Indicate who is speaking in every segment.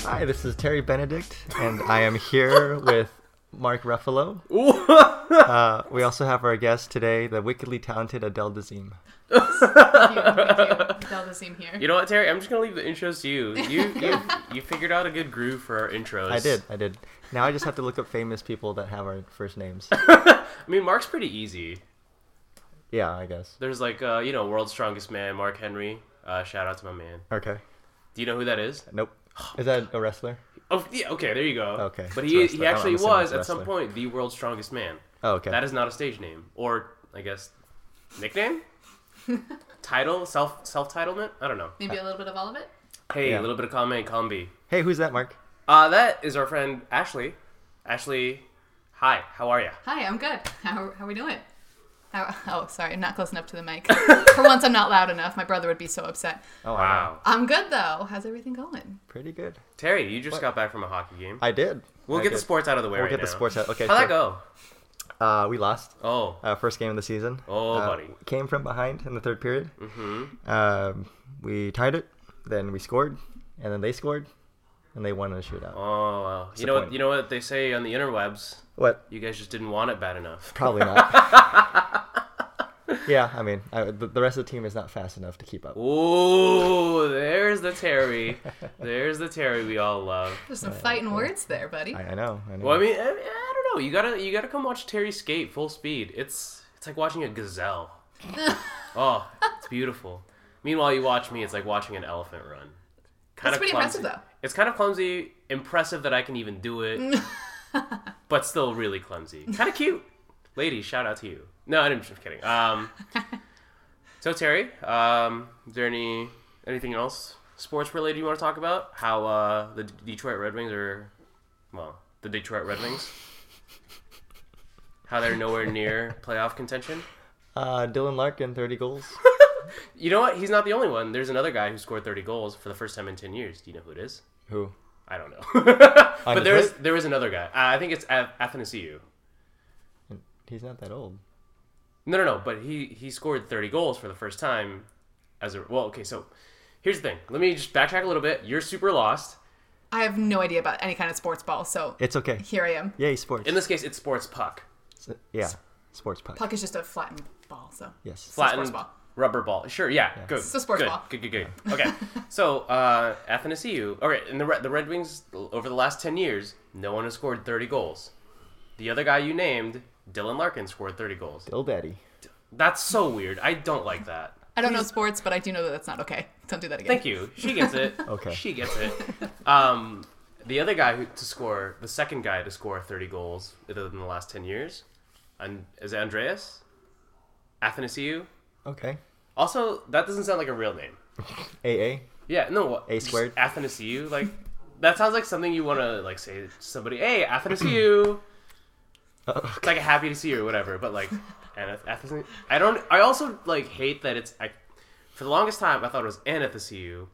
Speaker 1: Hi, this is Terry Benedict, and I am here with Mark Ruffalo. Uh, we also have our guest today, the wickedly talented Adele Dazeem.
Speaker 2: Thank you, thank you. Adele Dazeem here.
Speaker 3: You know what, Terry? I'm just gonna leave the intros to you. You you you figured out a good groove for our intros.
Speaker 1: I did, I did. Now I just have to look up famous people that have our first names.
Speaker 3: I mean, Mark's pretty easy.
Speaker 1: Yeah, I guess.
Speaker 3: There's like uh, you know, world's strongest man, Mark Henry. Uh, shout out to my man.
Speaker 1: Okay.
Speaker 3: Do you know who that is?
Speaker 1: Nope. Is that a wrestler?
Speaker 3: Oh yeah, okay, there you go.
Speaker 1: Okay,
Speaker 3: But
Speaker 1: it's
Speaker 3: he
Speaker 1: wrestler.
Speaker 3: he
Speaker 1: I'm- I'm
Speaker 3: actually
Speaker 1: assuming
Speaker 3: was
Speaker 1: it's
Speaker 3: at some
Speaker 1: wrestler.
Speaker 3: point the world's strongest man.
Speaker 1: Oh, okay.
Speaker 3: That is not a stage name, or I guess nickname, title, self self titlement. I don't know.
Speaker 2: Maybe a little bit of all of it.
Speaker 3: Hey,
Speaker 1: Yeah.
Speaker 3: a little bit of column A, column B.
Speaker 1: Hey, who's that, Mark?
Speaker 3: Uh, that is our friend Ashley. Ashley, hi. How are you?
Speaker 2: Hi, I'm good. How how we doing? How, oh, sorry, I'm not close enough to the mic. For once, I'm not loud enough. My brother would be so upset.
Speaker 1: Oh, I know.
Speaker 3: Wow,
Speaker 2: I'm good though. How's everything going?
Speaker 1: Pretty good.
Speaker 3: Terry, you just got back from a hockey game.
Speaker 1: I did.
Speaker 3: We'll
Speaker 1: I
Speaker 3: get
Speaker 1: did.
Speaker 3: the sports out of the way.
Speaker 1: We'll
Speaker 3: right
Speaker 1: get the
Speaker 3: now.
Speaker 1: sports out. Okay.
Speaker 3: How'd that
Speaker 1: sure.
Speaker 3: go?
Speaker 1: Uh, we lost.
Speaker 3: Oh,
Speaker 1: Uh, first game of the season.
Speaker 3: oh,
Speaker 1: Uh,
Speaker 3: buddy.
Speaker 1: Came from behind in the third period. Mm-hmm. Um, we tied it, then we scored, and then they scored, and they won in a shootout.
Speaker 3: Oh, wow. you know what?
Speaker 1: Disappointing.
Speaker 3: You know what they say on the interwebs.
Speaker 1: What?
Speaker 3: You guys just didn't want it bad enough.
Speaker 1: Probably not. yeah, I mean, I, the, the rest of the team is not fast enough to keep up.
Speaker 3: Ooh, there's the Terry. There's the Terry we all love.
Speaker 2: There's some fighting words there, buddy.
Speaker 1: I, I know. I know.
Speaker 3: Well, I mean, I, I don't know. You gotta, you gotta come watch Terry skate full speed. It's, it's like watching a gazelle. oh, it's beautiful. Meanwhile, you watch me. It's like watching an elephant run. Kind
Speaker 2: That's pretty
Speaker 3: clumsy.
Speaker 2: impressive though.
Speaker 3: It's kind of clumsy. Impressive that I can even do it, but still really clumsy. Kind of cute. Ladies, shout out to you. No, I'm just kidding. Um, so Terry, um, is there any anything else sports related you want to talk about? How uh, the D- Detroit Red Wings are, well, the Detroit Red Wings. How they're nowhere near playoff contention.
Speaker 1: uh, Dylan Larkin, 30 goals.
Speaker 3: You know what? He's not the only one. There's another guy who scored 30 goals for the first time in 10 years. Do you know who it is?
Speaker 1: Who?
Speaker 3: I don't know.
Speaker 1: On
Speaker 3: but there is
Speaker 1: Detroit?
Speaker 3: there is another guy. Uh, I think it's A- Athanasiu.
Speaker 1: He's not that old.
Speaker 3: No, no, no. But he he scored 30 goals for the first time as a well. Okay, so here's the thing. Let me just backtrack a little bit. You're super lost.
Speaker 2: I have no idea about any kind of sports ball, so
Speaker 1: It's okay.
Speaker 2: here I am.
Speaker 1: Yay, sports.
Speaker 3: In this case, it's sports puck,
Speaker 1: S- yeah, sports puck.
Speaker 2: Puck is just a flattened ball, so
Speaker 1: Yes.
Speaker 2: Flat- sports
Speaker 3: flattened
Speaker 2: ball.
Speaker 3: rubber ball. Sure, yeah, good.
Speaker 2: It's a sports
Speaker 3: good,
Speaker 2: ball.
Speaker 3: Good, good, good. Okay, so uh, Athanasiu. All right, and the Re- the Red Wings over the last 10 years, no one has scored 30 goals. The other guy you named, Dylan Larkin, scored 30 goals.
Speaker 1: Dill Daddy.
Speaker 3: That's so weird. I don't like that.
Speaker 2: I don't know sports, but I do know that that's not okay. Don't do that again.
Speaker 3: Thank you. She gets it.
Speaker 1: Okay.
Speaker 3: She gets it. Um, the other guy who, to score, the second guy to score 30 goals within the last 10 years, and is it Andreas Athanasiu.
Speaker 1: Okay.
Speaker 3: E Also, that doesn't sound like a real name.
Speaker 1: AA.
Speaker 3: Yeah, no. What,
Speaker 1: A
Speaker 3: just
Speaker 1: squared.
Speaker 3: Athanasiu. Like, that sounds like something you want to like say to somebody. Hey, Athanasiu.
Speaker 1: Oh,
Speaker 3: It's like a happy to see you or whatever. But like, Athanasiu. I don't. I also like hate that it's. I, for the longest time, I thought it was Anathanasiu.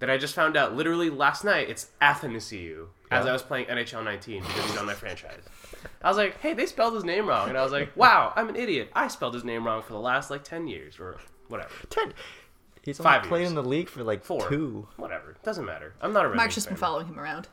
Speaker 3: That I just found out literally last night. It's Athanasiu as
Speaker 1: Yeah.
Speaker 3: I was playing NHL 19 because he's on my franchise. I was like, hey, they spelled his name wrong, and I was like, wow, I'm an idiot. I spelled his name wrong for the last like 10 years or whatever,
Speaker 1: Ten. He's only
Speaker 3: Five
Speaker 1: played
Speaker 3: years.
Speaker 1: in the league for like
Speaker 3: four,
Speaker 1: two.
Speaker 3: whatever. Doesn't matter. I'm not a Red
Speaker 2: Mark's
Speaker 3: Wings
Speaker 2: just been
Speaker 3: fan.
Speaker 2: following him around.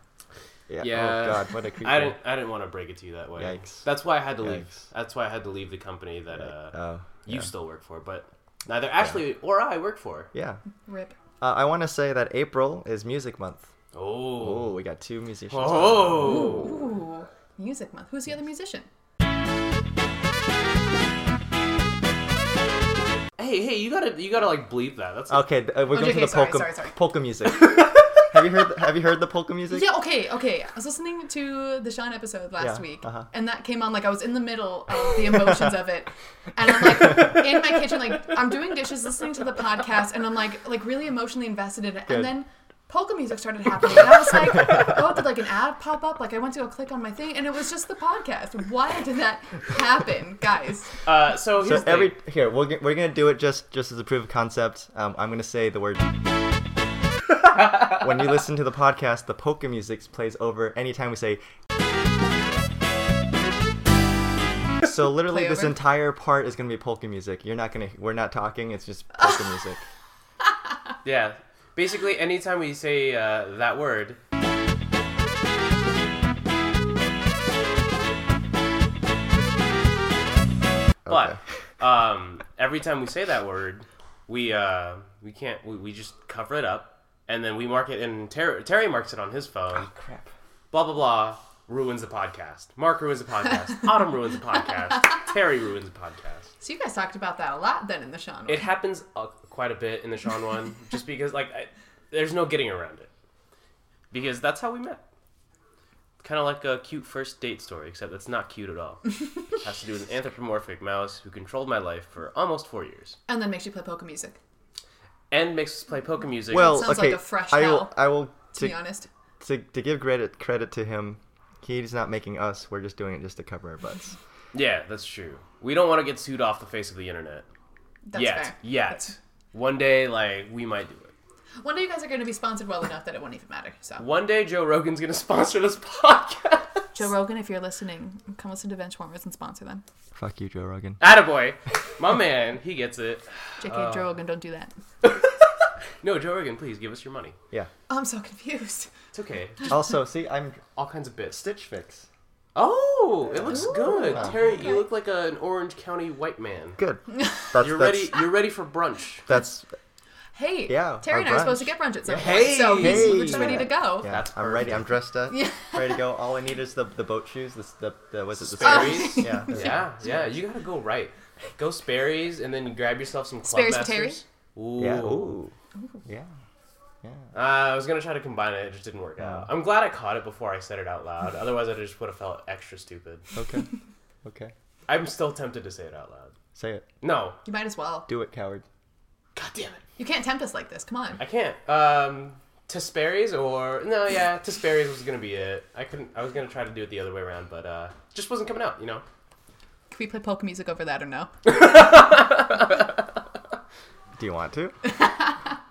Speaker 1: Yeah.
Speaker 3: Yeah.
Speaker 1: Oh God, what a creep.
Speaker 3: I didn't. I didn't want to break it to you that way.
Speaker 1: Yikes.
Speaker 3: That's why I had to leave.
Speaker 1: Yikes.
Speaker 3: That's why I had to leave the company that uh,
Speaker 1: Oh.
Speaker 3: you still work for, but neither Ashley or I work for.
Speaker 1: Yeah.
Speaker 2: Rip.
Speaker 1: Uh, I want to say that April is Music Month.
Speaker 3: Oh.
Speaker 1: Oh, we got two musicians.
Speaker 3: Oh.
Speaker 2: Ooh, music month. Who's the other musician?
Speaker 3: Hey, hey, you gotta, you gotta like bleep that. That's
Speaker 1: Okay, th- uh, we're
Speaker 2: Oh,
Speaker 1: going
Speaker 2: okay,
Speaker 1: to the
Speaker 2: sorry,
Speaker 1: polka,
Speaker 2: sorry, sorry.
Speaker 1: polka music. have you heard? Have you heard the polka music?
Speaker 2: Yeah, okay, okay. I was listening to the Sean episode last
Speaker 1: Yeah,
Speaker 2: week,
Speaker 1: uh-huh.
Speaker 2: and that came on like I was in the middle of the emotions of it, and I'm like in my kitchen, like I'm doing dishes, listening to the podcast, and I'm like like really emotionally invested in it,
Speaker 1: Good.
Speaker 2: and then. Polka music started happening, and I was like, "Oh, did like an ad pop up?" Like I went to go click on my thing, and it was just the podcast. Why did that happen, guys?
Speaker 3: uh, so here's
Speaker 1: So
Speaker 3: the thing.
Speaker 1: every here we're g- we're gonna do it just just as a proof of concept. Um, I'm gonna say the word. when you listen to the podcast, the polka music plays over anytime we say. So literally,
Speaker 2: Play
Speaker 1: this
Speaker 2: over?
Speaker 1: entire part is gonna be polka music. You're not gonna. We're not talking. It's just polka music.
Speaker 3: yeah. Basically, anytime we say uh, that word, But um, every time we say that word, we uh, we can't we, we just cover it up, and then we mark it, and Ter- Terry marks it on his phone.
Speaker 1: Crap.
Speaker 3: Blah blah blah ruins the podcast. Mark ruins the podcast. Autumn ruins the podcast. Terry ruins the podcast.
Speaker 2: So you guys talked about that a lot then in the Sean.
Speaker 3: It happens uh, quite a bit in the Sean one, just because like I, there's no getting around it, because that's how we met. Kind of like a cute first date story, except that's not cute at all. it has to do with an anthropomorphic mouse who controlled my life for almost four years
Speaker 2: and then makes you play poker music.
Speaker 3: and makes us play poker music.
Speaker 1: Well,
Speaker 2: sounds
Speaker 1: okay.
Speaker 2: like a fresh
Speaker 1: I will.
Speaker 2: hell,
Speaker 1: I will.
Speaker 2: To be
Speaker 1: To,
Speaker 2: honest,
Speaker 1: to, to give credit credit to him, he's not making us. We're just doing it just to cover our butts.
Speaker 3: yeah, that's true. We don't want to get sued off the face of the internet
Speaker 2: that's
Speaker 3: yet.
Speaker 2: fair.
Speaker 3: Yet, one day, like we might do it.
Speaker 2: One day you guys are going to be sponsored well enough that it won't even matter. So
Speaker 3: One day, Joe Rogan's gonna sponsor this podcast.
Speaker 2: Joe Rogan, if you're listening, come listen to Benchwarmers and sponsor them.
Speaker 1: Fuck you, Joe Rogan.
Speaker 3: Attaboy, my man, he gets it.
Speaker 2: JK,
Speaker 1: Oh.
Speaker 2: Joe Rogan, don't do that.
Speaker 3: No, Joe Rogan, please give us your money.
Speaker 1: Yeah.
Speaker 2: Oh, I'm so confused.
Speaker 3: It's okay. Just
Speaker 1: Also, see, I'm
Speaker 3: all kinds of bits.
Speaker 1: Stitch Fix.
Speaker 3: Oh, it looks good,
Speaker 1: Wow.
Speaker 3: Terry. You look like a, an Orange County white man.
Speaker 1: Good. That's
Speaker 3: You're
Speaker 1: that's,
Speaker 3: ready. You're ready for brunch.
Speaker 1: That's
Speaker 2: Hey,
Speaker 1: Yeah,
Speaker 2: Terry and I
Speaker 1: our
Speaker 2: are supposed to
Speaker 1: brunch.
Speaker 2: get brunch at some
Speaker 3: Yeah.
Speaker 2: point,
Speaker 3: Hey!
Speaker 2: so he's
Speaker 1: Hey!
Speaker 2: just ready to go.
Speaker 1: yeah.
Speaker 3: That's
Speaker 1: I'm ready. I'm dressed up.
Speaker 2: Yeah.
Speaker 1: Oh, Ready to go. All I need is the the boat shoes. The the, the was it the
Speaker 3: Sperry's?
Speaker 1: Sperry's? yeah. the-
Speaker 3: Oh. Yeah, yeah. You gotta go right. Go Sperry's and then grab yourself some club
Speaker 2: Sperry's for Terry?
Speaker 3: Masters. Ooh.
Speaker 1: Yeah. Ooh. Yeah. Yeah.
Speaker 3: Uh, I was gonna try to combine it. It just didn't work out. I'm glad I caught it before I said it out loud. Otherwise, I just would have felt extra stupid.
Speaker 1: Okay. okay.
Speaker 3: I'm still tempted to say it out loud.
Speaker 1: Say it.
Speaker 3: No.
Speaker 2: You might as well.
Speaker 1: Do it, coward.
Speaker 3: God damn it.
Speaker 2: You can't tempt us like this. Come on.
Speaker 3: I can't. Um, to Sperry's or no, yeah, to Sperry's was gonna be it. I couldn't. I was gonna try to do it the other way around, but uh, just wasn't coming out. You know.
Speaker 2: Can we play polka music over that or no?
Speaker 1: Do you want to?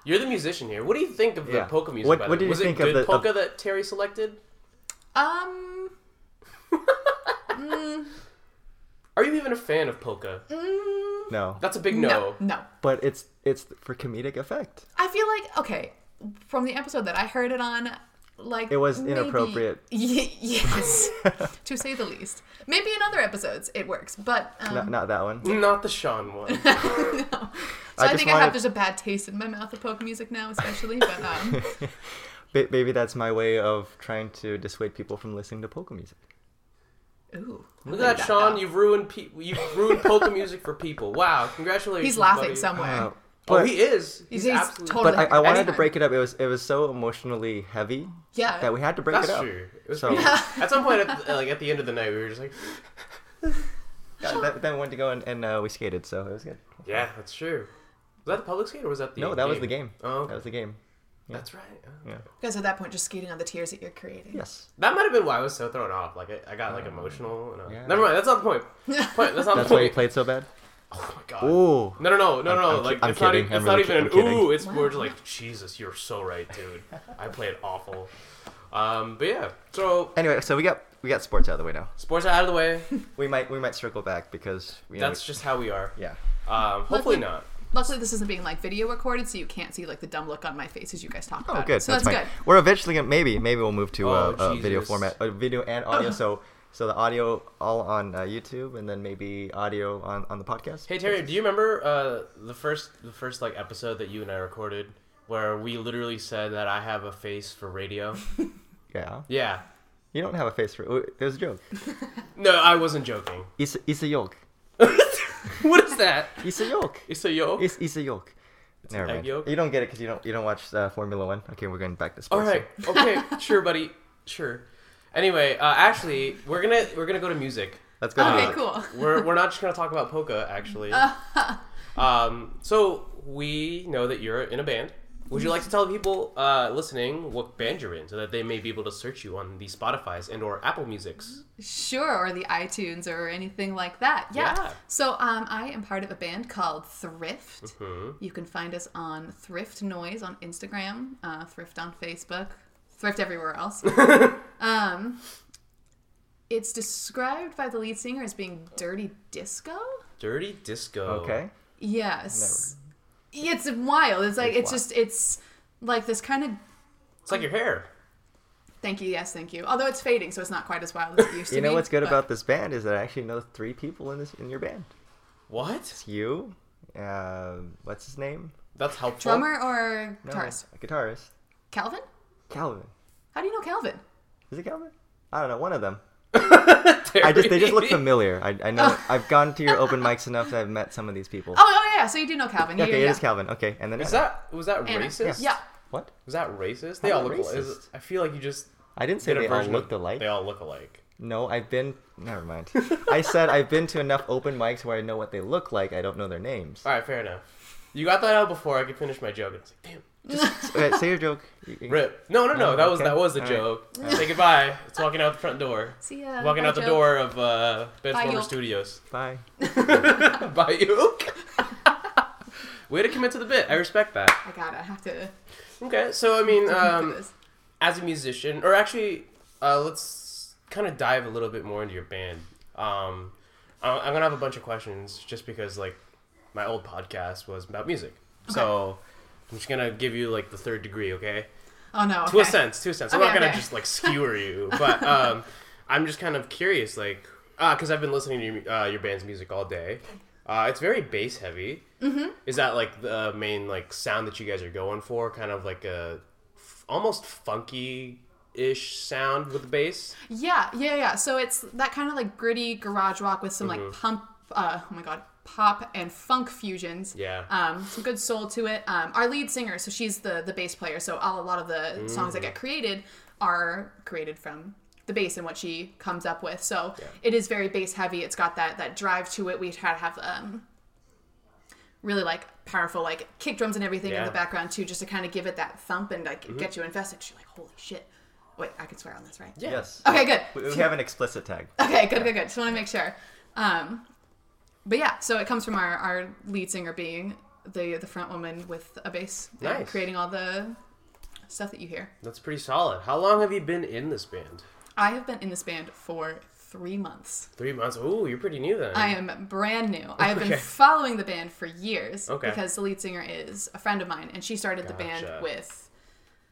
Speaker 3: You're the musician here. What do you think of the
Speaker 1: Yeah.
Speaker 3: polka music?
Speaker 1: What-
Speaker 3: by the
Speaker 1: what
Speaker 3: way?
Speaker 1: did you
Speaker 3: was
Speaker 1: think of
Speaker 3: it good
Speaker 1: the- of-
Speaker 3: polka that Terry selected?
Speaker 2: Um,
Speaker 3: Are you even a fan of polka?
Speaker 1: No.
Speaker 3: That's a big no.
Speaker 2: no, no.
Speaker 1: But it's it's for comedic effect.
Speaker 2: I feel like okay, from the episode that I heard it on, like
Speaker 1: It was
Speaker 2: maybe-
Speaker 1: inappropriate.
Speaker 2: Y- yes, to say the least. Maybe in other episodes it works, but um,
Speaker 1: Not not that one.
Speaker 3: Not the Sean one.
Speaker 2: so
Speaker 1: I just
Speaker 2: I, think I have
Speaker 1: wanted-
Speaker 2: there's a bad taste in my mouth of polka music now, especially. But um,
Speaker 1: Ba- maybe that's my way of trying to dissuade people from listening to polka music.
Speaker 2: ooh,
Speaker 3: Look at that, Sean. You've ruined pe- you've ruined polka music for people. Wow, congratulations.
Speaker 2: He's laughing
Speaker 3: buddy.
Speaker 2: somewhere.
Speaker 1: Uh,
Speaker 3: Oh,
Speaker 1: but
Speaker 3: he is.
Speaker 2: he's
Speaker 3: He's,
Speaker 2: he's
Speaker 3: absolutely.
Speaker 2: totally.
Speaker 1: but I, I wanted to
Speaker 2: Anytime.
Speaker 1: break it up. It was it was so emotionally heavy
Speaker 2: Yeah.
Speaker 1: that we had to break
Speaker 3: That's
Speaker 1: it up.
Speaker 3: true. It was
Speaker 1: So-
Speaker 3: pretty- at some point, at the, like at the end of the night, we were just like,
Speaker 1: Yeah, th- then we went to go and, and uh, we skated, so it was good.
Speaker 3: yeah, that's true. Was that the public skate or was that the
Speaker 1: No, that was the game.
Speaker 3: Oh, okay.
Speaker 1: That was the game.
Speaker 3: That's right. Oh.
Speaker 1: Yeah.
Speaker 2: Because at that point, just skating on the tears that you're creating.
Speaker 1: Yes.
Speaker 3: That might have been why I was so thrown off. Like I, I got like emotional. And I,
Speaker 1: Oh. Yeah.
Speaker 3: Never mind. That's not the point. point that's not
Speaker 1: That's
Speaker 3: the
Speaker 1: why you
Speaker 3: point.
Speaker 1: played so bad.
Speaker 3: Oh my god.
Speaker 1: Ooh.
Speaker 3: Oh, No, no, no, no,
Speaker 1: I'm-
Speaker 3: no.
Speaker 1: I'm
Speaker 3: like
Speaker 1: ki- I'm
Speaker 3: it's not.
Speaker 1: kidding.
Speaker 3: Even,
Speaker 1: I'm
Speaker 3: it's not
Speaker 1: really
Speaker 3: even
Speaker 1: ki-
Speaker 3: an
Speaker 1: I'm kidding.
Speaker 3: ooh. It's more just like Jesus. You're so right, dude. I played awful. Um, but yeah. So
Speaker 1: Anyway, so we got we got sports out of the way now.
Speaker 3: sports are out of the way.
Speaker 1: We might we might circle back because you know,
Speaker 3: That's just how we are.
Speaker 1: yeah.
Speaker 3: Um, hopefully
Speaker 2: Luckily-
Speaker 3: not.
Speaker 2: Luckily, this isn't being like video recorded, so you can't see like the dumb look on my face as you guys talk
Speaker 1: Oh,
Speaker 2: about
Speaker 1: good.
Speaker 2: it. So
Speaker 1: that's
Speaker 2: that's,
Speaker 1: fine.
Speaker 2: good.
Speaker 1: We're eventually gonna maybe maybe we'll move to uh,
Speaker 3: Oh,
Speaker 1: a video
Speaker 3: Jesus.
Speaker 1: format, a video and audio. So so the audio all on uh, YouTube, and then maybe audio on on the podcast.
Speaker 3: Hey Terry, do you remember uh, the first the first like episode that you and I recorded where we literally said that I have a face for radio?
Speaker 1: Yeah.
Speaker 3: yeah.
Speaker 1: You don't have a face for it. was a joke.
Speaker 3: No, I wasn't joking.
Speaker 1: It's it's a joke.
Speaker 3: what is that?
Speaker 1: It's a joke.
Speaker 3: It's a yo.
Speaker 1: It's it's a joke. Never
Speaker 3: egg
Speaker 1: mind.
Speaker 3: yolk?
Speaker 1: You don't get it because you don't you don't watch uh, Formula One. Okay, we're going back to
Speaker 3: All
Speaker 1: sports.
Speaker 3: right. Okay. sure, buddy. Sure. Anyway, uh, actually, we're gonna we're gonna go to music.
Speaker 1: Let's go. to
Speaker 2: Okay,
Speaker 1: music.
Speaker 2: cool.
Speaker 3: We're we're not just gonna talk about polka. Actually. um. So we know that you're in a band. Would you like to tell the people uh, listening what band you're in, so that they may be able to search you on the Spotify's and or Apple Music's?
Speaker 2: Sure, or the iTunes or anything like that. Yeah.
Speaker 3: Yeah.
Speaker 2: So um, I am part of a band called Thrift.
Speaker 1: Mm-hmm.
Speaker 2: You can find us on Thrift Noise on Instagram, uh, Thrift on Facebook, Thrift everywhere else. um, it's described by the lead singer as being dirty disco.
Speaker 3: Dirty Disco.
Speaker 1: Okay.
Speaker 2: Yes. It's wild. It's like it's,
Speaker 1: wild.
Speaker 2: just it's like this kind of.
Speaker 3: It's like your hair.
Speaker 2: Thank you. Yes, thank you. Although it's fading, so uh, it's not quite as wild as it used to
Speaker 1: You know
Speaker 2: be,
Speaker 1: what's good
Speaker 2: but-
Speaker 1: about this band is that I actually know three people in this in your band.
Speaker 3: What?
Speaker 1: you. Um, what's his name?
Speaker 3: That's helpful.
Speaker 2: Drummer or guitarist?
Speaker 1: a guitarist.
Speaker 2: Calvin?
Speaker 1: Calvin.
Speaker 2: How do you know Calvin?
Speaker 1: Is it Calvin? I don't know. One of them. I just they just look familiar. I, I know. I've gone to your open mics enough that I've met some of these people.
Speaker 2: Oh, oh yeah, so you do know Calvin. Yeah,
Speaker 1: okay,
Speaker 2: yeah,
Speaker 1: it is
Speaker 2: yeah.
Speaker 1: Calvin. Okay, and then
Speaker 3: Is
Speaker 1: Anna.
Speaker 3: that was that
Speaker 2: Anna.
Speaker 3: racist?
Speaker 2: Yeah.
Speaker 1: what?
Speaker 3: Was that racist? They
Speaker 1: How
Speaker 3: all
Speaker 1: am I
Speaker 3: look alike.
Speaker 1: racist?
Speaker 3: I feel like you just
Speaker 1: I didn't say
Speaker 3: did
Speaker 1: they
Speaker 3: a
Speaker 1: all
Speaker 3: version of-
Speaker 1: looked alike.
Speaker 3: They all look alike.
Speaker 1: No, I've been. Never mind. I said I've been to enough open mics where I know what they look like. I don't know their names.
Speaker 3: All right, fair enough. You got that out before I could finish my joke. And I was like, damn.
Speaker 1: Okay, say your joke. You- you-
Speaker 3: Rip. No, no, no.
Speaker 1: Oh,
Speaker 3: that was
Speaker 1: okay.
Speaker 3: that was the
Speaker 1: All right.
Speaker 3: joke. Say goodbye. It's walking out the front door.
Speaker 2: See ya.
Speaker 3: walking
Speaker 2: Bye,
Speaker 3: out the
Speaker 2: Joe.
Speaker 3: door of uh,
Speaker 2: Bye,
Speaker 3: Benchwarmer
Speaker 2: Yoke.
Speaker 3: Studios.
Speaker 1: Bye.
Speaker 3: Bye, Yoke. Way to commit to the bit. I respect that.
Speaker 2: I gotta have to.
Speaker 3: Okay, so I mean,
Speaker 2: Um,
Speaker 3: um, as a musician, or actually, uh, let's kind of dive a little bit more into your band. Um, I- I'm gonna have a bunch of questions just because like my old podcast was about music, so I'm just gonna give you like the third degree, okay?
Speaker 2: oh no.
Speaker 3: Two
Speaker 2: okay.
Speaker 3: cents, two cents. I'm
Speaker 2: Okay,
Speaker 3: not gonna
Speaker 2: okay.
Speaker 3: just like skewer you, but um, I'm just kind of curious, like, because I've been listening to your, uh, your band's music all day. Uh, it's very bass heavy. Mm-hmm. Is that like the main like sound that you guys are going for? Kind of like a f- almost funky ish sound with the bass.
Speaker 2: Yeah, yeah, yeah. So it's that kind of like gritty garage rock with some like
Speaker 3: Mm-hmm.
Speaker 2: pump. Uh, oh my god, pop and funk fusions.
Speaker 3: Yeah.
Speaker 2: Um, some good soul to it. Um, our lead singer, so she's the the bass player. So all, a lot of the songs
Speaker 3: Mm-hmm.
Speaker 2: that get created are created from the bass and what she comes up with. So it is very bass heavy. It's got that that drive to it. We try to have um really like powerful like kick drums and everything in
Speaker 3: Yeah. Mm-hmm.
Speaker 2: the background too, just to kind of give it that thump and like get you invested. 'cause You're like, holy shit. Wait, I can swear on this, right? Yeah.
Speaker 1: Yes.
Speaker 2: Okay, good.
Speaker 1: We, we have an explicit tag.
Speaker 2: Okay, good, good, good. Just want to make sure. Um, but yeah, so it comes from our, our lead singer being the the front woman with a bass and
Speaker 3: Nice.
Speaker 2: creating all the stuff that you hear.
Speaker 3: That's pretty solid. How long have you been in this band?
Speaker 2: I have been in this band for three months.
Speaker 3: Three months. Ooh, you're pretty new then.
Speaker 2: I am brand new. I have been
Speaker 3: Okay.
Speaker 2: following the band for years
Speaker 3: Okay.
Speaker 2: because the lead singer is a friend of mine, and she started the
Speaker 3: Gotcha.
Speaker 2: band with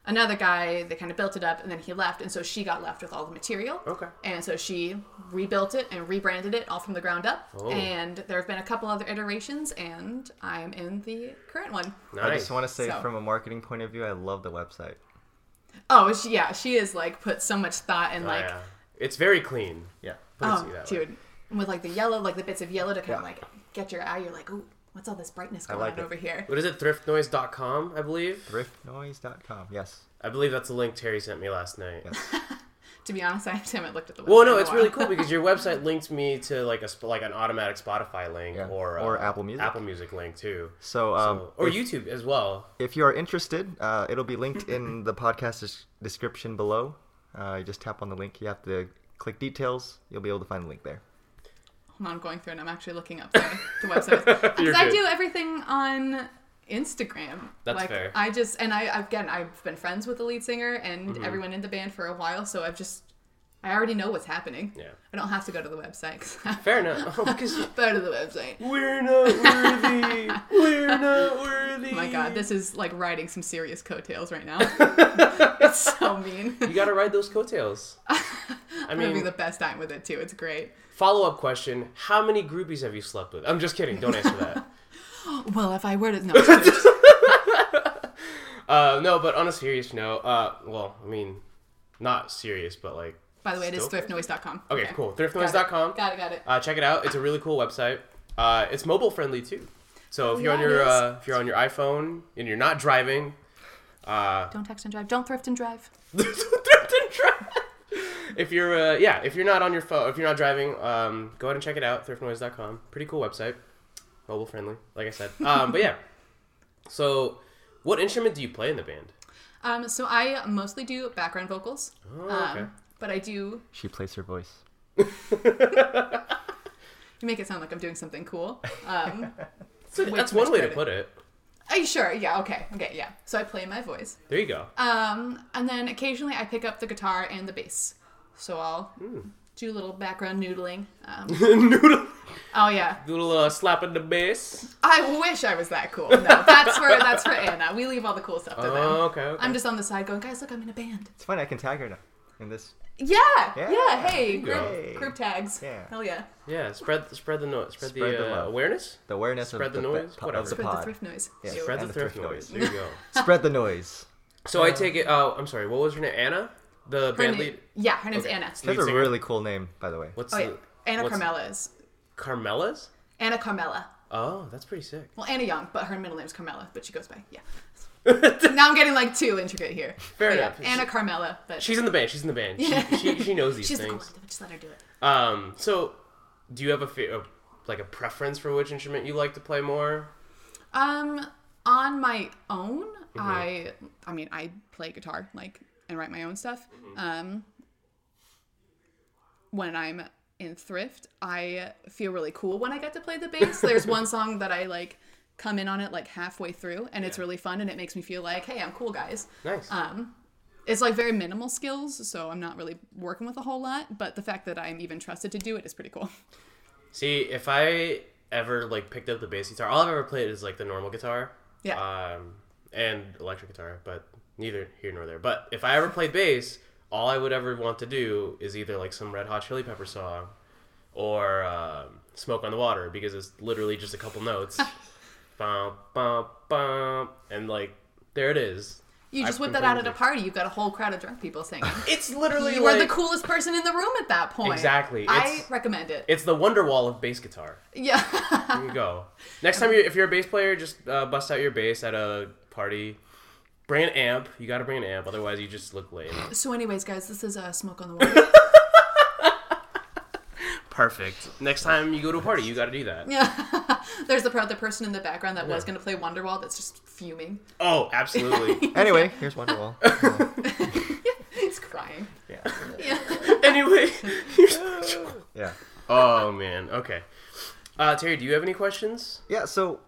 Speaker 2: another guy. They kind of built it up, and then he left, and so she got left with all the material.
Speaker 3: Okay.
Speaker 2: And so she rebuilt it and rebranded it all from the ground up.
Speaker 3: Oh.
Speaker 2: And there have been a couple other iterations, and I am in the current one.
Speaker 1: I
Speaker 3: nice.
Speaker 1: just want to say,
Speaker 2: So-
Speaker 1: from a marketing point of view, I love the website.
Speaker 2: Oh, she, yeah, she has like put so much thought and
Speaker 3: Oh,
Speaker 2: like,
Speaker 3: yeah. It's very clean.
Speaker 1: Yeah.
Speaker 3: Put it to
Speaker 2: oh,
Speaker 3: you that way.
Speaker 2: dude, with like the yellow, like the bits of yellow to kind of
Speaker 1: Yeah.
Speaker 2: like get your eye. You're like, ooh, what's all this brightness going
Speaker 1: like
Speaker 2: on
Speaker 1: it.
Speaker 2: over here?
Speaker 3: What is it? Thriftnoise.com, I believe.
Speaker 1: Thriftnoise.com. Yes.
Speaker 3: I believe that's the link Terry sent me last night.
Speaker 2: To be honest, I haven't looked at the website.
Speaker 3: Well,
Speaker 2: in
Speaker 3: no,
Speaker 2: a
Speaker 3: it's really
Speaker 2: while.
Speaker 3: cool because your website linked me to like a sp- like an automatic Spotify link
Speaker 1: Yeah,
Speaker 3: or uh,
Speaker 1: or Apple Music.
Speaker 3: Apple Music link too,
Speaker 1: So, um,
Speaker 3: or YouTube as well.
Speaker 1: if you are interested, uh, it'll be linked in the podcast des- description below. Uh, you just tap on the link. You have to click details. You'll be able to find the link there.
Speaker 2: Hold on, I'm going through and I'm actually looking up the, the website because I
Speaker 3: good.
Speaker 2: do everything on Instagram.
Speaker 3: That's fair.
Speaker 2: I just and I again I've been friends with the lead singer and
Speaker 3: Mm-hmm.
Speaker 2: everyone in the band for a while, so I've just I already know what's happening.
Speaker 3: Yeah.
Speaker 2: I don't have to go to the website. 'cause I
Speaker 3: Fair enough. Oh, because
Speaker 2: go to the website.
Speaker 3: we're not worthy. We're not worthy.
Speaker 2: Oh my god, this is like riding some serious coattails right now. it's so mean.
Speaker 3: You gotta ride those coattails. I
Speaker 2: I'm having
Speaker 3: mean,
Speaker 2: the best time with it too. It's great.
Speaker 3: follow up question: How many groupies have you slept with? I'm just kidding. Don't answer that.
Speaker 2: Well, if I were to no,
Speaker 3: Uh, no, but on a serious note, uh, well, I mean, not serious, but like.
Speaker 2: by the way, it is
Speaker 3: Still-
Speaker 2: thriftnoise.com.
Speaker 3: Okay, cool.
Speaker 2: Got it.
Speaker 3: Thriftnoise.com.
Speaker 2: Got it. Got it.
Speaker 3: Uh, check it out. It's a really cool website. Uh, it's mobile friendly too. So if you're on
Speaker 2: Oh, yeah, it
Speaker 3: your
Speaker 2: is.
Speaker 3: uh, if you're on your iPhone and you're not driving, uh,
Speaker 2: Don't text and drive. Don't thrift and drive.
Speaker 3: thrift and drive. If you're uh, yeah, if you're not on your phone, if you're not driving, um, go ahead and check it out. Thriftnoise.com. Pretty cool website. Mobile friendly, like I said. Um, but yeah. So, what instrument do you play in the band?
Speaker 2: Um, so I mostly do background vocals,
Speaker 3: Oh, okay.
Speaker 2: um, but I do.
Speaker 1: She plays her voice.
Speaker 2: You make it sound like I'm doing something cool. Um,
Speaker 3: So
Speaker 2: with
Speaker 3: that's one
Speaker 2: much
Speaker 3: way to
Speaker 2: credit.
Speaker 3: put it.
Speaker 2: are you sure? Yeah. Okay. Okay. Yeah. So I play my voice,
Speaker 3: There you go.
Speaker 2: um, and then occasionally I pick up the guitar and the bass. So I'll
Speaker 3: Hmm.
Speaker 2: do a little background noodling. Um,
Speaker 3: noodle,
Speaker 2: oh yeah.
Speaker 3: noodle, uh, slap in the bass.
Speaker 2: I wish I was that cool. No, that's for that's for Anna. We leave all the cool stuff to them.
Speaker 3: Oh, okay. okay.
Speaker 2: I'm just on the side going, guys, look, I'm in a band.
Speaker 1: It's fine. I can tag her now. in this.
Speaker 2: Yeah, yeah.
Speaker 1: Yeah.
Speaker 2: hey, group,
Speaker 1: Hey.
Speaker 2: group tags.
Speaker 1: Yeah.
Speaker 2: Hell yeah.
Speaker 3: Yeah, spread spread the noise, spread,
Speaker 1: Spread
Speaker 3: the,
Speaker 1: the
Speaker 3: uh,
Speaker 1: love.
Speaker 3: awareness.
Speaker 1: The awareness
Speaker 3: Spread
Speaker 1: of
Speaker 3: the
Speaker 1: the,
Speaker 3: noise?
Speaker 1: po-
Speaker 3: Whatever.
Speaker 1: Of the
Speaker 2: Spread the
Speaker 1: pod.
Speaker 2: thrift noise.
Speaker 1: Yes.
Speaker 2: Yo.
Speaker 3: Spread the
Speaker 1: and the
Speaker 3: thrift,
Speaker 1: thrift
Speaker 3: noise.
Speaker 1: noise.
Speaker 3: There you go.
Speaker 1: Spread the noise.
Speaker 3: So I take it. Oh, I'm sorry. What was her name? Anna,
Speaker 2: Her
Speaker 3: the band
Speaker 2: name-
Speaker 3: lead.
Speaker 2: yeah, her name's
Speaker 3: Okay.
Speaker 2: Anna.
Speaker 3: Lead
Speaker 1: That's a
Speaker 3: singer.
Speaker 1: really cool name, by the way.
Speaker 3: What's
Speaker 2: Oh yeah,
Speaker 3: the
Speaker 2: Anna
Speaker 3: what's-
Speaker 2: Carmela is
Speaker 3: Carmela's?
Speaker 2: Anna Carmela.
Speaker 3: Oh, that's pretty sick.
Speaker 2: Well, Anna Young, but her middle name's Carmela, but she goes by yeah. now I'm getting like too intricate here.
Speaker 3: Fair
Speaker 2: But
Speaker 3: enough.
Speaker 2: Yeah, Anna Carmela, but
Speaker 3: She's in the band. She's in the band. She, she, she knows these
Speaker 2: she's the cool
Speaker 3: things.
Speaker 2: one. Just let her do it.
Speaker 3: Um, so do you have a, fa- a like a preference for which instrument you like to play more?
Speaker 2: Um, on my own, I I mean I play guitar like and write my own stuff. Um, when I'm in thrift, I feel really cool when I get to play the bass. There's one song that I like come in on it like halfway through, and it's really fun, and it makes me feel like, hey, I'm cool, guys.
Speaker 3: Nice.
Speaker 2: Um. it's like very minimal skills, so I'm not really working with a whole lot. But the fact that I'm even trusted to do it is pretty cool.
Speaker 3: See, if I ever like picked up the bass guitar, all I've ever played is like the normal guitar.
Speaker 2: Yeah.
Speaker 3: Um, and electric guitar, but neither here nor there. But if I ever played bass, all I would ever want to do is either like some Red Hot Chili Pepper song, or um, "Smoke on the Water" because it's literally just a couple notes, bum bum bum, and like there it is.
Speaker 2: You just
Speaker 3: I've
Speaker 2: whip
Speaker 3: been
Speaker 2: that out
Speaker 3: playing
Speaker 2: at a
Speaker 3: music.
Speaker 2: party, you've got a whole crowd of drunk people singing.
Speaker 3: It's literally
Speaker 2: you
Speaker 3: like
Speaker 2: are the coolest person in the room at that point.
Speaker 3: Exactly.
Speaker 2: I
Speaker 3: It's-
Speaker 2: recommend it.
Speaker 3: it's the wonder wall of bass guitar.
Speaker 2: yeah.
Speaker 3: There you go. Next time, you're, if you're a bass player, just uh, bust out your bass at a party. Bring an amp. You got to bring an amp, otherwise you just look lame.
Speaker 2: so, anyways, guys, this is uh, smoke on the water.
Speaker 3: Perfect. Next time you go to a party, you got to do that.
Speaker 2: yeah. There's the proud the person in the background that was gonna play Wonderwall that's just fuming.
Speaker 3: Oh, absolutely.
Speaker 1: Anyway, here's Wonderwall.
Speaker 2: He's crying.
Speaker 1: yeah.
Speaker 2: Yeah.
Speaker 3: anyway.
Speaker 1: Yeah.
Speaker 3: oh man. Okay. Uh, Terry, do you have any questions?
Speaker 1: Yeah. So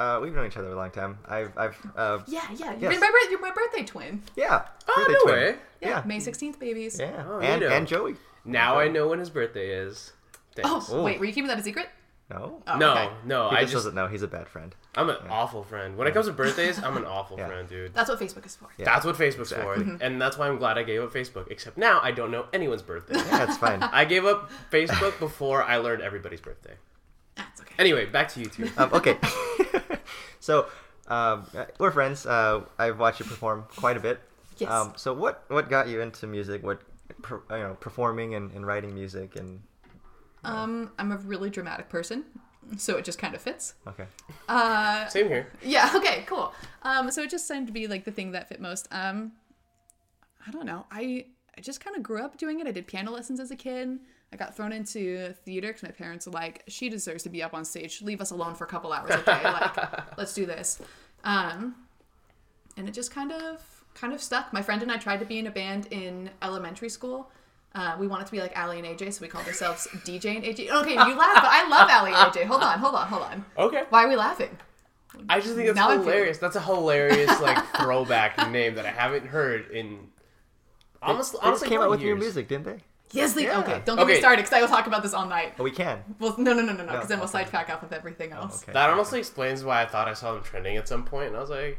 Speaker 1: uh, we've known each other a long time. I've, I've, uh,
Speaker 2: Yeah, yeah. You're,
Speaker 1: Yes.
Speaker 2: my, birth- you're my birthday twin.
Speaker 1: yeah.
Speaker 2: Uh,
Speaker 3: Oh,
Speaker 1: birthday
Speaker 3: no
Speaker 1: twin.
Speaker 3: way.
Speaker 1: Yeah.
Speaker 2: May 16th, babies.
Speaker 1: Yeah.
Speaker 3: Oh, you
Speaker 1: and
Speaker 3: know.
Speaker 1: and Joey.
Speaker 3: Now I know when his birthday is.
Speaker 2: Oh,
Speaker 3: Thanks.
Speaker 1: Oh.
Speaker 2: wait, were you keeping that a secret?
Speaker 1: No.
Speaker 2: Oh,
Speaker 3: no,
Speaker 2: okay.
Speaker 3: no.
Speaker 1: he
Speaker 3: I
Speaker 1: just
Speaker 3: just
Speaker 1: doesn't know. He's a bad friend.
Speaker 3: I'm an awful friend. When it comes to birthdays, I'm an awful friend, dude.
Speaker 2: That's what Facebook is for.
Speaker 1: Yeah. Mm-hmm.
Speaker 3: That's what Facebook's for, and that's why I'm glad I gave up Facebook. Except now I don't know anyone's birthday.
Speaker 1: Yeah, it's fine.
Speaker 3: I gave up Facebook before I learned everybody's birthday.
Speaker 2: That's Ah, okay.
Speaker 3: Anyway, back to you two.
Speaker 1: um, okay. so um, uh, we're friends. Uh, I've watched you perform quite a bit.
Speaker 2: Yes.
Speaker 1: Um, so what what got you into music? What per, uh, you know, performing and, and writing music and
Speaker 2: Um, I'm a really dramatic person, so it just kind of fits.
Speaker 1: okay.
Speaker 2: Uh,
Speaker 3: Same here.
Speaker 2: yeah, okay, cool. Um, so it just seemed to be like the thing that fit most. Um, I don't know. I I just kind of grew up doing it. I did piano lessons as a kid. I got thrown into theater because my parents were like, "She deserves to be up on stage. Leave us alone for a couple hours a day. Like, let's do this." Um, and it just kind of kind of stuck. My friend and I tried to be in a band in elementary school. Uh, we wanted to be like Allie and AJ, so we called ourselves DJ and AJ. Okay, you laugh, but I love Allie and AJ. Hold on, hold on, hold on.
Speaker 3: Okay.
Speaker 2: Why are we laughing?
Speaker 3: I just think that's
Speaker 2: Now I'm feeling-
Speaker 3: hilarious. That's a hilarious like throwback name that I haven't heard in almost
Speaker 1: They
Speaker 3: honestly
Speaker 1: just came out
Speaker 3: probably
Speaker 1: with new
Speaker 3: years.
Speaker 1: music, didn't they?
Speaker 2: Yes, they
Speaker 1: Yeah.
Speaker 2: okay. Don't get me
Speaker 3: Okay.
Speaker 2: started because I will talk about this all night.
Speaker 1: Oh, we can.
Speaker 2: Well, no, no, no, no, no, because then we'll
Speaker 1: okay.
Speaker 2: sidetrack off with everything else.
Speaker 1: Okay.
Speaker 3: That honestly explains why I thought I saw them trending at some point, and I was like,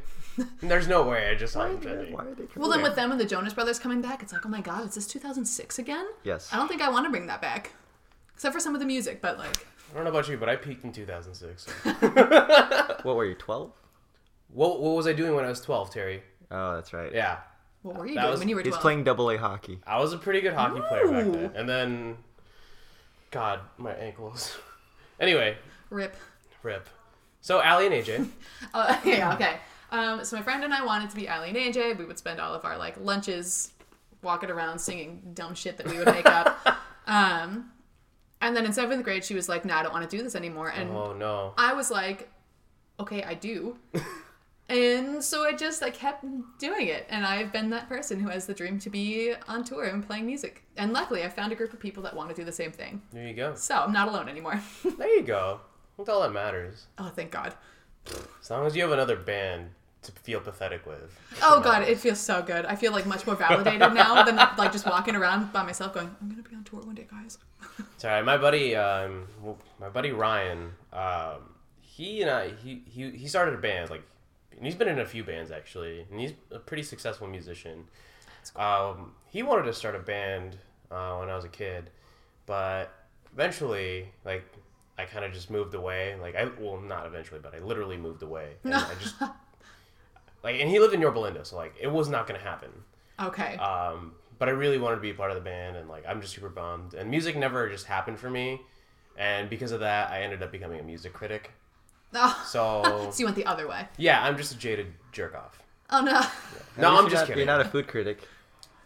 Speaker 3: "There's no way I just saw
Speaker 1: Why
Speaker 3: them
Speaker 1: are they,
Speaker 3: trending."
Speaker 1: why are they
Speaker 2: Well, then
Speaker 1: doing
Speaker 2: with them and the Jonas Brothers coming back, it's like, oh my god, is this 2006 again?
Speaker 1: Yes.
Speaker 2: I don't think I want to bring that back, except for some of the music. But like,
Speaker 3: I don't know about you, but I peaked in 2006.
Speaker 1: that? What were you, 12?
Speaker 3: what What was I doing when I was 12, Terry?
Speaker 1: Oh, that's right.
Speaker 3: Yeah,
Speaker 2: what were you
Speaker 3: That
Speaker 2: doing
Speaker 3: was-
Speaker 2: when you were
Speaker 1: He's
Speaker 2: 12?
Speaker 1: playing double A hockey.
Speaker 3: I was a pretty good hockey player back
Speaker 2: Ooh.
Speaker 3: then, and then, God, my ankles. anyway,
Speaker 2: Rip.
Speaker 3: rip. So Allie and AJ.
Speaker 2: Uh, yeah, okay. Um, so my friend and I wanted to be Ally and AJ. We would spend all of our like lunches walking around singing dumb shit that we would make up. Um, and then in seventh grade, she was like, "No, I don't want to do this anymore." And
Speaker 3: oh no.
Speaker 2: I was like, okay, I do. and so I just I kept doing it and I've been that person who has the dream to be on tour and playing music. And luckily I found a group of people that want to do the same thing.
Speaker 3: There you go.
Speaker 2: So I'm not alone anymore.
Speaker 3: There you go. That's all that matters.
Speaker 2: oh thank God.
Speaker 3: As long as you have another band to feel pathetic with.
Speaker 2: Oh god, it feels so good. I feel like much more validated now than like just walking around by myself going, I'm gonna be on tour one day, guys.
Speaker 3: Sorry, my buddy, um, well, my buddy Ryan, um, he and I, he, he, he started a band, like, and he's been in a few bands actually, and he's a pretty successful musician. Um, he wanted to start a band uh, when I was a kid, but eventually, like, I kind of just moved away. Like, I well, not eventually, but I literally moved away. And I just like, and he lived in Yorba Linda, so like, it was not gonna happen.
Speaker 2: Okay.
Speaker 3: Um, but I really wanted to be a part of the band, and like, I'm just super bummed. And music never just happened for me, and because of that, I ended up becoming a music critic.
Speaker 2: Oh.
Speaker 3: So
Speaker 2: so you went the other way.
Speaker 3: yeah, I'm just a jaded jerk off.
Speaker 2: Oh no.
Speaker 1: At
Speaker 3: No,
Speaker 1: least
Speaker 3: I'm
Speaker 1: you're
Speaker 3: just
Speaker 1: not-
Speaker 3: kidding.
Speaker 1: You're not a food critic.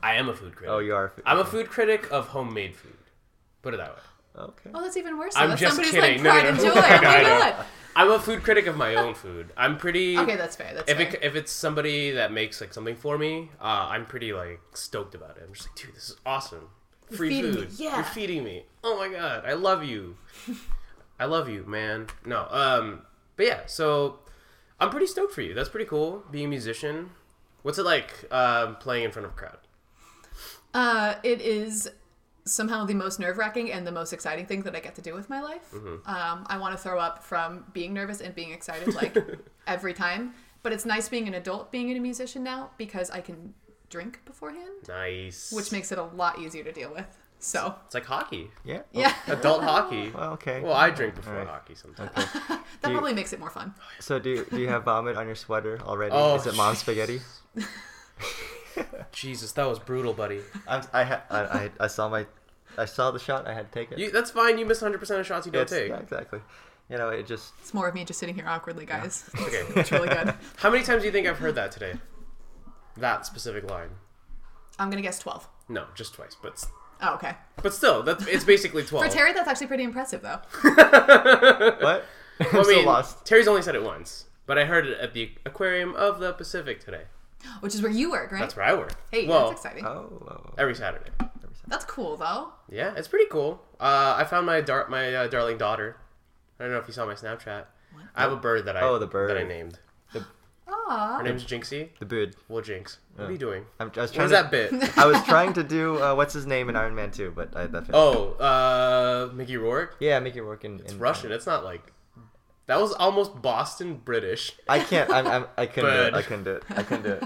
Speaker 3: I am a food critic.
Speaker 1: Oh, you are. a food-
Speaker 3: I'm a food critic of homemade food. Put it that way.
Speaker 1: Okay.
Speaker 2: Well, that's even worse.
Speaker 3: I'm
Speaker 2: That's
Speaker 3: just
Speaker 2: somebody's
Speaker 3: kidding. No,
Speaker 2: like pride
Speaker 3: no,
Speaker 2: and
Speaker 3: no.
Speaker 2: joy. Oh
Speaker 3: I
Speaker 2: my
Speaker 3: know.
Speaker 2: god.
Speaker 3: I'm a food critic of my own food. I'm pretty.
Speaker 2: Okay, that's fair. That's
Speaker 3: if
Speaker 2: fair.
Speaker 3: it, if it's somebody that makes like something for me, uh, I'm pretty like stoked about it. I'm just like, dude, this is awesome. Free
Speaker 2: feeding me,
Speaker 3: food.
Speaker 2: yeah.
Speaker 3: You're feeding me. Oh my god, I love you. I love you, man. No, um, but yeah. So I'm pretty stoked for you. That's pretty cool. Being a musician. What's it like um, playing in front of a crowd?
Speaker 2: Uh, it is somehow the most nerve wracking and the most exciting thing that I get to do with my life.
Speaker 3: Mm-hmm.
Speaker 2: Um, I want to throw up from being nervous and being excited like every time. But it's nice being an adult, being a musician now, because I can drink beforehand,
Speaker 3: Nice.
Speaker 2: which makes it a lot easier to deal with. So,
Speaker 3: it's like hockey.
Speaker 1: Yeah.
Speaker 2: yeah,
Speaker 3: Adult hockey.
Speaker 1: Well, okay.
Speaker 3: Well, I drink before
Speaker 1: All right.
Speaker 3: hockey sometimes.
Speaker 2: that
Speaker 1: you-
Speaker 2: probably makes it more fun.
Speaker 1: So do do you have vomit on your sweater already?
Speaker 3: Oh,
Speaker 1: Is it mom spaghetti?
Speaker 3: Jesus, that was brutal, buddy.
Speaker 1: I'm, I, ha- I I I saw my I saw the shot. I had to take it.
Speaker 3: You, that's fine. You miss 100% of shots you don't
Speaker 1: It's-
Speaker 3: take.
Speaker 1: Yeah, exactly. You know, it just
Speaker 2: It's more of me just sitting here awkwardly, guys.
Speaker 3: Okay.
Speaker 2: It's really good.
Speaker 3: How many times do you think I've heard that today? That specific line.
Speaker 2: I'm gonna guess twelve.
Speaker 3: No, just twice, but s-
Speaker 2: Oh, okay.
Speaker 3: but still, that's it's basically
Speaker 2: For
Speaker 3: twelve.
Speaker 2: Terry, that's actually pretty impressive, though.
Speaker 1: what? I'm so
Speaker 3: I mean,
Speaker 1: lost.
Speaker 3: Terry's only said it once, but I heard it at the Aquarium of the Pacific today.
Speaker 2: Which is where you work, right?
Speaker 3: That's where I work.
Speaker 2: Hey,
Speaker 3: well,
Speaker 2: that's exciting.
Speaker 1: Oh, oh,
Speaker 3: every Saturday.
Speaker 2: That's cool, though.
Speaker 3: Yeah, it's pretty cool. Uh, I found my dar- my uh, darling daughter. I don't know if you saw my Snapchat. I have a bird that I
Speaker 1: Oh, the bird.
Speaker 3: that I named.
Speaker 2: Aw.
Speaker 3: Her name's Jinxie.
Speaker 1: the bud.
Speaker 3: Well, Jinx, what are you doing?
Speaker 1: I'm, I was
Speaker 3: What
Speaker 1: trying
Speaker 3: is
Speaker 1: to,
Speaker 3: that bit?
Speaker 1: I was trying to do uh, what's his name in Iron Man 2, but I, that failed.
Speaker 3: Oh, uh, Mickey Rourke.
Speaker 1: Yeah, make it work in, in
Speaker 3: Russian. It's not like that was almost Boston British.
Speaker 1: I can't. I'm, I'm, I couldn't. Do it.
Speaker 3: Bud.
Speaker 1: I couldn't do it. I couldn't do it.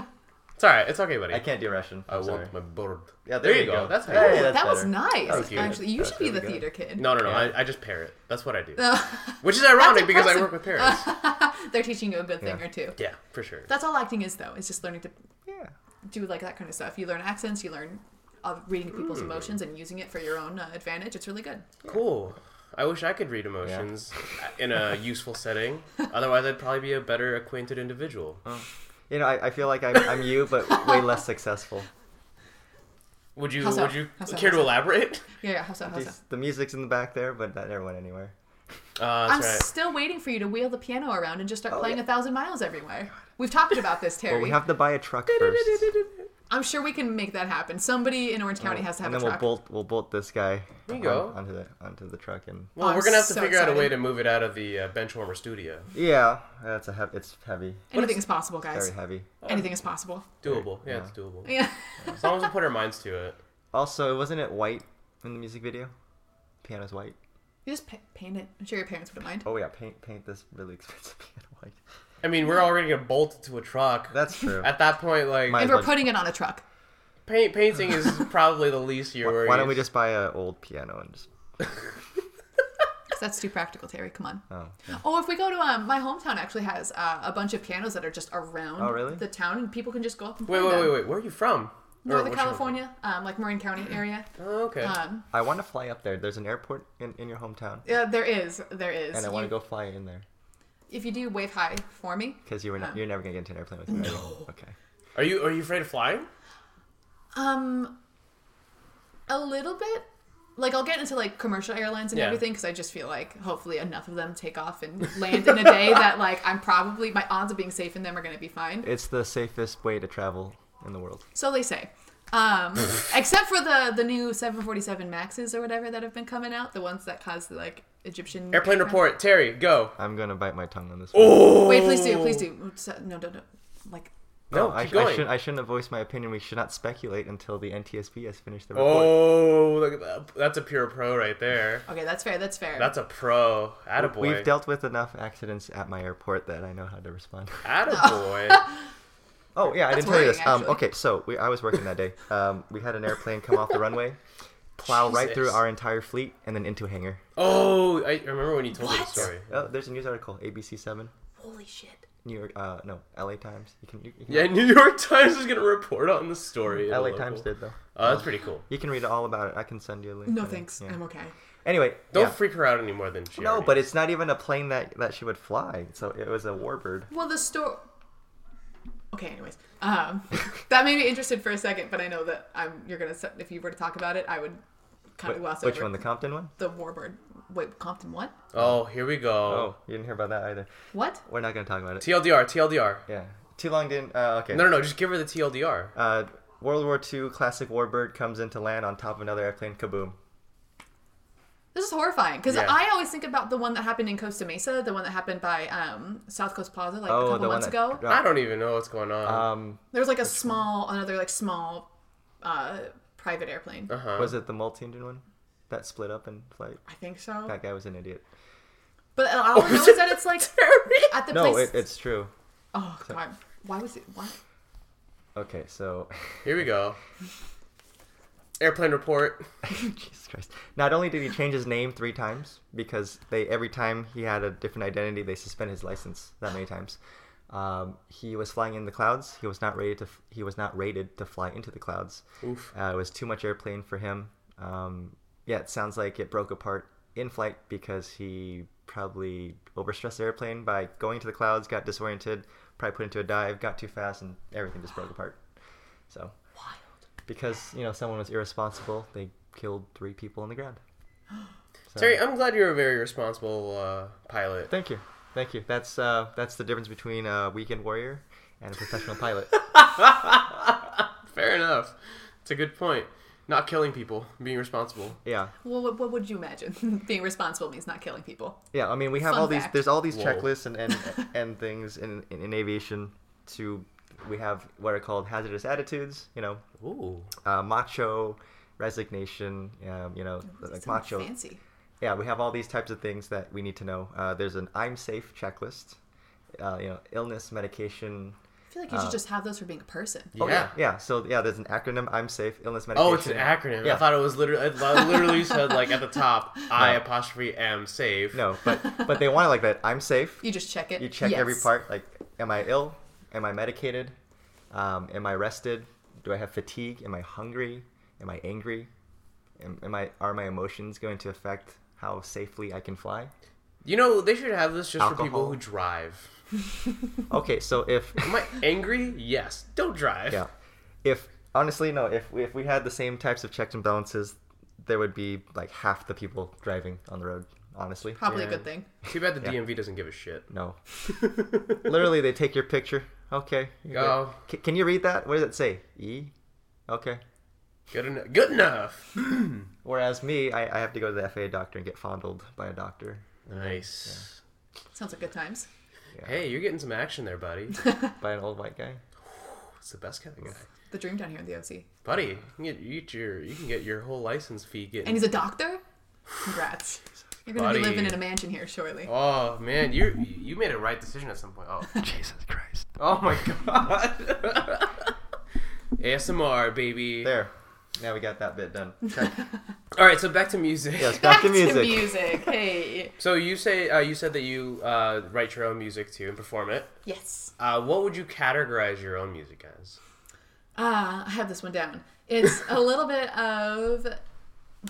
Speaker 3: It's all right. It's okay, buddy.
Speaker 1: I can't do Russian.
Speaker 3: I
Speaker 1: I'm sorry.
Speaker 3: want my bird.
Speaker 1: Yeah,
Speaker 3: there, you go. That's how.
Speaker 1: Hey,
Speaker 3: you do it.
Speaker 1: that's
Speaker 2: that was
Speaker 1: better.
Speaker 2: nice.
Speaker 3: was cute.
Speaker 2: Actually, you
Speaker 1: That's
Speaker 2: should be
Speaker 1: really
Speaker 2: the
Speaker 1: good.
Speaker 2: theater kid.
Speaker 3: No, no, no.
Speaker 1: Yeah.
Speaker 3: I, I just parrot. That's what I do. Which is ironic because I work with parrots.
Speaker 2: They're teaching you a good thing
Speaker 1: Yeah.
Speaker 2: or two.
Speaker 3: yeah, for sure.
Speaker 2: That's all acting is, though. It's just learning to
Speaker 1: Yeah.
Speaker 2: do like that kind of stuff. You learn accents. You learn uh, reading people's
Speaker 1: Hmm.
Speaker 2: emotions and using it for your own uh, advantage. It's really good.
Speaker 3: Cool. I wish I could read emotions in a useful setting. Otherwise, I'd probably be a better acquainted individual.
Speaker 1: Uh, You know, I, I feel like I'm, I'm you, but way less successful.
Speaker 3: Would you?
Speaker 2: How so?
Speaker 3: Would you
Speaker 2: How so?
Speaker 3: care
Speaker 2: How so?
Speaker 3: to elaborate?
Speaker 2: Yeah, yeah. How so? How so?
Speaker 1: These, the music's in the back there, but that never went anywhere.
Speaker 3: Uh,
Speaker 2: I'm
Speaker 3: that's right.
Speaker 2: still waiting for you to wheel the piano around and just start playing
Speaker 1: Oh, yeah.
Speaker 2: a thousand miles everywhere. We've talked about this, Terry.
Speaker 1: But we have to buy a truck first,
Speaker 2: I'm sure we can make that happen. Somebody in Orange County has to have
Speaker 1: Oh, and then
Speaker 2: a
Speaker 1: we'll
Speaker 2: truck.
Speaker 1: bolt we'll bolt this guy
Speaker 3: There you
Speaker 1: on-
Speaker 3: go.
Speaker 1: onto the onto the truck and
Speaker 3: Well,
Speaker 2: I'm
Speaker 3: we're gonna have to
Speaker 2: so
Speaker 3: figure out a way
Speaker 2: excited.
Speaker 3: to move it out of the uh, benchwarmer studio.
Speaker 1: yeah, that's a heavy. It's heavy,
Speaker 2: Anything is possible, guys.
Speaker 1: very heavy.
Speaker 2: Anything is possible.
Speaker 3: Doable. Yeah,
Speaker 1: Yeah.
Speaker 3: it's doable.
Speaker 2: Yeah.
Speaker 3: As long as we put our minds to it.
Speaker 1: Also, wasn't it white in the music video? Piano's white.
Speaker 2: You just pa- paint it. I'm sure your parents wouldn't mind.
Speaker 1: Oh yeah, paint paint this really expensive piano white.
Speaker 3: I mean, we're already gonna bolt it to a truck.
Speaker 1: That's true.
Speaker 3: At that point, like
Speaker 1: My-
Speaker 2: and we're
Speaker 1: like-
Speaker 2: putting it on a truck.
Speaker 3: paint, painting is probably the least you're worried.
Speaker 1: Why don't we just buy an old piano and just?
Speaker 2: 'Cause That's too practical, Terry. Come on.
Speaker 1: Oh,
Speaker 2: Oh, if we go to um, my hometown, actually has uh, a bunch of pianos that are just around
Speaker 1: Oh, really?
Speaker 2: the town, and people can just go up and play
Speaker 3: Wait, wait,
Speaker 2: them.
Speaker 3: wait, wait. Where are you from? Or
Speaker 2: Northern
Speaker 3: what's your-
Speaker 2: California, um, like Marin County area.
Speaker 3: Oh, okay.
Speaker 2: Um,
Speaker 1: I want to fly up there. There's an airport in, in your hometown,
Speaker 2: yeah, there is, there is.
Speaker 1: and I want to
Speaker 2: You-
Speaker 1: go fly in there
Speaker 2: If you do wave high for me,
Speaker 1: because you were not, you're never gonna get into an airplane with me. No. Okay.
Speaker 3: are you are you afraid of flying?
Speaker 2: um, a little bit. Like I'll get into like commercial airlines and
Speaker 3: Yeah.
Speaker 2: everything because I just feel like hopefully enough of them take off and land in a day that like I'm probably my odds of being safe in them are gonna be fine.
Speaker 1: It's the safest way to travel in the world.
Speaker 2: So they say. Um, except for the the new 747 Maxes or whatever that have been coming out, the ones that cause the like Egyptian
Speaker 3: Airplane report, Terry, go.
Speaker 1: I'm gonna bite my tongue on this. one.
Speaker 3: Oh.
Speaker 2: Wait, please do, please do. So- No, no, no. Like,
Speaker 1: No,
Speaker 3: No,
Speaker 1: I,
Speaker 3: keep going.
Speaker 1: I shouldn't. I shouldn't have voiced my opinion. We should not speculate until the NTSB has finished the report.
Speaker 3: oh, look at that. That's a pure pro right there.
Speaker 2: okay, that's fair, that's fair.
Speaker 3: That's a pro. Attaboy.
Speaker 1: We've dealt with enough accidents at my airport that I know how to respond.
Speaker 3: Attaboy.
Speaker 1: Oh yeah, I
Speaker 2: That's
Speaker 1: didn't tell you
Speaker 2: worrying,
Speaker 1: this. Um,
Speaker 2: actually.
Speaker 1: okay, so we, I was working that day. Um, we had an airplane come off the runway, plow right through
Speaker 3: Jesus.
Speaker 1: our entire fleet, and then into a hangar.
Speaker 3: Oh, I remember when you told me the
Speaker 2: What?
Speaker 3: story.
Speaker 1: Oh, there's a news article, ABC Seven,
Speaker 2: Holy shit.
Speaker 1: New York, uh, no, LA Times. You can, you, you can
Speaker 3: Yeah, New York Times is gonna report on the story. in the
Speaker 1: LA
Speaker 3: local.
Speaker 1: Times did though.
Speaker 3: Oh, that's pretty cool.
Speaker 1: You can read all about it. I can send you a link. I
Speaker 2: No
Speaker 1: think.
Speaker 2: thanks.
Speaker 1: Yeah.
Speaker 2: I'm okay.
Speaker 1: Anyway,
Speaker 3: Don't
Speaker 1: yeah.
Speaker 3: freak her out any more than she.
Speaker 1: no,
Speaker 3: already
Speaker 1: but
Speaker 3: is.
Speaker 1: it's not even a plane that that she would fly. So it was a warbird.
Speaker 2: Well, the story. Okay, anyways, um, that made me interested for a second, but I know that I'm. You're gonna. se- If you were to talk about it, I would kind
Speaker 1: Wh-
Speaker 2: of gloss
Speaker 1: which
Speaker 2: over
Speaker 1: one? The Compton one?
Speaker 2: The Warbird. Wait, Compton. What?
Speaker 3: Oh, here we go.
Speaker 1: Oh, you didn't hear about that either.
Speaker 2: What?
Speaker 1: We're not gonna talk about it.
Speaker 3: TLDR, TLDR.
Speaker 1: yeah, too long didn't. Uh, okay.
Speaker 3: No, no, no. Just give her the TLDR.
Speaker 1: Uh, World War II classic warbird comes into land on top of another airplane. Kaboom.
Speaker 2: This is horrifying because
Speaker 3: Yeah.
Speaker 2: I always think about the one that happened in Costa Mesa, the one that happened by um, South Coast Plaza like a couple months ago.
Speaker 1: Oh, that-
Speaker 3: I don't even know what's going on.
Speaker 1: Um,
Speaker 2: There was like a small, another like small uh, private airplane.
Speaker 1: Uh-huh.
Speaker 3: Uh huh.
Speaker 1: was it the multi-engine one that split up in flight?
Speaker 2: I think so.
Speaker 1: That guy was an idiot.
Speaker 2: But all I know is that it's like at the
Speaker 1: No,
Speaker 2: place.
Speaker 1: it, it's true.
Speaker 2: oh god, why was it? Why?
Speaker 1: Okay, so
Speaker 3: Here we go. Airplane report.
Speaker 1: Jesus Christ! Not only did he change his name three times because they every time he had a different identity, they suspend his license that many times. Um, he was flying in the clouds. He was not rated to. f- He was not rated to fly into the clouds.
Speaker 3: Oof.
Speaker 1: Uh, it was too much airplane for him. Um, yeah, it sounds like it broke apart in flight because he probably overstressed the airplane by going to the clouds, got disoriented, probably put into a dive, got too fast, and everything just broke apart. So
Speaker 2: Wild.
Speaker 1: because you know someone was irresponsible, they killed three people on the ground. So-
Speaker 3: Terry, I'm glad you're a very responsible uh, pilot.
Speaker 1: thank you, thank you. That's uh, that's the difference between a weekend warrior and a professional pilot.
Speaker 3: Fair enough. It's a good point. Not killing people, being responsible.
Speaker 1: Yeah,
Speaker 2: Well, what, what would you imagine? Being responsible means not killing people.
Speaker 1: yeah. I mean, we have
Speaker 2: Fun
Speaker 1: all these.
Speaker 2: fact.
Speaker 1: There's all these
Speaker 3: Whoa.
Speaker 1: checklists and and, and things in, in in aviation. To we have what are called hazardous attitudes. You know,
Speaker 3: Ooh.
Speaker 1: uh, macho resignation. Um, you know, like
Speaker 2: Sounds
Speaker 1: macho.
Speaker 2: Fancy.
Speaker 1: yeah, we have all these types of things that we need to know. Uh, there's an I'm safe checklist. Uh, you know, illness, medication.
Speaker 2: I feel like you
Speaker 1: Uh,
Speaker 2: should just have those for being a person.
Speaker 1: Oh,
Speaker 3: yeah.
Speaker 1: yeah, yeah. So yeah, there's an acronym. I'm safe. Illness medication.
Speaker 3: Oh, it's an acronym.
Speaker 1: Yeah.
Speaker 3: I thought it was literally. I literally said like at the top, I apostrophe am safe.
Speaker 1: No, but but they want it like that. I'm safe.
Speaker 2: You just check it.
Speaker 1: You check every
Speaker 2: Yes.
Speaker 1: part. Like, am I ill? Am I medicated? Um, am I rested? Do I have fatigue? Am I hungry? Am I angry? Am, am I are my emotions going to affect how safely I can fly?
Speaker 3: You know they should have this just for people
Speaker 1: Alcohol.
Speaker 3: who drive.
Speaker 1: Okay, so if
Speaker 3: Am I angry? Yes. Don't drive.
Speaker 1: yeah, if honestly no, if we- if we had the same types of checks and balances, there would be like half the people driving on the road. Honestly,
Speaker 2: Probably
Speaker 3: Yeah.
Speaker 2: a good thing.
Speaker 3: Too bad the DMV doesn't give a shit.
Speaker 1: No. Literally, they take your picture. Okay. you're good.
Speaker 3: Go.
Speaker 1: C- can you read that? What does it say? E? Okay.
Speaker 3: Good enough. Good enough.
Speaker 1: Whereas me, I, I have to go to the FAA doctor and get fondled by a doctor.
Speaker 3: Nice.
Speaker 2: Sounds like good times.
Speaker 3: Hey, you're getting some action there, buddy.
Speaker 1: By an old white guy.
Speaker 3: It's the best kind of guy,
Speaker 2: The dream down here in the OC.
Speaker 3: buddy. You can get, you get your you can get your whole license fee
Speaker 2: And
Speaker 3: getting.
Speaker 2: he's a doctor? Congrats. You're going to be
Speaker 3: Buddy.
Speaker 2: living in a mansion here shortly.
Speaker 3: Oh man, you you made a right decision at some point. Oh.
Speaker 1: Jesus Christ.
Speaker 3: Oh my god. ASMR, baby.
Speaker 1: There. Now we got that bit done.
Speaker 3: All right, so back to music.
Speaker 1: Yes, back, to music.
Speaker 2: music. Hey.
Speaker 3: So you say uh, you said that you uh, write your own music too and perform it.
Speaker 2: Yes.
Speaker 3: Uh, what would you categorize your own music as?
Speaker 2: Ah, I have this one down. It's a little bit of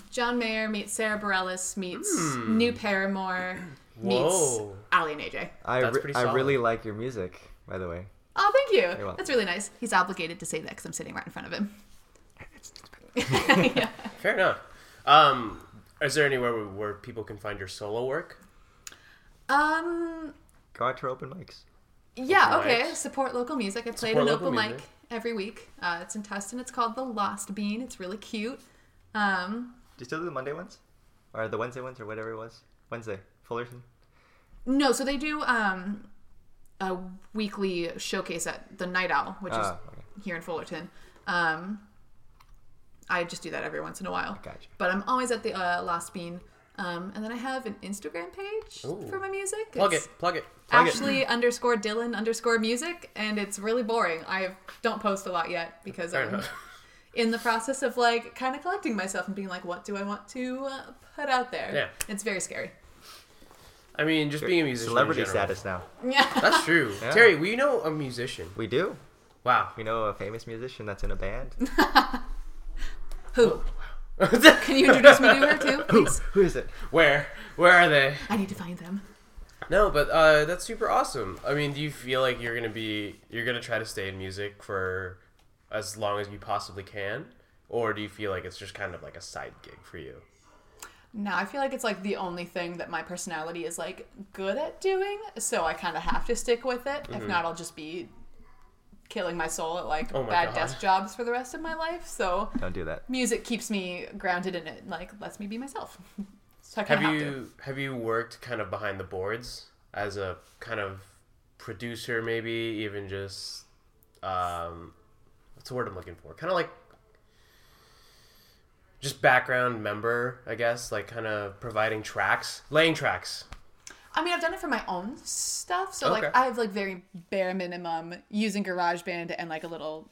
Speaker 2: John Mayer meets Sarah Bareilles meets New Paramore meets
Speaker 3: Hmm. Whoa.
Speaker 2: Ali and AJ.
Speaker 1: I,
Speaker 3: That's
Speaker 1: re-
Speaker 3: pretty
Speaker 1: I
Speaker 3: solid.
Speaker 1: really like your music, by the way.
Speaker 2: Oh, thank you.
Speaker 1: welcome.
Speaker 2: That's really nice. He's obligated to say that because I'm sitting right in front of him.
Speaker 3: Fair enough. Um, is there anywhere where, where people can find your solo work?
Speaker 2: Um,
Speaker 1: Go out to open mics.
Speaker 2: Yeah,
Speaker 3: Open
Speaker 2: okay.
Speaker 3: mics.
Speaker 2: Support local music. I played
Speaker 3: Support
Speaker 2: an
Speaker 3: local
Speaker 2: open mic
Speaker 3: music.
Speaker 2: every week. Uh, it's in Tustin. It's called The Lost Bean. It's really cute. Um,
Speaker 1: Do you still do the Monday ones? Or the Wednesday ones, or whatever it was? Wednesday. Fullerton?
Speaker 2: no, so they do um, a weekly showcase at the Night Owl, which
Speaker 1: Ah,
Speaker 2: is
Speaker 1: okay.
Speaker 2: here in Fullerton. Um, I just do that every once in a while.
Speaker 1: Gotcha.
Speaker 2: But I'm always at the uh, Lost Bean. Um, and then I have an Instagram page
Speaker 3: Ooh.
Speaker 2: for my music.
Speaker 3: Plug
Speaker 2: It's
Speaker 3: it. Plug it.
Speaker 1: Plug it.
Speaker 2: Ashley underscore Dylan underscore music, and it's really boring. I don't post a lot yet because
Speaker 3: Fair
Speaker 2: I'm
Speaker 3: enough.
Speaker 2: in the process of like kind of collecting myself and being like, what do I want to uh, put out there?
Speaker 3: Yeah.
Speaker 2: It's very scary.
Speaker 3: I mean, just being a musician. in
Speaker 1: Celebrity
Speaker 3: general.
Speaker 1: status now.
Speaker 2: Yeah.
Speaker 3: That's true.
Speaker 1: Yeah.
Speaker 3: Terry, we know a musician.
Speaker 1: We do.
Speaker 3: Wow.
Speaker 1: We know a famous musician that's in a band.
Speaker 2: Who? Can you introduce me to her too, please?
Speaker 1: Who is it?
Speaker 3: Where? Where are they?
Speaker 2: I need to find them.
Speaker 3: No, but uh, that's super awesome. I mean, do you feel like you're gonna be you're gonna try to stay in music for as long as you possibly can, or do you feel like it's just kind of like a side gig for you?
Speaker 2: No, I feel like it's like the only thing that my personality is like good at doing, so I kind of have to stick with it. If not, I'll just be killing my soul at like
Speaker 3: Mm-hmm. Oh my
Speaker 2: bad
Speaker 3: God.
Speaker 2: desk jobs for the rest of my life. So
Speaker 1: Don't do that.
Speaker 2: music keeps me grounded in it, like lets me be myself. So I
Speaker 3: Have
Speaker 2: kind of have, to.
Speaker 3: you have you worked kind of behind the boards as a kind of producer, maybe even just um, what's the word I'm looking for? Kind of like just background member, I guess, like kind of providing tracks, laying tracks.
Speaker 2: I mean, I've done it for my own stuff, so like
Speaker 3: Okay.
Speaker 2: I have like very bare minimum using GarageBand and like a little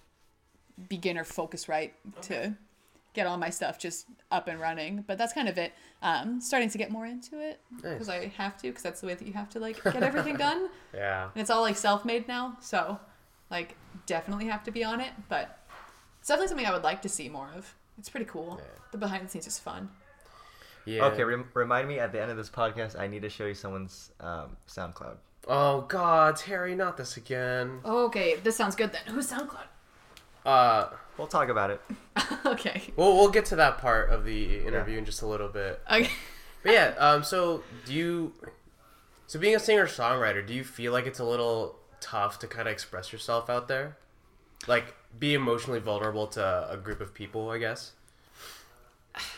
Speaker 2: beginner Focusrite to get all my stuff just up and running. But that's kind of it. Um, starting to get more into it because I have to, because that's the way that you have to like get everything done.
Speaker 3: Yeah.
Speaker 2: And it's all like self-made now, so like definitely have to be on it. But it's definitely something I would like to see more of. It's pretty cool.
Speaker 3: Yeah.
Speaker 2: The behind the scenes is fun.
Speaker 3: Yeah.
Speaker 1: Okay, rem- remind me at the end of this podcast, I need to show you someone's um, SoundCloud.
Speaker 3: Oh God, Terry, not this again.
Speaker 2: Okay, this sounds good then. Who's SoundCloud?
Speaker 3: Uh,
Speaker 1: We'll talk about it.
Speaker 2: okay.
Speaker 3: we'll we'll get to that part of the interview in just a little bit.
Speaker 2: Okay.
Speaker 3: But yeah, um, so do you? So being a singer songwriter, do you feel like it's a little tough to kind of express yourself out there, like be emotionally vulnerable to a group of people? I guess.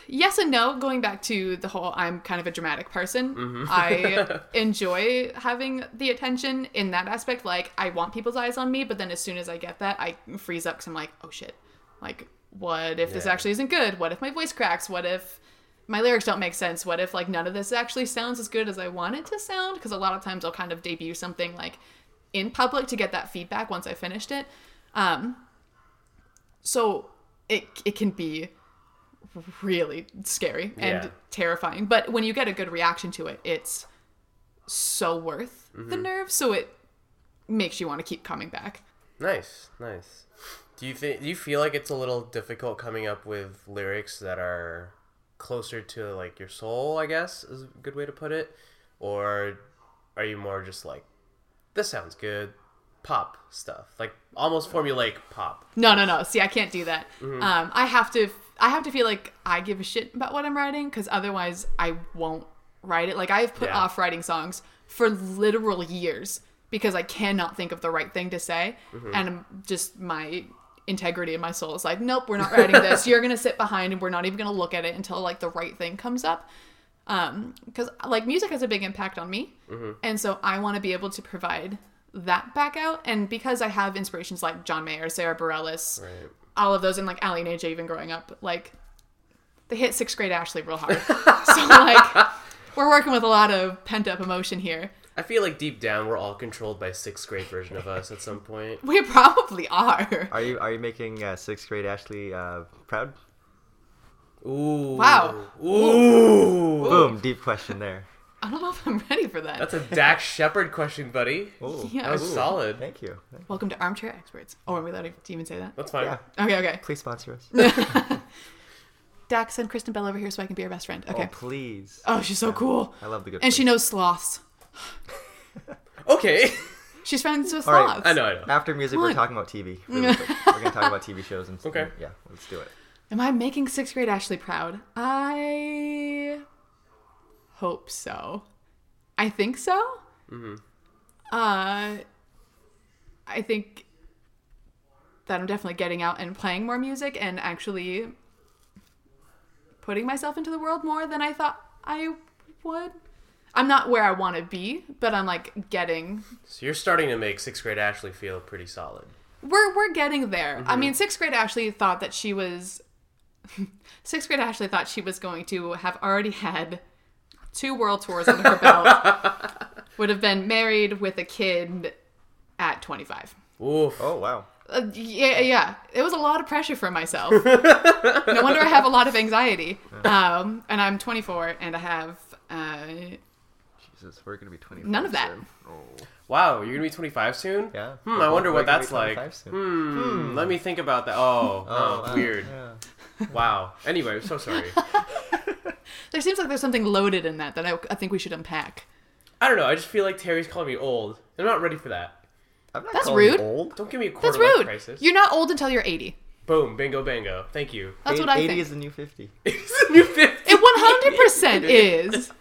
Speaker 2: yes and no going back to the whole i'm kind of a dramatic person i enjoy having the attention in that aspect like i want people's eyes on me but then as soon as i get that i freeze up because i'm like oh shit like what if this
Speaker 3: Yeah.
Speaker 2: actually isn't good what if my voice cracks what if my lyrics don't make sense what if like none of this actually sounds as good as i want it to sound because a lot of times i'll kind of debut something like in public to get that feedback once i finished it um so it it can be really scary and
Speaker 3: Yeah.
Speaker 2: terrifying. But when you get a good reaction to it, it's so worth the nerve. So it makes you want to keep coming back.
Speaker 3: Nice, nice. Do you think? Do you feel like it's a little difficult coming up with lyrics that are closer to like your soul? I guess is a good way to put it. Or are you more just like, this sounds good, pop stuff, like almost formulaic pop?
Speaker 2: No, no, no. See, I can't do that. Um, I have to. I have to feel like I give a shit about what I'm writing because otherwise I won't write it. Like I've put
Speaker 3: Yeah.
Speaker 2: off writing songs for literal years because I cannot think of the right thing to say, and I'm- just my integrity in my soul is like, nope, we're not writing this. You're gonna sit behind, and we're not even gonna look at it until like the right thing comes up. Um, because like music has a big impact on me, and so I want to be able to provide that back out. And because I have inspirations like John Mayer, Sarah Bareilles,
Speaker 3: Right.
Speaker 2: all of those and like Ally and AJ even growing up, like they hit sixth grade Ashley real hard. so like we're working with a lot of pent up emotion here.
Speaker 3: I feel like deep down we're all controlled by sixth grade version of us at some point.
Speaker 2: We probably are.
Speaker 1: Are you are you making uh, sixth grade Ashley uh, proud?
Speaker 3: Ooh.
Speaker 2: Wow.
Speaker 3: Ooh.
Speaker 2: Oh.
Speaker 1: Boom, deep question there.
Speaker 2: I don't know if I'm ready for that.
Speaker 3: That's a Dax Shepard question, buddy.
Speaker 1: Ooh,
Speaker 2: Yeah.
Speaker 3: That was
Speaker 2: Ooh.
Speaker 3: solid.
Speaker 1: Oh, Thank you. Thank-
Speaker 2: Welcome to Armchair Experts. Oh, are we allowed to even say that?
Speaker 3: That's fine.
Speaker 1: Yeah,
Speaker 2: Okay, okay.
Speaker 1: please sponsor us.
Speaker 2: Dax, send Kristen Bell over here so I can be her best friend. Okay.
Speaker 1: Oh, please.
Speaker 2: Oh, she's so cool.
Speaker 1: I love the good.
Speaker 2: And she
Speaker 1: place.
Speaker 2: knows sloths.
Speaker 3: Okay.
Speaker 2: She's friends with
Speaker 1: All right.
Speaker 2: sloths.
Speaker 3: I know, I know.
Speaker 1: After music,
Speaker 2: Come
Speaker 1: we're
Speaker 2: on.
Speaker 1: talking about TV. Really quick. we're gonna talk about TV shows and
Speaker 3: Okay.
Speaker 1: Yeah, let's do it.
Speaker 2: Am I making sixth grade Ashley proud? I hope so. I think so. Uh, I think that I'm definitely getting out and playing more music and actually putting myself into the world more than I thought I would. I'm not where I want to be, but I'm like getting
Speaker 3: So you're starting to make sixth grade Ashley feel pretty solid.
Speaker 2: we're we're getting there.
Speaker 3: Mm-hmm.
Speaker 2: I mean, sixth grade Ashley thought that she was sixth grade Ashley thought she was going to have already had two world tours under her belt, would have been married with a kid at 25.
Speaker 3: Oof.
Speaker 1: Oh wow.
Speaker 2: Uh, yeah, yeah. It was a lot of pressure for myself. no wonder I have a lot of anxiety. Um, and I'm 24 and I have. Uh,
Speaker 1: Jesus, we're gonna be twenty.
Speaker 2: None of that.
Speaker 1: Soon. Oh.
Speaker 3: Wow, you're gonna be 25 soon.
Speaker 1: Yeah.
Speaker 3: Hmm.
Speaker 1: We're
Speaker 3: I wonder
Speaker 1: both-
Speaker 3: what
Speaker 1: we're gonna be
Speaker 3: that's like.
Speaker 1: 25 soon.
Speaker 3: Hmm, Let me think about that.
Speaker 1: Oh,
Speaker 3: Oh. oh,
Speaker 1: wow.
Speaker 3: Weird.
Speaker 1: Yeah.
Speaker 3: Wow. Anyway, I'm so sorry.
Speaker 2: there seems like there's something loaded in that that I, I think we should unpack.
Speaker 3: I don't know. I just feel like Terry's calling me old. I'm not ready for that.
Speaker 1: I'm not
Speaker 2: That's
Speaker 1: calling you
Speaker 2: rude.
Speaker 1: Old.
Speaker 3: Don't give me a quarter
Speaker 2: That's
Speaker 3: life
Speaker 2: rude.
Speaker 3: crisis.
Speaker 2: You're not old until you're 80.
Speaker 3: Boom. Bingo. Bango. Thank you.
Speaker 2: That's
Speaker 1: Eight-
Speaker 2: what I
Speaker 1: 80
Speaker 2: think.
Speaker 1: is the new fifty.
Speaker 3: it's a new 50.
Speaker 2: It 100 percent is.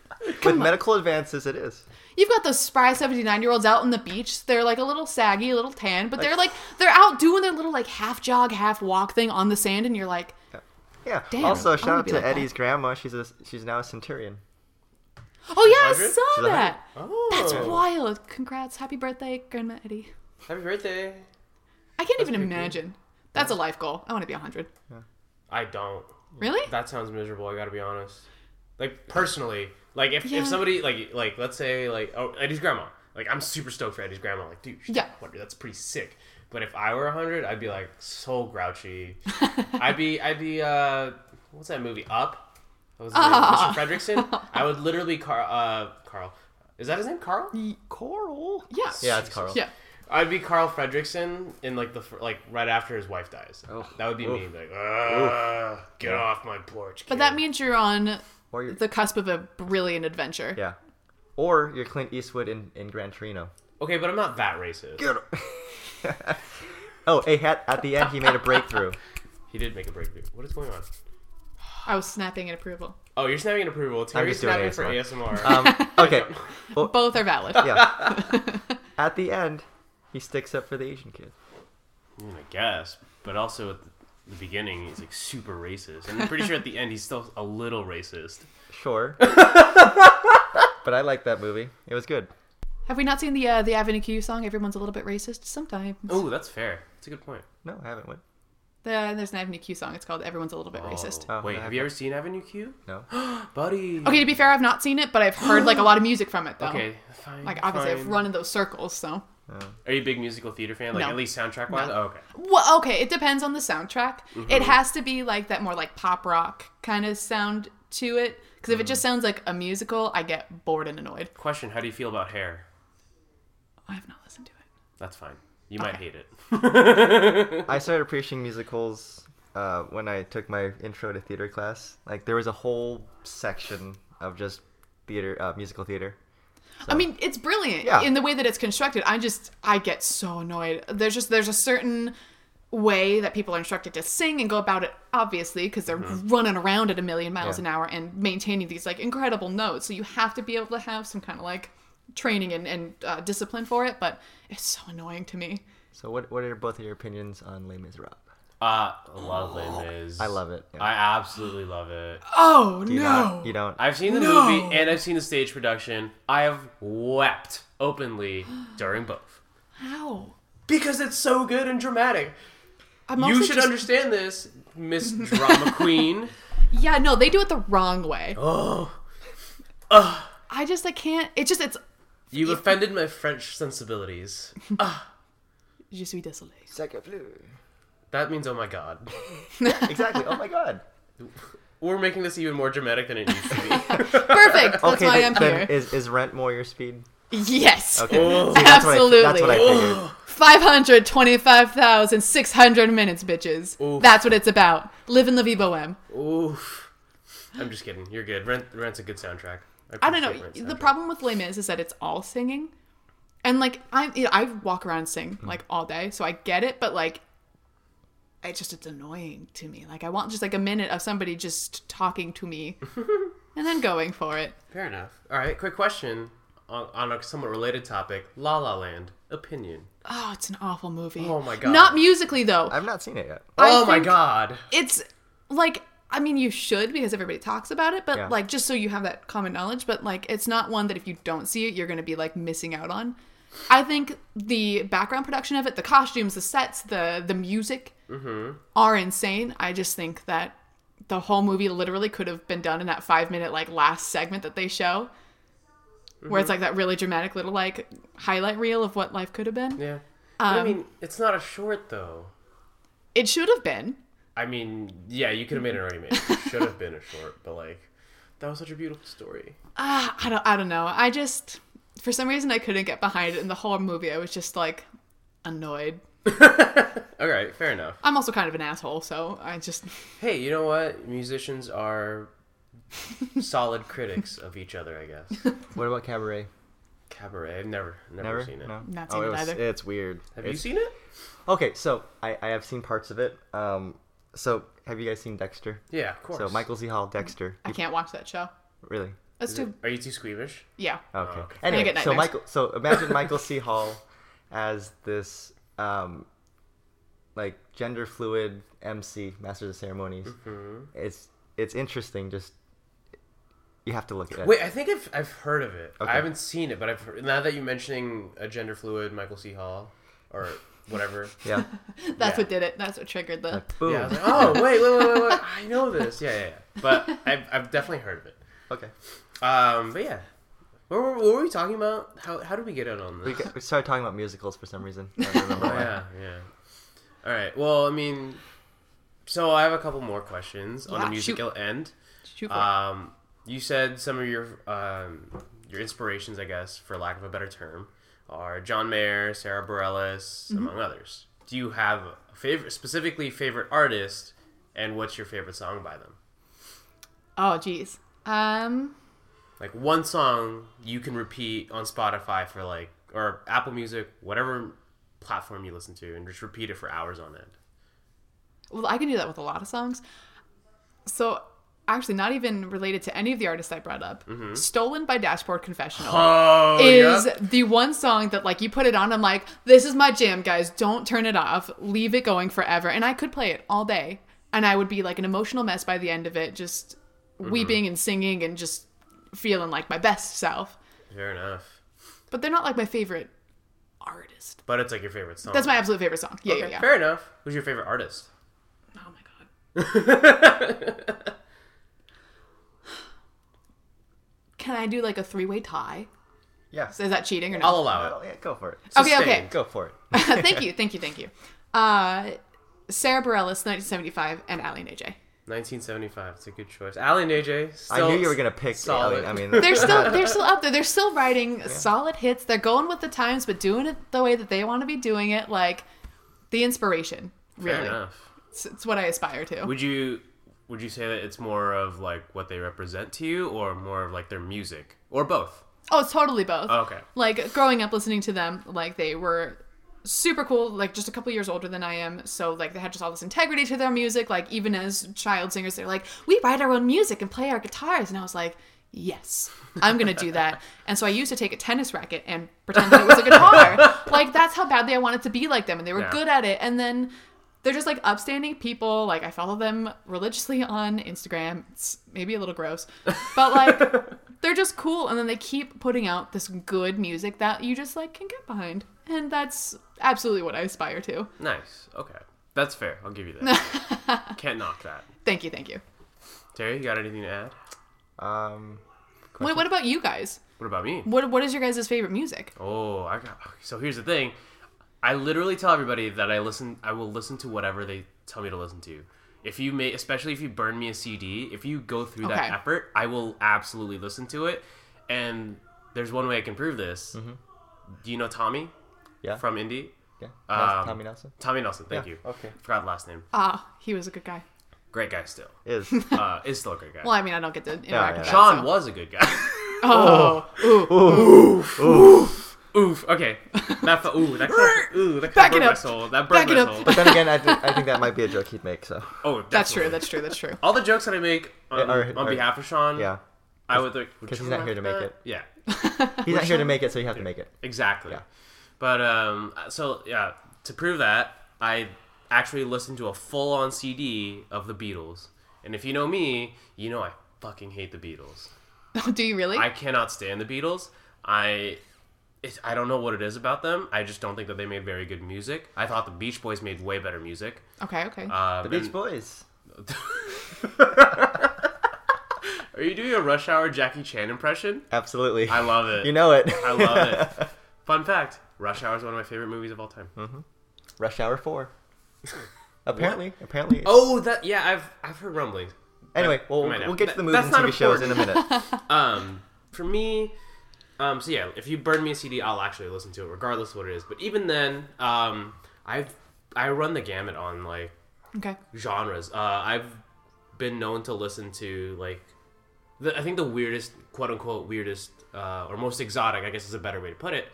Speaker 1: With medical advances, it is.
Speaker 2: You've got those spry 79 year olds out on the beach. They're like a little saggy, a little tan, but they're like they're out doing their little like half jog, half walk thing on the sand, and you're like,
Speaker 1: Yeah.
Speaker 2: Damn, I
Speaker 1: also,
Speaker 2: wanna
Speaker 1: shout out
Speaker 2: be
Speaker 1: to
Speaker 2: like that.
Speaker 1: Eddie's grandma. She's a she's now a centurion.
Speaker 2: oh yeah, I
Speaker 3: 100?
Speaker 2: saw
Speaker 1: Is that
Speaker 2: that.
Speaker 3: Oh.
Speaker 2: That's wild. Congrats, happy birthday, Grandma Eddie.
Speaker 3: Happy birthday.
Speaker 2: I can't even imagine. That's a life goal. I want to be 100.
Speaker 3: I don't.
Speaker 2: Really?
Speaker 3: That sounds miserable. I gotta be honest. Like personally, like if,
Speaker 2: Yeah.
Speaker 3: if somebody like like let's say like oh Eddie's grandma, like I'm super stoked for Eddie's grandma. Like dude, she's
Speaker 2: Yeah.
Speaker 3: 100. That's pretty sick. But if I were 100, I'd be like so grouchy. I'd be I'd be uh what's that movie Up? That was his name,
Speaker 2: Ah.
Speaker 3: Mr. Fredrickson. I would literally Carl uh Carl. Is that his name? Carl?
Speaker 1: Coral.
Speaker 2: Yeah.
Speaker 1: Yeah, it's Carl.
Speaker 2: Yeah.
Speaker 3: I'd be Carl Fredrickson in like the fir- like right after his wife dies.
Speaker 1: Oh.
Speaker 3: That would be
Speaker 1: Oof.
Speaker 3: me. Like, "Ah, get off my porch.
Speaker 2: But
Speaker 3: kid."
Speaker 2: that means you're on
Speaker 1: Or your,
Speaker 2: the cusp of a brilliant adventure.
Speaker 1: yeah. Or you're Clint Eastwood in in Gran Torino.
Speaker 3: okay, but I'm not that racist.
Speaker 1: oh, a hat at the end. He made a breakthrough.
Speaker 3: He did make a breakthrough. What is going on?
Speaker 2: I was snapping in approval.
Speaker 3: Oh, you're snapping an approval. Terry's
Speaker 1: just doing
Speaker 3: snapping for ASMR.
Speaker 1: Um, okay.
Speaker 2: Both are valid.
Speaker 1: Yeah. At the end, he sticks up for the Asian kid.
Speaker 3: Mm, I guess, but also at the beginning, he's like super racist, and I'm pretty sure at the end he's still a little racist.
Speaker 1: Sure. but I like that movie. It was good.
Speaker 2: Have we not seen the uh, the Avenue Q song? Everyone's a little bit racist sometimes.
Speaker 3: Oh, that's fair. That's a good point.
Speaker 1: No, I haven't. What?
Speaker 2: The, there's an Avenue Q song. It's called Everyone's a Little Bit Racist.
Speaker 1: Oh,
Speaker 3: Wait,
Speaker 1: I
Speaker 3: have you ever seen Avenue Q,
Speaker 1: No.
Speaker 3: buddy?
Speaker 2: Okay, to be fair, I've not seen it, but I've heard like a lot of music from it though.
Speaker 3: Okay, fine.
Speaker 2: Like obviously, I've
Speaker 3: fine.
Speaker 2: run in those circles, so.
Speaker 3: Are you a big musical theater fan? Like
Speaker 2: No.
Speaker 3: at least soundtrack wise.
Speaker 2: No.
Speaker 3: Oh, okay.
Speaker 2: Well, okay, it depends on the soundtrack.
Speaker 3: Mm-hmm.
Speaker 2: It has to be like that more like pop rock kind of sound to it. Because if
Speaker 3: Mm-hmm.
Speaker 2: it just sounds like a musical, I get bored and annoyed.
Speaker 3: Question: How do you feel about hair?
Speaker 2: I have not listened to it.
Speaker 3: That's fine. You might
Speaker 2: Okay.
Speaker 3: hate it.
Speaker 1: I started appreciating musicals uh, when I took my intro to theater class. Like there was a whole section of just theater, uh, musical theater.
Speaker 2: I mean, it's brilliant
Speaker 1: Yeah.
Speaker 2: in the way that it's constructed. I just I get so annoyed. There's just there's a certain way that people are instructed to sing and go about it obviously because they're running around at a million miles
Speaker 1: Yeah.
Speaker 2: an hour and maintaining these like incredible notes so you have to be able to have some kind of like training and, and uh, discipline for it but it's so annoying to me
Speaker 1: So what? What are both of your opinions on Les Miserables?
Speaker 3: Uh, love Les Mis.
Speaker 1: I love it. yeah.
Speaker 3: I absolutely love it.
Speaker 2: oh
Speaker 1: you
Speaker 2: no
Speaker 1: don't. You don't.
Speaker 3: I've seen the
Speaker 2: No.
Speaker 3: movie and I've seen the stage production. I have wept openly during both.
Speaker 2: how
Speaker 3: Because it's so good and dramatic.
Speaker 2: I'm
Speaker 3: you
Speaker 2: also
Speaker 3: should
Speaker 2: just-
Speaker 3: understand this, Miss Drama Queen.
Speaker 2: yeah no they do it the wrong way
Speaker 3: Oh,
Speaker 2: i just i can't it just it's
Speaker 3: you've offended my French sensibilities.
Speaker 2: je suis désolé
Speaker 1: Second blue.
Speaker 3: That means, oh my god.
Speaker 1: Exactly. Oh my god.
Speaker 3: We're making this even more dramatic than it needs to be.
Speaker 2: perfect that's
Speaker 1: okay.
Speaker 2: why
Speaker 1: then,
Speaker 2: i'm
Speaker 1: then
Speaker 2: here
Speaker 1: is is Rent more your speed?
Speaker 2: yes
Speaker 1: Okay.
Speaker 3: Oh.
Speaker 1: See, that's what I- that's what I
Speaker 2: Absolutely.
Speaker 1: figured.
Speaker 2: 525,600 minutes, bitches.
Speaker 3: Oof.
Speaker 2: That's what it's about. Live in La Vie Boheme.
Speaker 3: Oof. I'm just kidding. You're good. Rent, Rent's a good soundtrack.
Speaker 2: I don't
Speaker 3: appreciate Rent's
Speaker 2: know. The
Speaker 3: soundtrack.
Speaker 2: problem with Les Mis is that it's all singing. And, like, I you know, I walk around and sing,
Speaker 3: Hmm.
Speaker 2: like, all day, so I get it, but, like, it just, it's annoying to me. Like, I want just, like, a minute of somebody just talking to me and then going for it.
Speaker 3: Fair enough. All right, quick question on, on a somewhat related topic La La Land. Opinion.
Speaker 2: Oh, it's an awful movie.
Speaker 3: Oh my God.
Speaker 2: Not musically, though.
Speaker 1: I've not seen it yet.
Speaker 2: I
Speaker 3: oh my
Speaker 2: think-
Speaker 3: god.
Speaker 2: it's like I mean you should because everybody talks about it, but
Speaker 1: Yeah.
Speaker 2: like just so you have that common knowledge, but like it's not one that if you don't see it, you're gonna be like missing out on. I think the background production of it, the costumes, the sets, the the music are insane. I just think that the whole movie literally could have been done in that five minute like last segment that they show where it's like that really dramatic little like highlight reel of what life could have been
Speaker 3: Yeah. But
Speaker 2: um,
Speaker 3: I mean, it's not a short though.
Speaker 2: it should have been
Speaker 3: I mean, yeah, you could have made an argument. It should have been a short, but like, that was such a beautiful story.
Speaker 2: Ah, I don't I don't know. I just for some reason I couldn't get behind it in the whole movie. I was just like annoyed.
Speaker 3: All right, fair enough.
Speaker 2: I'm also kind of an asshole, so I just
Speaker 3: Hey, you know what? Musicians are solid critics of each other, I guess.
Speaker 1: What about Cabaret?
Speaker 3: Cabaret. I've never, never,
Speaker 1: Never?
Speaker 3: seen it.
Speaker 1: No.
Speaker 2: Not
Speaker 1: oh,
Speaker 2: seen it
Speaker 1: was-
Speaker 2: either.
Speaker 1: It's weird.
Speaker 3: Have
Speaker 1: It's-
Speaker 3: you seen it?
Speaker 1: Okay, so I, I have seen parts of it. Um, so have you guys seen Dexter?
Speaker 3: Yeah, of course.
Speaker 1: So Michael Z. Hall, Dexter.
Speaker 2: I can't watch that show.
Speaker 1: Really?
Speaker 2: That's too
Speaker 3: Are you too squeamish?
Speaker 2: yeah.
Speaker 1: Okay.
Speaker 3: Oh, okay.
Speaker 1: Anyway,
Speaker 2: get
Speaker 1: so
Speaker 2: nightmares.
Speaker 1: Michael, so imagine Michael C. Hall as this, um, like gender fluid MC, Masters of Ceremonies.
Speaker 3: Mm-hmm.
Speaker 1: It's it's interesting. Just you have to look at it.
Speaker 3: Wait, I think I've, I've heard of it.
Speaker 1: Okay.
Speaker 3: I haven't seen it, but I've heard, now that you're mentioning a gender fluid Michael C. Hall or whatever.
Speaker 1: Yeah.
Speaker 2: That's
Speaker 3: Yeah.
Speaker 2: what did it. That's what triggered the
Speaker 1: Like, boom.
Speaker 3: Yeah, I was like, oh wait, wait, wait, wait, wait! I know this. Yeah, yeah, yeah. But I've, I've definitely heard of it.
Speaker 1: okay.
Speaker 3: Um, but yeah, what were, what were we talking about? How how did we get out on
Speaker 1: We,
Speaker 3: this?
Speaker 1: got, we started talking about musicals for some reason. I don't remember
Speaker 3: Oh,
Speaker 1: why.
Speaker 3: yeah, yeah. All right. Well, I mean, so I have a couple more questions on
Speaker 2: Yeah,
Speaker 3: the
Speaker 2: shoot.
Speaker 3: musical end.
Speaker 2: shoot for it.
Speaker 3: Um, you said some of your um, your inspirations, I guess, for lack of a better term, are John Mayer, Sarah Bareilles,
Speaker 2: Mm-hmm.
Speaker 3: among others. Do you have a favorite, specifically favorite artist, and what's your favorite song by them?
Speaker 2: Oh geez. Um
Speaker 3: Like one song you can repeat on Spotify for like or Apple Music, whatever platform you listen to, and just repeat it for hours on end.
Speaker 2: well I can do that with a lot of songs. So actually not even related to any of the artists I brought up. Stolen by Dashboard Confessional.
Speaker 3: Oh,
Speaker 2: is the one song that like you put it on i'm like this is my jam guys don't turn it off leave it going forever and i could play it all day and i would be like an emotional mess by the end of it just
Speaker 3: Mm-hmm.
Speaker 2: weeping and singing and just feeling like my best self
Speaker 3: fair enough.
Speaker 2: but they're not like my favorite artist
Speaker 3: But it's like your favorite song.
Speaker 2: that's my absolute favorite song yeah
Speaker 3: Okay,
Speaker 2: yeah yeah
Speaker 3: Fair enough. Who's your favorite artist?
Speaker 2: oh my god can i do like a three-way tie
Speaker 1: Yeah.
Speaker 2: is that cheating or
Speaker 3: I'll
Speaker 2: no
Speaker 3: allow it.
Speaker 1: Oh, yeah. Go for it.
Speaker 2: okay okay
Speaker 3: Sustained.
Speaker 1: Go for it.
Speaker 2: thank you, thank you, thank you. Uh, Sarah Bareilles, 1975, and Ally and AJ.
Speaker 3: 1975. It's a good choice. Ally and AJ. Still,
Speaker 1: I knew you were gonna pick.
Speaker 3: solid.
Speaker 1: Ellie. I mean,
Speaker 2: They're still they're still up there. They're still writing solid hits. They're going with the times, but doing it the way that they want to be doing it. Like the inspiration,
Speaker 3: Fair
Speaker 2: really.
Speaker 3: enough.
Speaker 2: It's, it's what I aspire to.
Speaker 3: Would you would you say that it's more of like what they represent to you, or more of like their music, or both?
Speaker 2: oh, it's totally both.
Speaker 3: Okay.
Speaker 2: like growing up listening to them like they were super cool like just a couple years older than i am so like they had just all this integrity to their music like even as child singers they're like we write our own music and play our guitars and i was like yes i'm gonna do that and so i used to take a tennis racket and pretend that it was a guitar like that's how badly i wanted to be like them and they were
Speaker 3: Yeah.
Speaker 2: good at it and then they're just like upstanding people like i follow them religiously on instagram it's maybe a little gross but like they're just cool and then they keep putting out this good music that you just like can get behind and that's absolutely what i aspire to
Speaker 3: Nice. Okay, that's fair. I'll give you that. Can't knock that.
Speaker 2: thank you thank you
Speaker 3: Terry, you got anything to add?
Speaker 1: um,
Speaker 2: what, what about you guys
Speaker 3: What about me?
Speaker 2: what, what is your guys' favorite music
Speaker 3: Oh, I got. So here's the thing. I literally tell everybody that I listen. I will listen to whatever they tell me to listen to. If you may, especially if you burn me a CD, if you go through
Speaker 2: Okay.
Speaker 3: that effort, I will absolutely listen to it. And there's one way I can prove this.
Speaker 2: Mm-hmm.
Speaker 3: Do you know Tommy
Speaker 1: yeah.
Speaker 3: from Indie?
Speaker 1: yeah.
Speaker 3: um,
Speaker 1: Tommy Nelson.
Speaker 3: Tommy Nelson. Thank
Speaker 1: Yeah,
Speaker 3: you.
Speaker 1: okay.
Speaker 3: Forgot last name.
Speaker 2: ah he was a good guy
Speaker 3: Great guy still.
Speaker 1: Is
Speaker 3: Uh, is still a great guy.
Speaker 2: well i mean i don't get to interact
Speaker 1: yeah, yeah.
Speaker 2: with that
Speaker 3: Sean
Speaker 2: so-
Speaker 3: was a good guy.
Speaker 2: oh, ooh.
Speaker 3: oof. Okay. That felt. Ooh. That. felt- ooh. That
Speaker 2: Back it
Speaker 3: burned my
Speaker 2: up.
Speaker 3: soul. That
Speaker 2: Back
Speaker 3: burned my
Speaker 2: it up.
Speaker 3: soul.
Speaker 1: But then again, I, th- I think that might be a joke he'd make. So
Speaker 3: Oh,
Speaker 2: that's true
Speaker 3: definitely.
Speaker 2: that's true that's true
Speaker 3: All the jokes that I make on,
Speaker 1: Yeah, are-
Speaker 3: on
Speaker 1: are-
Speaker 3: behalf of Sean,
Speaker 1: yeah,
Speaker 3: I would like
Speaker 1: 'cause he's not here to make it.
Speaker 3: Yeah,
Speaker 1: he's not here to make it, so you have to make it.
Speaker 3: exactly. But um, so yeah, to prove that, I actually listened to a full-on CD of the Beatles, and if you know me, you know I fucking hate the Beatles.
Speaker 2: do you really
Speaker 3: I cannot stand the Beatles. I. It, I don't know what it is about them. I just don't think that they made very good music. I thought the Beach Boys made way better music.
Speaker 1: Uh,
Speaker 2: okay okay
Speaker 3: Um,
Speaker 1: The Beach
Speaker 3: and-
Speaker 1: Boys.
Speaker 3: Are you doing a rush hour Jackie Chan impression?
Speaker 1: Absolutely.
Speaker 3: I love it.
Speaker 1: you know it.
Speaker 3: I love it. Fun fact Rush Hour is one of my favorite movies of all time.
Speaker 1: Hmm. Rush Hour 4. apparently. Apparently. it's-
Speaker 3: Oh, that yeah, I've I've heard rumblings.
Speaker 1: anyway,
Speaker 3: but
Speaker 1: we'll,
Speaker 3: we might not.
Speaker 1: we'll get to the
Speaker 3: That-
Speaker 1: movies and
Speaker 3: that's not
Speaker 1: TV shows in a minute.
Speaker 3: Um, for me, um, so yeah, if you burn me a CD, I'll actually listen to it, regardless of what it is. But even then, um, I've I run the gamut on like
Speaker 2: Okay.
Speaker 3: genres. Uh, I've been known to listen to like, the, I think the weirdest, quote unquote, weirdest uh, or most exotic, I guess is a better way to put it.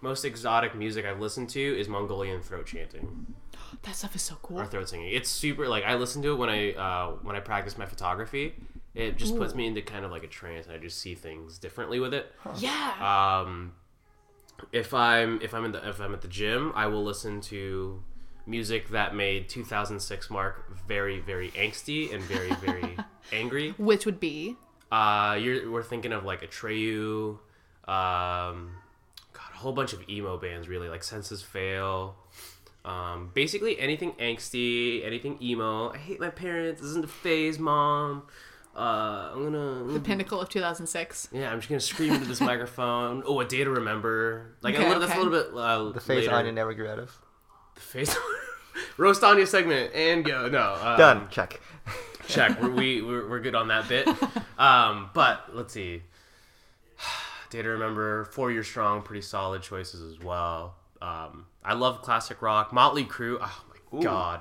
Speaker 3: Most exotic music I've listened to is Mongolian throat chanting
Speaker 2: That stuff is so cool.
Speaker 3: or throat singing. It's super like I listen to it when I uh, when I practice my photography. It just puts
Speaker 2: Ooh.
Speaker 3: me into kind of like a trance, and I just see things differently with it.
Speaker 2: Yeah.
Speaker 1: Uh,
Speaker 3: Um, if I'm if I'm in the if I'm at the gym, I will listen to music that made 2006 Mark very very angsty and very very angry.
Speaker 2: Which would be
Speaker 3: Uh, you're we're thinking of like Atreyu, um, God, a whole bunch of emo bands really like Senses Fail. Um, basically anything angsty, anything emo. I hate my parents. This isn't a phase, mom. Uh, I'm gonna, I'm gonna
Speaker 2: the pinnacle of 2006.
Speaker 3: yeah, I'm just gonna scream into this microphone. Oh, a day to remember. Like
Speaker 2: Okay,
Speaker 3: a little, that's a
Speaker 2: okay.
Speaker 3: little bit uh,
Speaker 1: The phase
Speaker 3: later.
Speaker 1: Anya never grew out of.
Speaker 3: The face. Roast Anya segment and go. No, um,
Speaker 1: Done. Check.
Speaker 3: Check. We're, we we're, we're good on that bit. Um, but let's see. Day to remember. Four Year Strong. Pretty solid choices as well. Um, I love classic rock. Motley Crue. Oh my god.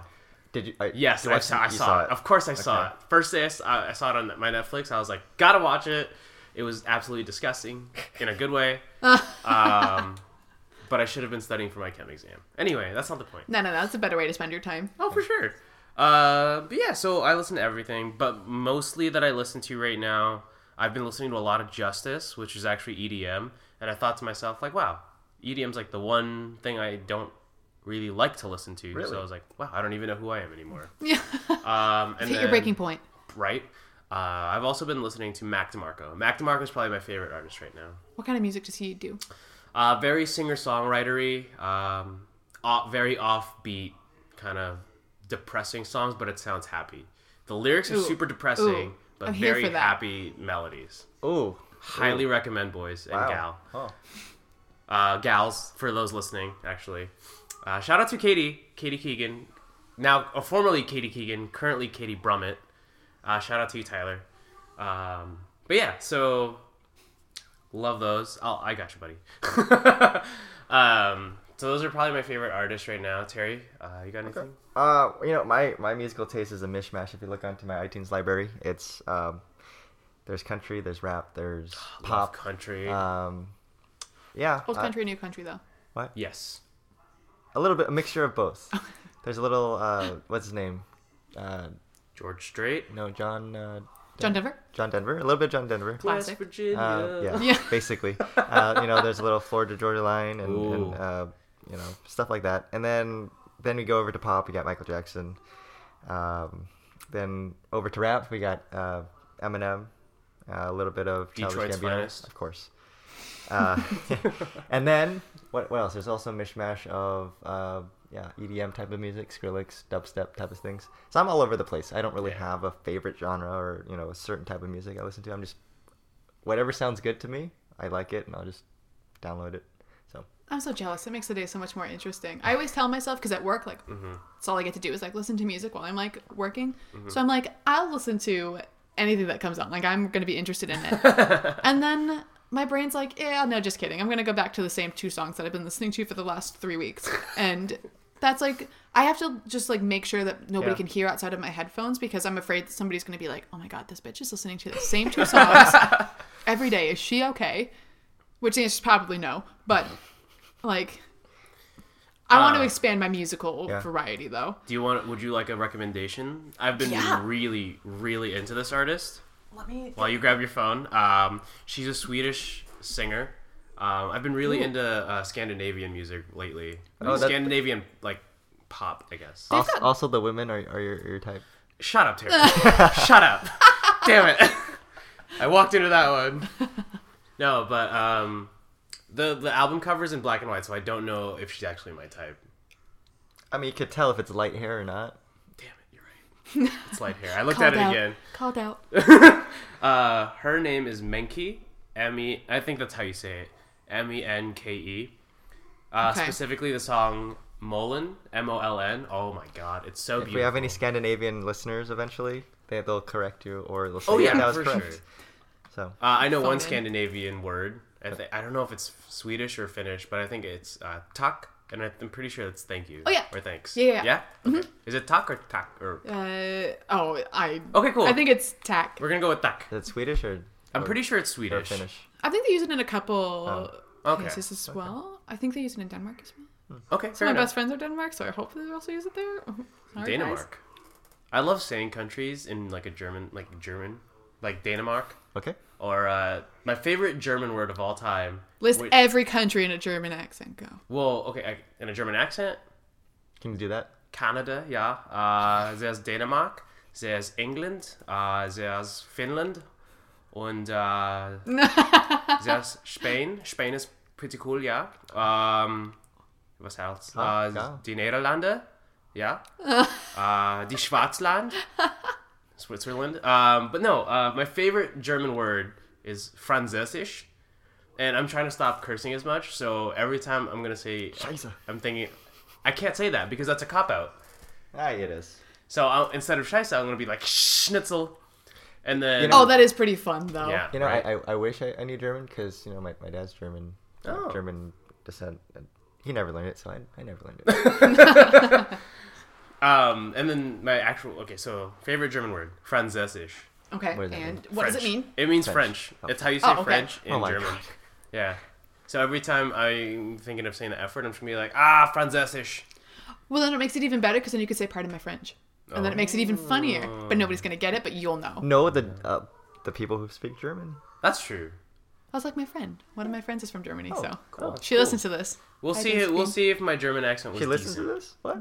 Speaker 1: Did you? I,
Speaker 3: Yes,
Speaker 1: you
Speaker 3: I
Speaker 1: watched
Speaker 3: saw,
Speaker 1: it?
Speaker 3: I
Speaker 1: You
Speaker 3: saw, it. Of course, I saw
Speaker 1: Okay.
Speaker 3: it. First day I s- I I saw it on my Netflix. I was like, gotta watch it. It was absolutely disgusting in a good way. um, but I should have been studying for my chem exam. Anyway, that's not the point.
Speaker 2: No, no, that's a better way to spend your time.
Speaker 3: Oh, for sure. Uh, but yeah, so I listen to everything, but mostly that I listen to right now, I've been listening to a lot of Justice, which is actually EDM, and I thought to myself, like, wow, EDM's like the one thing I don't really like to listen to.
Speaker 1: Really?
Speaker 3: So I was like, wow, I don't even know who I am anymore.
Speaker 2: Yeah.
Speaker 3: Um,
Speaker 2: Hit
Speaker 3: and
Speaker 2: your
Speaker 3: then-
Speaker 2: breaking point.
Speaker 3: right? Uh, I've also been listening to Mac DeMarco. Mac DeMarco is probably my favorite artist right now.
Speaker 2: What kind of music does he do?
Speaker 3: Uh, very singer songwritery, um, off, very offbeat, kind of depressing songs, but it sounds happy. The lyrics are
Speaker 2: Ooh,
Speaker 3: super depressing,
Speaker 2: ooh,
Speaker 3: but
Speaker 2: I'm here
Speaker 3: very
Speaker 2: for that.
Speaker 3: happy melodies.
Speaker 1: Ooh.
Speaker 3: Highly recommend, boys and
Speaker 1: Wow.
Speaker 3: gal,
Speaker 1: Oh.
Speaker 3: uh, gals for those listening. Actually, uh, shout out to Katie, Katie Keegan, now or formerly Katie Keegan, currently Katie Brummett. Uh, shout out to you, Tyler. Um, but yeah, so love those. I'll, I got you, buddy. um, so those are probably my favorite artists right now. Terry, uh, you got anything?
Speaker 1: Uh, you know, my, my musical taste is a mishmash. If you look onto my iTunes library, it's um, there's country, there's rap, there's
Speaker 3: Ah, Love
Speaker 1: pop.
Speaker 3: country.
Speaker 1: Um, yeah,
Speaker 2: Old
Speaker 1: uh,
Speaker 2: country, new country, though.
Speaker 3: yes.
Speaker 1: a little bit, a mixture of both. there's a little, uh, what's his name? Uh,
Speaker 3: George Strait.
Speaker 1: no, John. Uh,
Speaker 2: John Denver?
Speaker 1: John Denver. A little bit of John Denver.
Speaker 3: West
Speaker 2: Classic.
Speaker 3: Virginia.
Speaker 1: Uh, yeah,
Speaker 2: Yeah.
Speaker 1: basically. Uh, you know, there's a little Florida Georgia line and,
Speaker 3: Ooh.
Speaker 1: and uh, you know stuff like that. And then then we go over to pop. We got Michael Jackson. Um, then over to rap, we got uh, Eminem. Uh, a little bit of Childish
Speaker 3: Detroit's
Speaker 1: Gambino,
Speaker 3: finest.
Speaker 1: of course. Uh, and then what, what else? There's also a mishmash of uh, yeah EDM type of music, Skrillex, dubstep type of things. So I'm all over the place. I don't really
Speaker 3: Yeah.
Speaker 1: have a favorite genre or you know a certain type of music I listen to. I'm just whatever sounds good to me, I like it, and I'll just download it. So
Speaker 2: I'm so jealous. It makes the day so much more interesting. I always tell myself because at work, like, it's all I get to do is like listen to music while I'm like working. So I'm like, I'll listen to anything that comes on. Like, I'm gonna be interested in it. and then my brain's like, yeah, no, just kidding. I'm gonna go back to the same two songs that I've been listening to for the last three weeks. And that's like, I have to just like make sure that nobody
Speaker 1: Yeah.
Speaker 2: can hear outside of my headphones because I'm afraid that somebody's gonna be like, oh my god, this bitch is listening to the same two songs every day. Is she okay? Which the answer is probably no, but like, I want to
Speaker 3: Uh,
Speaker 2: expand my musical
Speaker 1: yeah.
Speaker 2: variety though.
Speaker 3: Do you want? Would you like a recommendation? I've been
Speaker 2: Yeah.
Speaker 3: really, really into this artist.
Speaker 2: Let me.
Speaker 3: While you grab your phone, um, she's a Swedish singer. Um, I've been really into uh, Scandinavian music lately. Like,
Speaker 1: that-
Speaker 3: Scandinavian like pop, I guess.
Speaker 1: also,
Speaker 2: got-
Speaker 1: also the women are, are your, your type.
Speaker 3: Shut up, Terry. Shut up. Damn it. I walked into that one. No, but um, the the album cover's in black and white, so I don't know if she's actually my type.
Speaker 1: I mean, you could tell if it's light hair or not.
Speaker 3: Damn it, you're right. It's light hair. I looked
Speaker 2: Called
Speaker 3: at it
Speaker 2: out.
Speaker 3: again. Oh,
Speaker 2: Called out.
Speaker 3: Uh, her name is Menke. M E. I think that's how you say it. M E N K E. Uh,
Speaker 2: Okay.
Speaker 3: Specifically, the song Molin. M O L N. Oh my god, it's so
Speaker 1: If
Speaker 3: beautiful.
Speaker 1: we have any Scandinavian listeners eventually, they, they'll correct you or they'll say,
Speaker 3: Oh, yeah,
Speaker 1: that was
Speaker 3: for
Speaker 1: correct.
Speaker 3: sure.
Speaker 1: So,
Speaker 3: Uh, I know one
Speaker 2: Fomin.
Speaker 3: Scandinavian word. I, th- I don't know if it's Swedish or Finnish, but I think it's uh, tack, and I- I'm pretty sure it's thank you.
Speaker 2: Oh, yeah.
Speaker 3: Or thanks.
Speaker 2: Yeah, Mm-hmm. yeah, yeah.
Speaker 3: Okay. Is it tack or tack? Or...
Speaker 2: Uh, oh, I.
Speaker 3: Okay, cool.
Speaker 2: I think it's tack.
Speaker 3: We're going to go with tack.
Speaker 1: is it Swedish or,
Speaker 3: I'm
Speaker 1: or-
Speaker 3: pretty sure it's
Speaker 1: or
Speaker 3: Swedish.
Speaker 1: Finnish?
Speaker 2: I think they use it in a couple
Speaker 3: Oh, okay.
Speaker 2: places as well. I think they use it in Denmark as well.
Speaker 3: Okay,
Speaker 2: So
Speaker 3: fair
Speaker 2: my
Speaker 3: enough.
Speaker 2: best friends are Denmark, so I hope they also use it there. Sorry, guys.
Speaker 3: Denmark. I love saying countries in like a German, like German, like Denmark,
Speaker 1: Okay.
Speaker 3: or uh, my favorite German word of all time.
Speaker 2: List
Speaker 3: which-
Speaker 2: every country in a German accent. Go.
Speaker 3: well, okay, I, in a German accent,
Speaker 1: Can you do that?
Speaker 3: Canada, ja. Äh, there's Denmark, there's England, äh, there's Finland, und äh, there's Spain. Spain is pretty cool, ja. Ähm, was else?
Speaker 1: Ah,
Speaker 3: Äh,
Speaker 1: ja.
Speaker 3: Die Niederlande, ja. Äh, die Schwarzland, Switzerland. Um, but no, uh, my favorite German word is Französisch. And I'm trying to stop cursing as much, so every time I'm gonna say,
Speaker 1: Scheiße.
Speaker 3: I'm thinking, I can't say that because that's a cop out.
Speaker 1: Ah, it is.
Speaker 3: So I'll, instead of Scheiße, I'm gonna be like Schnitzel, and then
Speaker 1: You know-
Speaker 2: Oh, that is pretty fun though.
Speaker 3: yeah,
Speaker 1: You know,
Speaker 3: right.
Speaker 1: I, I, I wish I, I knew German because, you know, my, my dad's German, uh,
Speaker 3: Oh.
Speaker 1: German descent. And he never learned it, so I, I never learned it.
Speaker 3: um, and then my actual okay, so favorite German word Französisch.
Speaker 2: Okay.
Speaker 1: What does that
Speaker 2: and
Speaker 1: mean?
Speaker 2: what does it
Speaker 3: French.
Speaker 2: mean?
Speaker 3: It means French.
Speaker 1: French. Oh.
Speaker 3: It's how you say
Speaker 2: Oh, okay.
Speaker 3: French in
Speaker 1: Oh my
Speaker 3: German.
Speaker 1: God.
Speaker 3: Yeah. So every time I'm thinking of saying the effort, I'm just gonna be like ah Französisch.
Speaker 2: Well, then it makes it even better because then you could say "Pardon my French," and then it makes it even funnier.
Speaker 3: Oh.
Speaker 2: But nobody's gonna get it, but you'll know.
Speaker 1: no, the uh, the people who speak German.
Speaker 3: That's true.
Speaker 2: I was like my friend. One of my friends is from Germany, so
Speaker 3: Oh, cool.
Speaker 2: she listens to this.
Speaker 3: We'll
Speaker 2: I
Speaker 3: see.
Speaker 2: can
Speaker 3: It, we'll
Speaker 2: speak.
Speaker 3: see if my German accent was
Speaker 1: She listens
Speaker 3: decent.
Speaker 1: to this? What?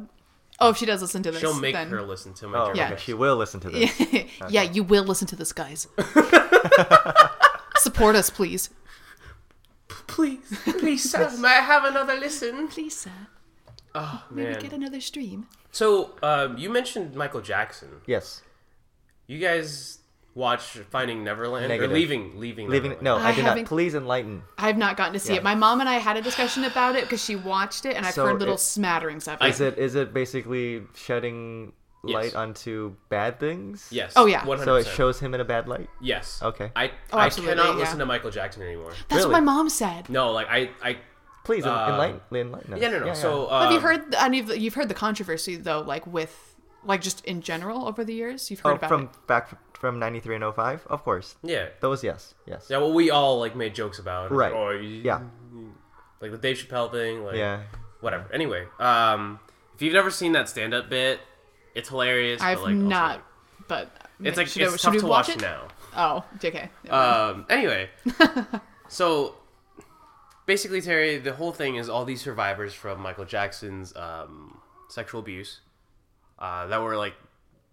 Speaker 2: Oh, if she does listen to this,
Speaker 3: She'll make
Speaker 2: then...
Speaker 3: her listen to my
Speaker 1: Oh,
Speaker 3: German.
Speaker 2: Yeah.
Speaker 1: okay, she
Speaker 3: accent.
Speaker 1: will listen to this.
Speaker 2: yeah, you will listen to this, guys. Support us, please.
Speaker 3: Please, please, sir, may I have another listen?
Speaker 2: Please, sir.
Speaker 3: Oh
Speaker 2: May
Speaker 3: man.
Speaker 2: we get another stream?
Speaker 3: So um, you mentioned Michael Jackson.
Speaker 1: yes.
Speaker 3: You guys watch Finding Neverland or
Speaker 1: Negative.
Speaker 3: leaving leaving
Speaker 1: Leaving.
Speaker 3: Neverland.
Speaker 1: No,
Speaker 2: I
Speaker 1: I, do not.
Speaker 2: haven't-
Speaker 1: Please enlighten.
Speaker 2: I've not gotten to see
Speaker 1: Yeah.
Speaker 2: it. My mom and I had a discussion about it because she watched it, and I've
Speaker 1: So
Speaker 2: heard little
Speaker 1: it-
Speaker 2: smatterings of it.
Speaker 1: Is it is it basically shedding light
Speaker 3: Yes.
Speaker 1: onto bad things?
Speaker 3: Yes.
Speaker 2: Oh, yeah.
Speaker 3: One
Speaker 1: So
Speaker 3: hundred
Speaker 1: it
Speaker 3: percent.
Speaker 1: shows him in a bad light.
Speaker 3: Yes.
Speaker 1: Okay.
Speaker 3: I
Speaker 2: Oh,
Speaker 3: I
Speaker 2: absolutely,
Speaker 3: cannot
Speaker 2: yeah.
Speaker 3: listen to Michael Jackson anymore.
Speaker 2: That's what my
Speaker 1: Really?
Speaker 2: mom said.
Speaker 3: No, like I I
Speaker 1: Please en-
Speaker 3: Uh,
Speaker 1: enlighten enlighten us.
Speaker 3: yeah no no. so um,
Speaker 2: Have you heard any of the, you've heard the controversy though, like with like just in general over the years? You've heard
Speaker 1: oh,
Speaker 2: about
Speaker 1: from
Speaker 2: it.
Speaker 1: back from '93 and 05? Of course.
Speaker 3: Yeah.
Speaker 1: Those yes yes.
Speaker 3: Yeah. Well, we all like made jokes about it.
Speaker 1: Right.
Speaker 3: Or
Speaker 1: Yeah.
Speaker 3: Like the Dave Chappelle thing. Like,
Speaker 1: Yeah.
Speaker 3: Whatever. Anyway, um, if you've never seen that stand up bit, it's hilarious. but,
Speaker 2: I've
Speaker 3: like, also-
Speaker 2: not, but
Speaker 3: it's like
Speaker 2: should I-
Speaker 3: it's
Speaker 2: should
Speaker 3: tough
Speaker 2: we
Speaker 3: to watch, now.
Speaker 2: Oh, JK.
Speaker 3: Um, anyway, so basically, Terry, the whole thing is all these survivors from Michael Jackson's um, sexual abuse uh, that were like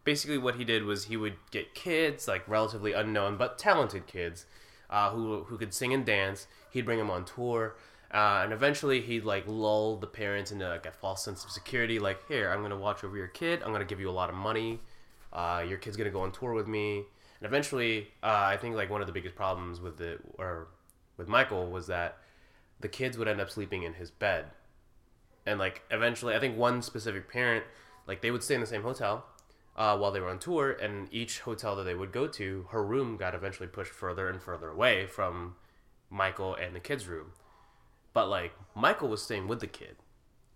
Speaker 3: basically what he did was he would get kids, like relatively unknown but talented kids, uh, who who could sing and dance. He'd bring them on tour. Uh, and eventually he'd like lull the parents into like a false sense of security like here i'm gonna watch over your kid i'm gonna give you a lot of money uh, your kid's gonna go on tour with me and eventually uh, i think like one of the biggest problems with the or with michael was that the kids would end up sleeping in his bed and like eventually i think one specific parent like they would stay in the same hotel uh, while they were on tour and each hotel that they would go to her room got eventually pushed further and further away from michael and the kids room but like michael was staying with the kid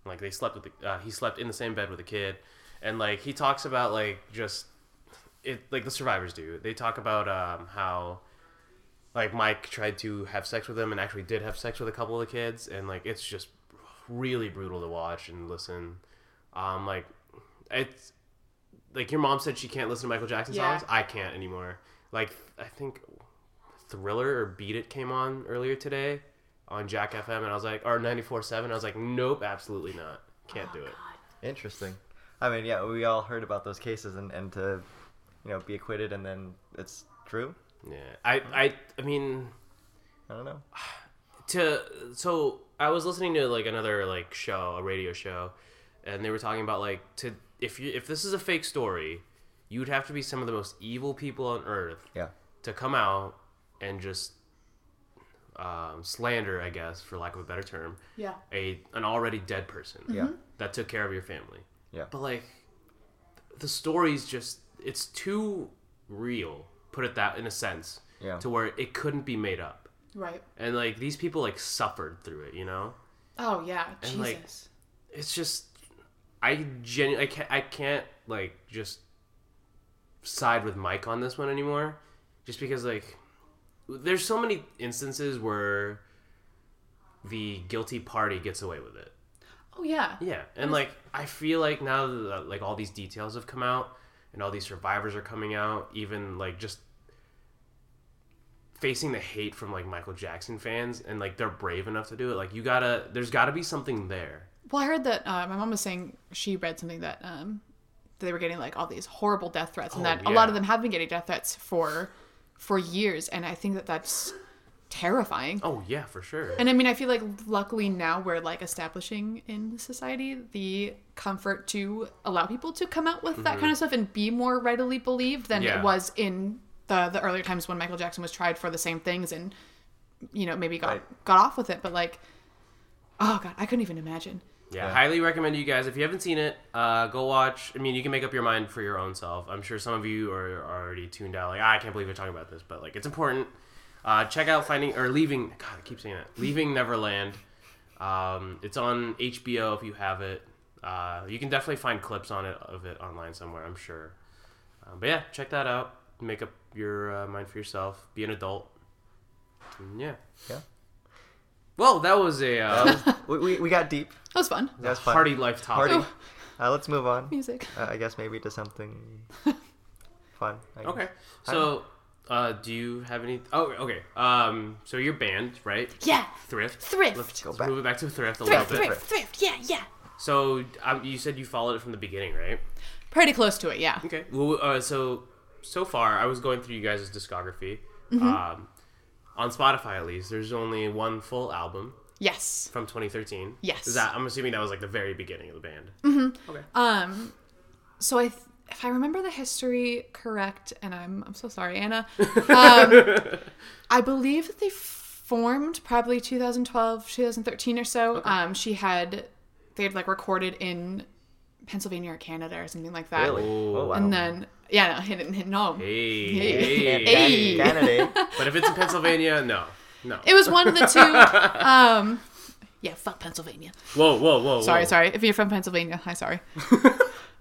Speaker 3: like they slept with the uh, he slept in the same bed with the kid and like he talks about like just it like the survivors do they talk about um, how like Mike tried to have sex with them and actually did have sex with a couple of the kids and like it's just really brutal to watch and listen. Um like it's like your mom said she can't listen to Michael Jackson
Speaker 2: Yeah.
Speaker 3: songs. I can't anymore. Like I think Thriller or Beat It came on earlier today on Jack FM and I was like or 94.7 I was like nope, absolutely not. Can't do it.
Speaker 1: Interesting. I mean, yeah, we all heard about those cases and and to, you know, be acquitted and then it's true.
Speaker 3: Yeah. I I I mean
Speaker 1: I don't know.
Speaker 3: to so I was listening to like another like show, a radio show, and they were talking about like to if you if this is a fake story, you'd have to be some of the most evil people on earth
Speaker 1: Yeah.
Speaker 3: to come out and just um, slander, I guess, for lack of a better term,
Speaker 2: Yeah.
Speaker 3: a an already dead person
Speaker 1: Yeah.
Speaker 2: Mm-hmm.
Speaker 3: that took care of your family.
Speaker 1: Yeah.
Speaker 3: But like, the story's just it's too real. Put it that in a sense,
Speaker 1: Yeah.
Speaker 3: to where it couldn't be made up.
Speaker 2: Right.
Speaker 3: And like these people like suffered through it, you know.
Speaker 2: Oh yeah.
Speaker 3: And,
Speaker 2: Jesus.
Speaker 3: like, It's just I genu- I can't I can't like just side with Mike on this one anymore, just because like there's so many instances where the guilty party gets away with it.
Speaker 2: oh yeah.
Speaker 3: Yeah, and like I feel like now that like all these details have come out and all these survivors are coming out, even like just facing the hate from like Michael Jackson fans and like they're brave enough to do it. Like you gotta, there's gotta be something there.
Speaker 2: Well, I heard that uh, my mom was saying she read something that um, they were getting like all these horrible death threats, and
Speaker 3: Oh,
Speaker 2: that a lot
Speaker 3: yeah.
Speaker 2: of them have been getting death threats for for years, and I think that that's terrifying.
Speaker 3: Oh yeah, for sure.
Speaker 2: And I mean, I feel like luckily now we're like establishing in society the comfort to allow people to come out with that kind of stuff and be more readily believed than
Speaker 3: Mm-hmm. Yeah.
Speaker 2: it was in the the earlier times when Michael Jackson was tried for the same things and you know maybe got
Speaker 1: Right.
Speaker 2: got off with it. But like, oh god, I couldn't even imagine.
Speaker 3: Yeah,
Speaker 1: Yeah.
Speaker 3: highly recommend you guys. If you haven't seen it, uh, go watch. I mean, you can make up your mind for your own self. I'm sure some of you are, are already tuned out. Like, "Ah, I can't believe you're talking about this, but like, it's important. Uh, check out finding or leaving. God, I keep saying it. Leaving Neverland. Um, it's on HBO if you have it. Uh, you can definitely find clips on it of it online somewhere. I'm sure. Um, but yeah, check that out. Make up your uh, mind for yourself. Be an adult. And yeah.
Speaker 1: Yeah.
Speaker 3: Well, that was a uh,
Speaker 1: We, we, we got deep.
Speaker 2: That was fun.
Speaker 1: That's fun.
Speaker 3: party life topic.
Speaker 2: Oh.
Speaker 1: Party. Uh, let's move on.
Speaker 2: Music.
Speaker 1: Uh, I guess maybe to something fun. I guess.
Speaker 3: Okay. So, uh, do you have any? Oh, okay. Um, so your band, right?
Speaker 2: Yeah.
Speaker 3: Thrift.
Speaker 2: Thrift.
Speaker 3: Let's,
Speaker 1: Go
Speaker 3: let's
Speaker 1: back.
Speaker 3: move it back to thrift a
Speaker 2: Thrift,
Speaker 3: little bit.
Speaker 2: thrift, thrift. Yeah, yeah.
Speaker 3: So um, you said you followed it from the beginning, right?
Speaker 2: Pretty close to it. Yeah.
Speaker 3: Okay. Well, uh, so so far, I was going through you guys' discography.
Speaker 2: Mm-hmm.
Speaker 3: Um, on Spotify, at least, there's only one full album
Speaker 2: Yes.
Speaker 3: from 2013.
Speaker 2: Yes. Mm.
Speaker 3: Is that I'm assuming that was like the very beginning of the band.
Speaker 2: Um, so I, th- if I remember the history correct, and I'm I'm so sorry, Anna. Um, I believe that they formed probably 2012, 2013 or so. Um, she had they had like recorded in Pennsylvania or Canada or something like that,
Speaker 1: Really? Oh, wow.
Speaker 2: and then yeah, no, hit it, hit no.
Speaker 3: Hey.
Speaker 1: Yeah,
Speaker 3: hey.
Speaker 2: Hey.
Speaker 1: Can- Candidate.
Speaker 3: But if it's in Pennsylvania, no. No.
Speaker 2: It was one of the two. um, yeah, fuck Pennsylvania.
Speaker 3: Whoa, whoa, whoa.
Speaker 2: Sorry,
Speaker 3: whoa.
Speaker 2: sorry. If you're from Pennsylvania, hi, sorry.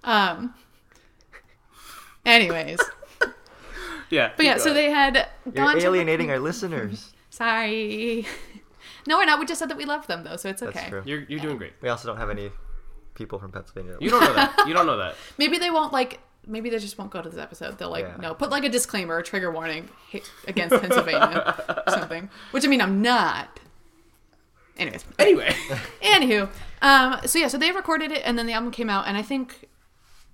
Speaker 2: um. Anyways,
Speaker 3: Yeah.
Speaker 2: but yeah, so they had gone
Speaker 1: You're
Speaker 2: to
Speaker 1: alienating our listeners.
Speaker 2: Sorry. No, we're not. We just said that we love them, though, so it's okay.
Speaker 1: That's true.
Speaker 3: You're, you're doing great.
Speaker 1: We also don't have any people from Pennsylvania.
Speaker 3: You don't know that. You don't know that.
Speaker 2: Maybe they won't like. Maybe they just won't go to this episode. They'll like
Speaker 1: Yeah.
Speaker 2: no, put like a disclaimer, a trigger warning hate against Pennsylvania, or something. Which I mean, I'm not. Anyways,
Speaker 3: Anyway.
Speaker 2: anywho, um, so yeah, so they recorded it, and then the album came out, and I think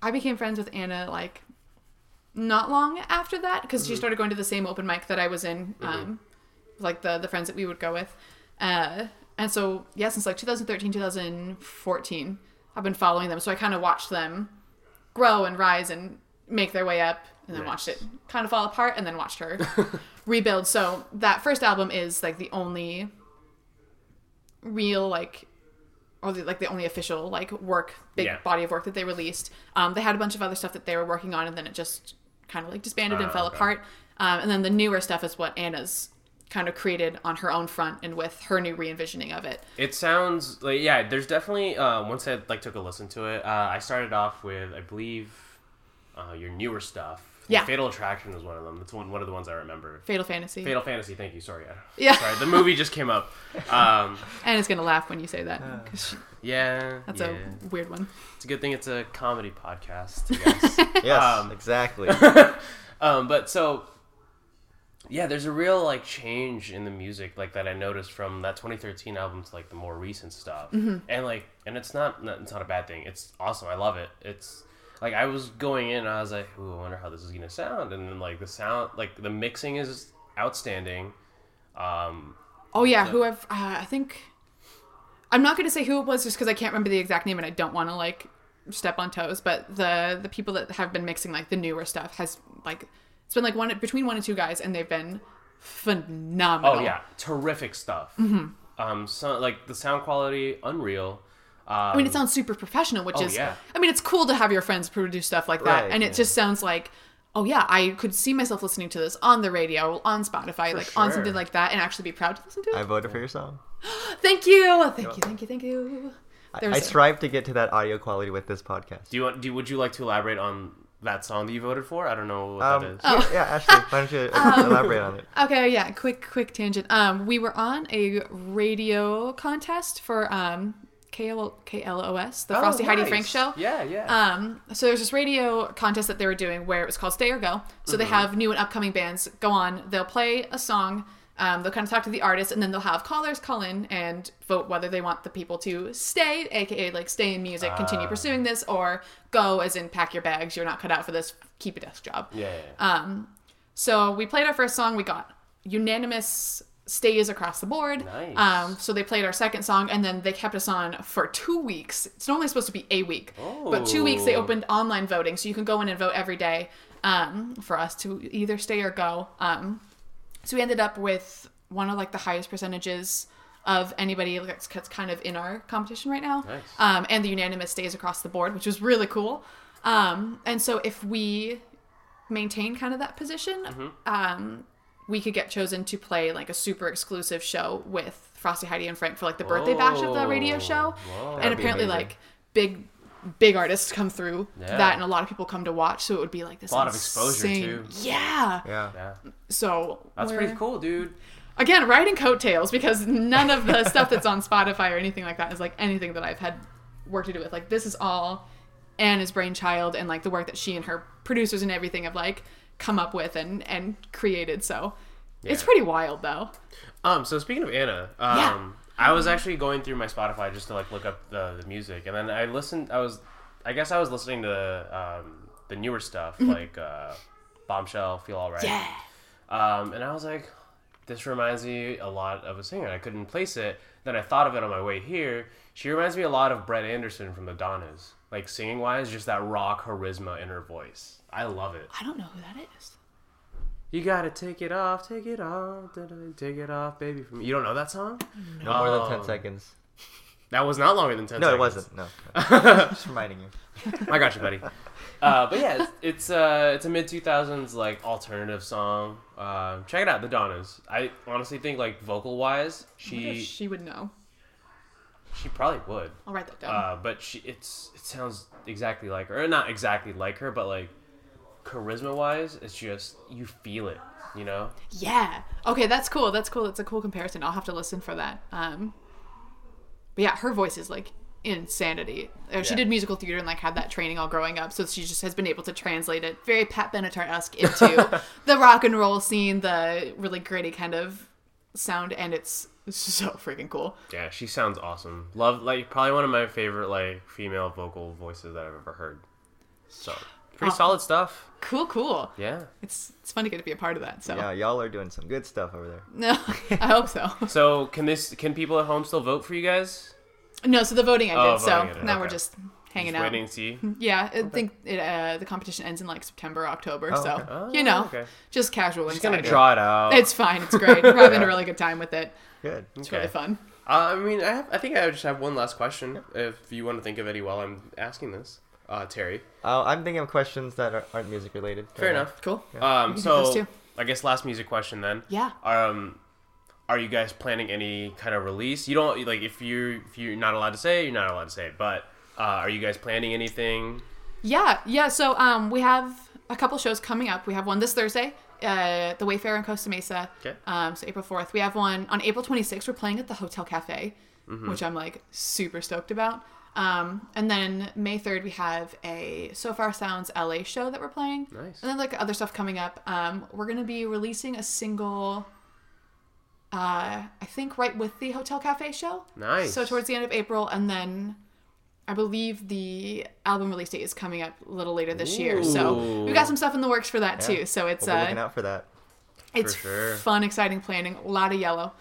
Speaker 2: I became friends with Anna like not long after that because she started going to the same open mic that I was in, um, like the the friends that we would go with, uh, and so yeah, since like 2013, 2014, I've been following them, so I kind of watched them grow and rise and make their way up, and then watched it
Speaker 3: Nice.
Speaker 2: kind of fall apart, and then watched her rebuild. So that first album is like the only real like or the, like the only official like work big
Speaker 3: Yeah.
Speaker 2: body of work that they released um, they had a bunch of other stuff that they were working on and then it just kind of like disbanded and
Speaker 3: Ah,
Speaker 2: fell
Speaker 3: okay.
Speaker 2: apart um, and then the newer stuff is what anna's kind of created on her own front and with her new re-envisioning of it
Speaker 3: It sounds like yeah. There's definitely uh, once I like took a listen to it. Uh, I started off with I believe uh, your newer stuff.
Speaker 2: Yeah.
Speaker 3: Fatal Attraction was one of them. That's one one of the ones I remember.
Speaker 2: fatal fantasy
Speaker 3: Fatal Fantasy. Thank you. Sorry. I-
Speaker 2: Yeah.
Speaker 3: Sorry. The movie just came up. Um,
Speaker 2: anna's gonna laugh when you say that 'cause she-
Speaker 3: yeah.
Speaker 2: that's
Speaker 3: yeah.
Speaker 2: a weird one
Speaker 3: It's a good thing it's a comedy podcast. I guess.
Speaker 1: yes,
Speaker 3: Um,
Speaker 1: exactly.
Speaker 3: um, but so yeah there's a real like change in the music like that i noticed from that 2013 album to like the more recent stuff and like and it's not not- it's not a bad thing it's awesome i love it it's like i was going in and i was like ooh i wonder how this is gonna sound and then like the sound like the mixing is outstanding um
Speaker 2: oh yeah who i've uh, i think i'm not gonna say who it was just because i can't remember the exact name and i don't want to like step on toes, but the the people that have been mixing like the newer stuff has like it's been like one between one and two guys, and they've been phenomenal.
Speaker 3: Oh yeah, terrific stuff. Um, so, like the sound quality, unreal.
Speaker 2: I mean, it sounds super professional, which is,
Speaker 3: Oh, yeah.
Speaker 2: I mean, it's cool to have your friends produce stuff like that.
Speaker 1: Right,
Speaker 2: and it
Speaker 1: yeah.
Speaker 2: just sounds like, oh, yeah, I could see myself listening to this on the radio, on Spotify, like on
Speaker 3: sure.
Speaker 2: something like that, and actually be proud to listen to it.
Speaker 1: I voted for your song.
Speaker 2: Thank you. Thank you. Thank you. Thank you.
Speaker 1: I,
Speaker 2: There
Speaker 1: I
Speaker 2: was a-
Speaker 1: strive to get to that audio quality with this podcast.
Speaker 3: Do you want? Do would you like to elaborate on that song that you voted for? I don't know what that
Speaker 1: Um,
Speaker 3: is.
Speaker 2: Oh.
Speaker 1: yeah, yeah, Ashley, why don't you uh,
Speaker 2: Um,
Speaker 1: elaborate on it?
Speaker 2: Okay, yeah, quick quick tangent. Um we were on a radio contest for um KL- KLOS, the Frosty Heidi Frank show.
Speaker 3: Oh, Yeah, yeah.
Speaker 2: Um, so there's this radio contest that they were doing where it was called Stay or Go. So they have new and upcoming bands go on. They'll play a song. Um, they'll kind of talk to the artist, and then they'll have callers call in and vote whether they want the people to stay, aka like stay in music, continue pursuing this, or go, as in pack your bags, you're not cut out for this, keep a desk job.
Speaker 3: yeah.
Speaker 2: uh, So we played our first song. We got unanimous stays across the board.
Speaker 3: Nice.
Speaker 2: Um, so they played our second song, and then they kept us on for two weeks. It's normally supposed to be a week, but two weeks they
Speaker 3: Oh.
Speaker 2: opened online voting, so you can go in and vote every day um, for us to either stay or go. Um, so we ended up with one of like the highest percentages of anybody that's that's kind of in our competition right now,
Speaker 3: Nice.
Speaker 2: um, and the unanimous stays across the board, which was really cool. Um, and so if we maintain kind of that position,
Speaker 3: Mm-hmm.
Speaker 2: um, we could get chosen to play like a super exclusive show with Frosty Heidi and Frank for like the birthday bash of the radio
Speaker 3: Whoa.
Speaker 2: show.
Speaker 3: Whoa.
Speaker 2: And
Speaker 1: That'd be
Speaker 2: apparently,
Speaker 1: amazing.
Speaker 2: like big, big artists come through
Speaker 3: Yeah.
Speaker 2: that, and a lot of people come to watch. So it would be like this
Speaker 3: Lot of exposure,
Speaker 2: insane-
Speaker 3: too.
Speaker 2: Yeah.
Speaker 1: Yeah.
Speaker 3: yeah.
Speaker 2: So
Speaker 3: That's
Speaker 2: we're-
Speaker 3: pretty cool, dude.
Speaker 2: Again, riding coattails because none of the stuff that's on Spotify or anything like that is like anything that I've had work to do with. Like this is all Anna's brainchild and like the work that she and her producers and everything have like come up with and and created. So it's
Speaker 3: Yeah.
Speaker 2: pretty wild though.
Speaker 3: Um, so speaking of Anna, um,
Speaker 2: Yeah.
Speaker 3: I was actually going through my Spotify just to like look up the, the music, and then I listened. I was, I guess I was listening to um, the newer stuff like uh, Bombshell, Feel Alright.
Speaker 2: Mm-hmm. Yeah.
Speaker 3: Um, and I was like, this reminds me a lot of a singer. and I couldn't place it. Then I thought of it on my way here. She reminds me a lot of Brett Anderson from The Donnas. Like singing wise, just that raw charisma in her voice. I love it.
Speaker 2: I don't know who that is.
Speaker 3: You gotta take it off, take it off, da-da, take it off, baby. From you don't know that song?
Speaker 1: No more than
Speaker 3: Oh.
Speaker 1: ten seconds.
Speaker 3: That was not longer than ten.
Speaker 1: No, it
Speaker 3: seconds.
Speaker 1: wasn't. No. Just reminding you.
Speaker 3: I got you, buddy. Uh, but yeah, it's it's, uh, it's a mid two thousands like alternative song. Um check it out, The Donnas. I honestly think like vocal wise,
Speaker 2: I
Speaker 3: she
Speaker 2: guess she would know.
Speaker 3: she probably would.
Speaker 2: I'll write that down.
Speaker 3: Uh, but she it's it sounds exactly like her, or not exactly like her, but like charisma wise, it's just you feel it. You know,
Speaker 2: yeah. Okay, that's cool. That's cool. That's a cool comparison. I'll have to listen for that. Um, but yeah, her voice is like insanity. Uh, She
Speaker 3: Yeah.
Speaker 2: did musical theater and like had that training all growing up, so she just has been able to translate it very Pat Benatar esque into the rock and roll scene, the really gritty kind of sound, and it's so freaking cool.
Speaker 3: yeah, she sounds awesome. Love like probably one of my favorite like female vocal voices that I've ever heard. So pretty
Speaker 2: Awesome.
Speaker 3: solid stuff.
Speaker 2: Cool, cool.
Speaker 3: Yeah.
Speaker 2: It's it's fun to get to be a part of that. So
Speaker 1: Yeah, y'all are doing some good stuff over there.
Speaker 2: no, I hope so.
Speaker 3: So can this can people at home still vote for you guys?
Speaker 2: No, so the voting ended.
Speaker 3: Oh,
Speaker 2: so
Speaker 3: voting ended,
Speaker 2: now
Speaker 3: okay.
Speaker 2: we're just hanging
Speaker 3: Just
Speaker 2: out.
Speaker 3: Waiting to see.
Speaker 2: Yeah, I think it, uh, the competition ends in like September, October.
Speaker 1: Oh,
Speaker 2: so
Speaker 1: okay.
Speaker 3: Oh,
Speaker 2: you know,
Speaker 3: okay.
Speaker 2: just casual.
Speaker 3: Just gonna
Speaker 2: anxiety.
Speaker 3: draw it out.
Speaker 2: It's fine. It's great. We're having a really good time with it.
Speaker 1: Good.
Speaker 2: It's really
Speaker 3: Okay.
Speaker 2: fun.
Speaker 3: Uh, I mean, I, have, I think I just have one last question. If you want to think of any while I'm asking this, uh, Terry.
Speaker 1: Uh, I'm thinking of questions that are, aren't music related.
Speaker 3: Fair enough.
Speaker 2: Cool. We
Speaker 3: Um,
Speaker 2: can do those
Speaker 3: so
Speaker 2: too.
Speaker 3: I guess last music question then.
Speaker 2: Yeah.
Speaker 3: Um, are you guys planning any kind of release? You don't like if you if you're not allowed to say, you're not allowed to say. But uh, are you guys planning anything?
Speaker 2: Yeah, yeah. So um, we have a couple shows coming up. We have one this Thursday, uh, the Wayfair in Costa Mesa.
Speaker 3: Okay.
Speaker 2: Um, so April fourth. We have one on April twenty sixth. We're playing at the Hotel Cafe,
Speaker 3: Mm-hmm.
Speaker 2: which I'm like super stoked about. Um, and then May third, we have a So Far Sounds LA show that we're playing.
Speaker 3: Nice.
Speaker 2: And then like other stuff coming up. Um, we're gonna be releasing a single. Uh, I think right with the Hotel Cafe show.
Speaker 3: Nice.
Speaker 2: So towards the end of April, and then I believe the album release date is coming up a little later this year. So
Speaker 3: Ooh.
Speaker 2: we've got some stuff in the works for that too. So it's
Speaker 1: We'll be looking
Speaker 2: uh,
Speaker 1: out for that.
Speaker 2: it's
Speaker 3: For sure.
Speaker 2: fun, exciting planning. A lot of yellow,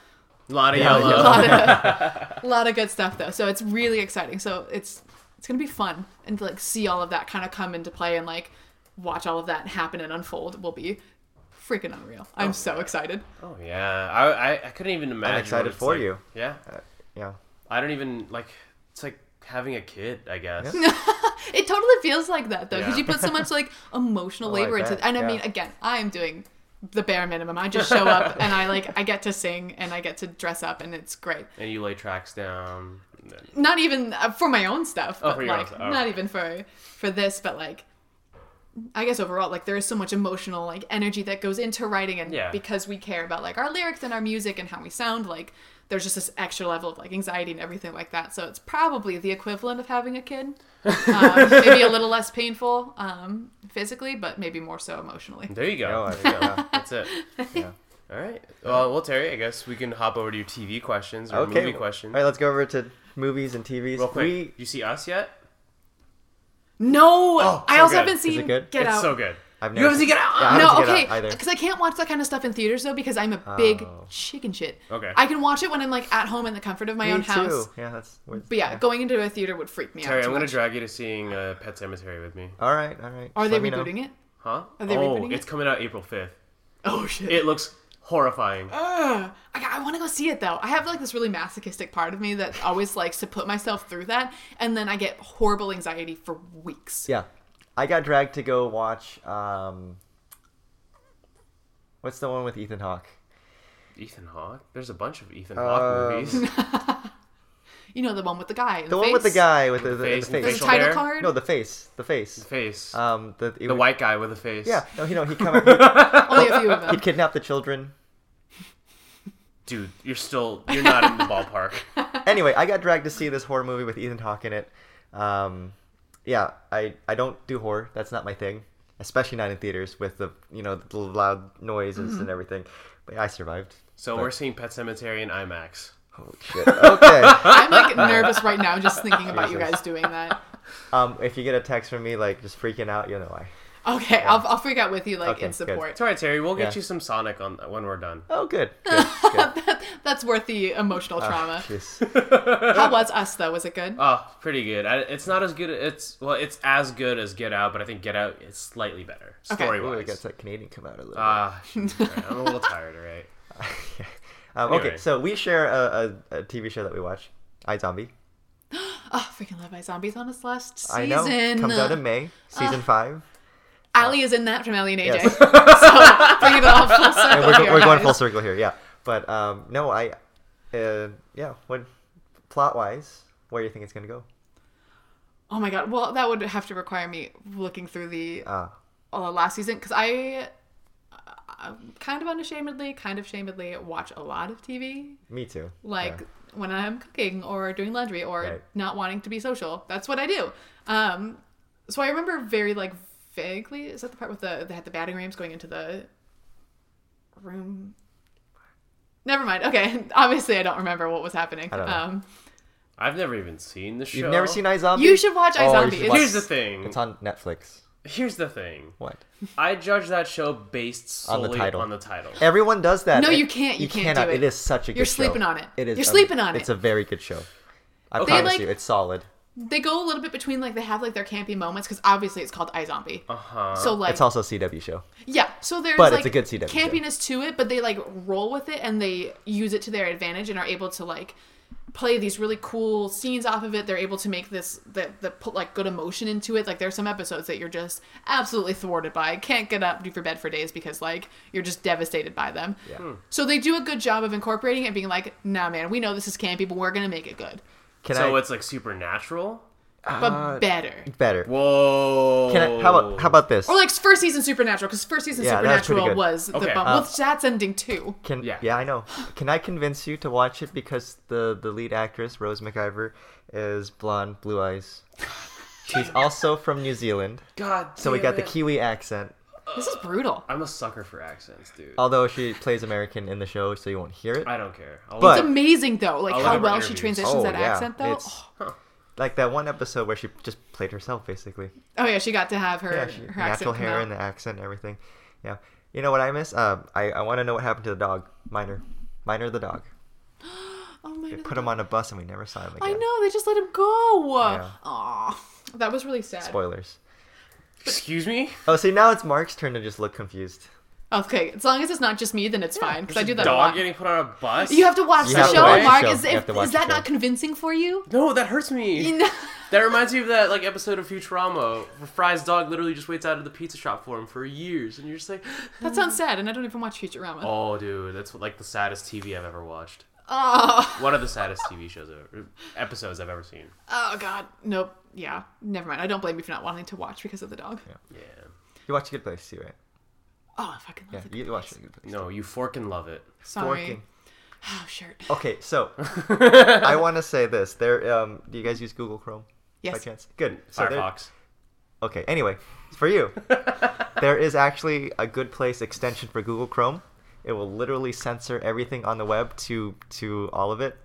Speaker 3: Lot of
Speaker 1: Yeah,
Speaker 2: a
Speaker 3: yellow.
Speaker 2: lot of, a lot of good stuff though. So it's really exciting. So it's it's gonna be fun and to, like see all of that kind of come into play and like watch all of that happen and unfold will be freaking unreal i'm so excited
Speaker 3: Oh yeah, I, I I couldn't even imagine. what
Speaker 1: excited
Speaker 3: it's
Speaker 1: for
Speaker 3: like.
Speaker 1: you. Uh,
Speaker 3: Yeah,
Speaker 1: Yeah.
Speaker 3: I don't even like. It's like having a kid, I guess.
Speaker 2: it totally feels like that though because you
Speaker 3: Yeah.
Speaker 2: put so much like emotional
Speaker 1: Oh, I
Speaker 2: labor into
Speaker 1: bet,
Speaker 2: and i
Speaker 1: yeah.
Speaker 2: mean again i'm doing the bare minimum i just show up and i like i get to sing and i get to dress up and it's great
Speaker 3: And you lay tracks down. and then-
Speaker 2: not even uh, for my own stuff
Speaker 3: Oh,
Speaker 2: but
Speaker 3: for your own
Speaker 2: like
Speaker 3: stuff. Oh.
Speaker 2: not even for for this but like i guess overall like there is so much emotional like energy that goes into writing and
Speaker 3: Yeah.
Speaker 2: because we care about like our lyrics and our music and how we sound like there's just this extra level of like anxiety and everything like that so it's probably the equivalent of having a kid um, maybe a little less painful um, physically but maybe more so emotionally
Speaker 3: There you
Speaker 1: No,
Speaker 3: go.
Speaker 1: I-
Speaker 3: There you go. That's it.
Speaker 1: Yeah.
Speaker 3: All right. Well, well, Terry, I guess we can hop over to your TV questions or movie
Speaker 1: All
Speaker 3: questions.
Speaker 1: right, let's go over to movies and TVs.
Speaker 3: Real quick,
Speaker 1: We,
Speaker 3: you see us yet?
Speaker 2: no
Speaker 3: Oh,
Speaker 2: i
Speaker 3: so
Speaker 2: also
Speaker 3: good.
Speaker 2: haven't
Speaker 3: Is it
Speaker 2: seen
Speaker 1: good?
Speaker 2: get
Speaker 3: it's
Speaker 2: out
Speaker 3: so good.
Speaker 1: I've
Speaker 3: You haven't
Speaker 1: seen-
Speaker 3: seen Get Out?
Speaker 1: Yeah, I haven't
Speaker 2: No,
Speaker 1: seen Get Out
Speaker 2: okay,
Speaker 1: either.
Speaker 2: because I can't watch that kind of stuff in theaters though, because I'm a big
Speaker 1: Oh.
Speaker 2: chicken shit.
Speaker 3: Okay.
Speaker 2: I can watch it when I'm like at home in the comfort of my
Speaker 1: Me
Speaker 2: own house.
Speaker 1: too. Yeah, that's. weird.
Speaker 2: But yeah, going into a theater would freak me
Speaker 3: Terry,
Speaker 2: out. Too
Speaker 3: I'm gonna
Speaker 2: much.
Speaker 3: drag you to seeing uh, Pet Cemetery with me.
Speaker 1: All right, all right.
Speaker 2: Are
Speaker 1: Just
Speaker 2: they
Speaker 1: let me know.
Speaker 2: rebooting it?
Speaker 3: Huh?
Speaker 2: Are they
Speaker 3: oh,
Speaker 2: rebooting
Speaker 3: it's
Speaker 2: it?
Speaker 3: coming out April 5th.
Speaker 2: Oh shit!
Speaker 3: It looks horrifying.
Speaker 2: Ugh. I, got- I want to go see it though. I have like this really masochistic part of me that always likes to put myself through that, and then I get horrible anxiety for weeks.
Speaker 1: Yeah, I got dragged to go watch. Um, what's the one with Ethan Hawke?
Speaker 3: Ethan Hawke? There's a bunch of Ethan Hawke
Speaker 1: Um,
Speaker 3: movies.
Speaker 2: You know the one with the guy.
Speaker 1: The one with the guy with the, the, face,
Speaker 3: face and
Speaker 1: the
Speaker 2: There's
Speaker 1: face.
Speaker 2: a
Speaker 3: facial
Speaker 2: title
Speaker 3: hair?
Speaker 2: card.
Speaker 1: No, the face. The face.
Speaker 3: face.
Speaker 1: Um, the,
Speaker 3: the white guy with a face.
Speaker 1: Yeah, no, you know he come he'd,
Speaker 2: Only a few of them.
Speaker 1: he'd kidnap the children.
Speaker 3: Dude, you're still you're not in the ballpark.
Speaker 1: Anyway, I got dragged to see this horror movie with Ethan Hawke in it. Um, yeah, I I don't do horror. That's not my thing, especially not in theaters with the you know the loud noises and everything. But I survived.
Speaker 3: Mm-hmm. So we're seeing Pet Cemetery in IMAX.
Speaker 1: Holy shit. Okay.
Speaker 2: I'm like nervous right now just thinking about you
Speaker 1: Jesus.
Speaker 2: guys doing that.
Speaker 1: um, if you get a text from me like just freaking out, you know why.
Speaker 2: Okay, I'll, I'll freak out with you like
Speaker 1: Okay,
Speaker 2: in
Speaker 1: good.
Speaker 2: support.
Speaker 3: It's alright, Terry. We'll get
Speaker 1: Yeah.
Speaker 3: you some Sonic on when we're done.
Speaker 1: Oh, good. Good. good.
Speaker 2: That's worth the emotional
Speaker 1: Uh.
Speaker 2: trauma.
Speaker 1: Jeez.
Speaker 2: How was us though? Was it good?
Speaker 1: Uh.
Speaker 3: Oh, pretty good. I, it's not as good. It's well, it's as good as Get Out, but I think Get Out is slightly better
Speaker 2: Okay.
Speaker 3: story
Speaker 1: Ooh, I
Speaker 3: wise.
Speaker 1: guess that Canadian come out a little. bit.
Speaker 3: Ah, shoot, alright, I'm a little tired. All right.
Speaker 1: Um,
Speaker 3: Anyway.
Speaker 1: Okay, so we share a, a, a TV show that we watch, iZombie.
Speaker 2: Oh, freaking Love by Zombies on its last season. uh,
Speaker 1: I know. Comes out in May, season five.
Speaker 2: Allie is in that from Allie and AJ.
Speaker 1: Yes.
Speaker 2: so bring it all full circle.
Speaker 1: And we're, go-
Speaker 2: here,
Speaker 1: we're going
Speaker 2: guys.
Speaker 1: full circle here, yeah. But um, no, I, uh, yeah, what plot wise, where do you think it's gonna go?
Speaker 2: Oh my god. Well, that would have to require me looking through the
Speaker 1: Ah,
Speaker 2: uh, last season because I uh, kind of unashamedly, kind of shamedly watch a lot of TV.
Speaker 1: me too.
Speaker 2: like
Speaker 1: Yeah.
Speaker 2: when I'm cooking or doing laundry or
Speaker 1: Right.
Speaker 2: not wanting to be social. That's what I do. Um, so I remember very like vaguely. Is that the part with the they had the batting rams going into the room? Never mind. Okay, obviously I don't remember what was happening.
Speaker 1: I don't know.
Speaker 2: Um,
Speaker 3: I've never even seen the show.
Speaker 1: You've never seen iZombie?
Speaker 2: you should watch
Speaker 1: Oh, you
Speaker 2: iZombie.
Speaker 1: should
Speaker 2: It's-
Speaker 1: watch-
Speaker 3: Here's the thing.
Speaker 1: It's on Netflix.
Speaker 3: Here's the thing.
Speaker 1: What?
Speaker 3: I judge that show based
Speaker 1: On the
Speaker 3: solely
Speaker 1: title.
Speaker 3: on the title.
Speaker 1: Everyone does that.
Speaker 2: No,
Speaker 1: It-
Speaker 2: you can't. You can't
Speaker 1: cannot.
Speaker 2: do it.
Speaker 1: It is such a.
Speaker 2: You're
Speaker 1: good
Speaker 2: sleeping
Speaker 1: show.
Speaker 2: on it.
Speaker 1: It is.
Speaker 2: You're
Speaker 1: a-
Speaker 2: sleeping on it.
Speaker 1: It's a very good show. I
Speaker 3: Okay. They,
Speaker 1: promise
Speaker 2: like-
Speaker 1: you, it's solid.
Speaker 2: they go a little bit between like they have like their campy moments because obviously it's called iZombie.
Speaker 3: Uh huh.
Speaker 2: So like
Speaker 1: Uh-huh. It's also a CW show.
Speaker 2: Yeah, so there's
Speaker 1: But
Speaker 2: like
Speaker 1: it's a good CW show.
Speaker 2: campiness to it, but they like roll with it and they use it to their advantage and are able to like play these really cool scenes off of it. They're able to make this that that put like good emotion into it. Like there's some episodes that you're just absolutely thwarted by. Can't get up do for bed for days because like you're just devastated by them.
Speaker 1: Yeah. Hmm.
Speaker 2: So they do a good job of incorporating it and being like, nah man, we know this is campy, but we're gonna make it good.
Speaker 1: Can
Speaker 3: so
Speaker 1: I?
Speaker 3: it's like supernatural.
Speaker 2: But
Speaker 1: Uh,
Speaker 2: better.
Speaker 1: better.
Speaker 3: Whoa.
Speaker 1: Can I, how
Speaker 3: Oh.
Speaker 1: about how about this?
Speaker 2: Or like first season Supernatural, because first season
Speaker 1: Yeah, that's pretty
Speaker 2: Supernatural
Speaker 1: good.
Speaker 2: was the
Speaker 3: Okay.
Speaker 2: bump.
Speaker 3: Uh,
Speaker 2: well, that's ending too.
Speaker 1: Can
Speaker 3: Yeah.
Speaker 1: yeah. I know. Can I convince you to watch it because the the lead actress Rose McIver is blonde, blue eyes. She's also from New Zealand,
Speaker 3: God?
Speaker 1: so we
Speaker 3: damn
Speaker 1: got the
Speaker 3: it.
Speaker 1: Kiwi accent.
Speaker 2: This is brutal.
Speaker 3: I'm a sucker for accents, dude.
Speaker 1: Although she plays American in the show, so you won't hear it.
Speaker 3: I don't care. I'll
Speaker 1: But-
Speaker 2: It's amazing though, like
Speaker 3: I'll
Speaker 2: how
Speaker 3: have
Speaker 2: well she
Speaker 3: interviews.
Speaker 2: transitions that accent though.
Speaker 1: Oh,
Speaker 2: Oh.
Speaker 1: It's like that one episode where she just played herself, basically.
Speaker 2: Oh yeah, she got to have her,
Speaker 1: Yeah, she,
Speaker 2: her
Speaker 1: natural
Speaker 2: accent come
Speaker 1: hair
Speaker 2: out.
Speaker 1: and the accent and everything. Yeah. Uh, You know what I miss? Um, I I want to know what happened to the dog, Miner, Miner the dog.
Speaker 2: Oh my
Speaker 1: They
Speaker 2: god.
Speaker 1: put him on a bus and we never saw him again.
Speaker 2: I know they just let him go.
Speaker 1: Yeah.
Speaker 2: Aw, that was really sad.
Speaker 1: Spoilers.
Speaker 3: Excuse me?
Speaker 1: Oh, see now it's Mark's turn to just look confused.
Speaker 2: Okay, as long as it's not just me, then it's fine because I do that a
Speaker 3: Dog
Speaker 2: lot.
Speaker 3: getting put on a bus?
Speaker 2: You have to watch
Speaker 1: You
Speaker 2: the
Speaker 1: have to
Speaker 2: show,
Speaker 1: watch the
Speaker 2: Mark.
Speaker 1: show.
Speaker 2: Is,
Speaker 1: You have
Speaker 2: if,
Speaker 1: to watch
Speaker 2: is
Speaker 1: the
Speaker 2: that
Speaker 1: show.
Speaker 2: not convincing for you?
Speaker 3: No, that hurts me.
Speaker 2: You know-
Speaker 3: That reminds me of that like episode of Futurama where Fry's dog literally just waits out of the pizza shop for him for years, and you're just like,
Speaker 2: that sounds sad, and I don't even watch Futurama. Oh,
Speaker 3: "Oh, dude, that's like the saddest TV I've ever watched.
Speaker 2: oh,
Speaker 3: One of the saddest TV shows ever, episodes I've ever seen."
Speaker 2: Oh, God, nope. Yeah, never mind. I don't blame you for not wanting to watch because of the dog.
Speaker 3: Yeah.
Speaker 1: You watch Good Place too, right?
Speaker 2: Oh, I fucking
Speaker 1: Yeah,
Speaker 2: love it.
Speaker 1: you watch Good Place.
Speaker 3: No, you fork and love it.
Speaker 2: Sorry.
Speaker 1: Forking.
Speaker 2: Oh, shirt.
Speaker 1: Okay, so I want to say this. There, um, do you guys use Google Chrome by
Speaker 2: Yes.
Speaker 1: chance? Good. So there-
Speaker 3: Firefox.
Speaker 1: okay. Anyway, for you, there is actually a Good Place extension for Google Chrome. It will literally censor everything on the web to to all of it,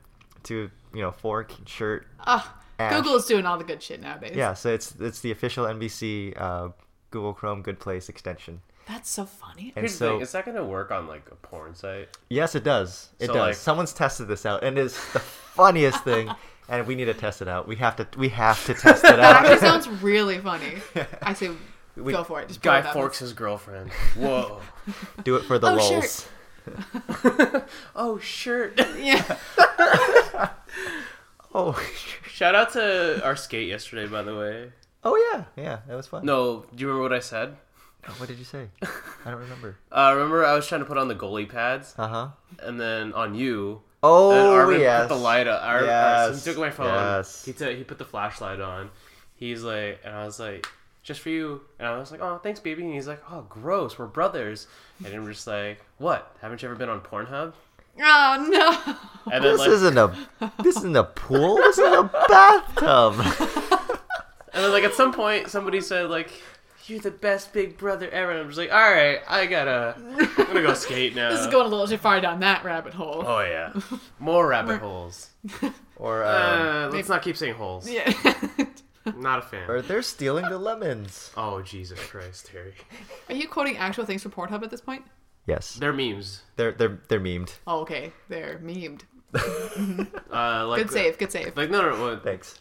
Speaker 1: to you know fork shirt.
Speaker 2: Oh,
Speaker 1: Ash.
Speaker 2: Google's doing all the good shit nowadays.
Speaker 1: Yeah. So it's it's the official NBC uh, Google Chrome Good Place extension.
Speaker 2: That's so funny.
Speaker 1: And
Speaker 3: Here's the
Speaker 1: so
Speaker 3: thing: is that gonna work on like a porn site?
Speaker 1: yes, it does. It
Speaker 3: So,
Speaker 1: does.
Speaker 3: like-
Speaker 1: Someone's tested this out, and it's the funniest thing. And we need to test it out. We have to. We have to test it
Speaker 2: That actually
Speaker 1: out.
Speaker 2: sounds really funny. I say,
Speaker 1: We-
Speaker 2: go for it. Just
Speaker 3: Guy
Speaker 2: blow it up.
Speaker 3: forks his girlfriend. Whoa.
Speaker 1: Do it for the
Speaker 2: Oh,
Speaker 1: lols.
Speaker 2: shirt.
Speaker 3: oh shirt.
Speaker 2: Yeah.
Speaker 1: Oh,
Speaker 3: Shout out to our skate yesterday, by the way.
Speaker 1: oh yeah, yeah, that was fun.
Speaker 3: No, do you remember what I said?
Speaker 1: What did you say? I don't remember.
Speaker 3: Uh, remember, I was trying to put on the goalie pads,
Speaker 1: Uh huh.
Speaker 3: and then on you, and
Speaker 1: Oh
Speaker 3: Armin
Speaker 1: yes.
Speaker 3: put the light on. Ar-
Speaker 1: Yes.
Speaker 3: Ar- so he took my phone.
Speaker 1: Yes.
Speaker 3: He took he put the flashlight on. He's like, and I was like, just for you. And I was like, oh, thanks, baby. And he's like, oh, gross. We're brothers. And I'm just like, what? Haven't you ever been on Pornhub?
Speaker 2: Oh no.
Speaker 3: And then
Speaker 1: This
Speaker 3: like,
Speaker 1: isn't a. This isn't a pool. This is a bathtub.
Speaker 3: and then like at some point, somebody said like. You're the best big brother ever. And I'm just like, all right, I gotta, I'm gonna go skate now.
Speaker 2: This is going a little too far down that rabbit hole.
Speaker 3: Oh yeah, more rabbit holes.
Speaker 1: Or um,
Speaker 3: Uh, let's not keep saying holes.
Speaker 2: Yeah.
Speaker 3: Not a fan.
Speaker 1: or they're stealing the lemons.
Speaker 3: Oh Jesus Christ, Terry.
Speaker 2: Are you quoting actual things from Pornhub at this point?
Speaker 1: Yes,
Speaker 3: They're memes.
Speaker 1: they're they're they're memed.
Speaker 2: Oh, okay. They're memed.
Speaker 3: Uh, like
Speaker 2: Good save. Good save.
Speaker 3: Like no, no, no what-
Speaker 1: Thanks.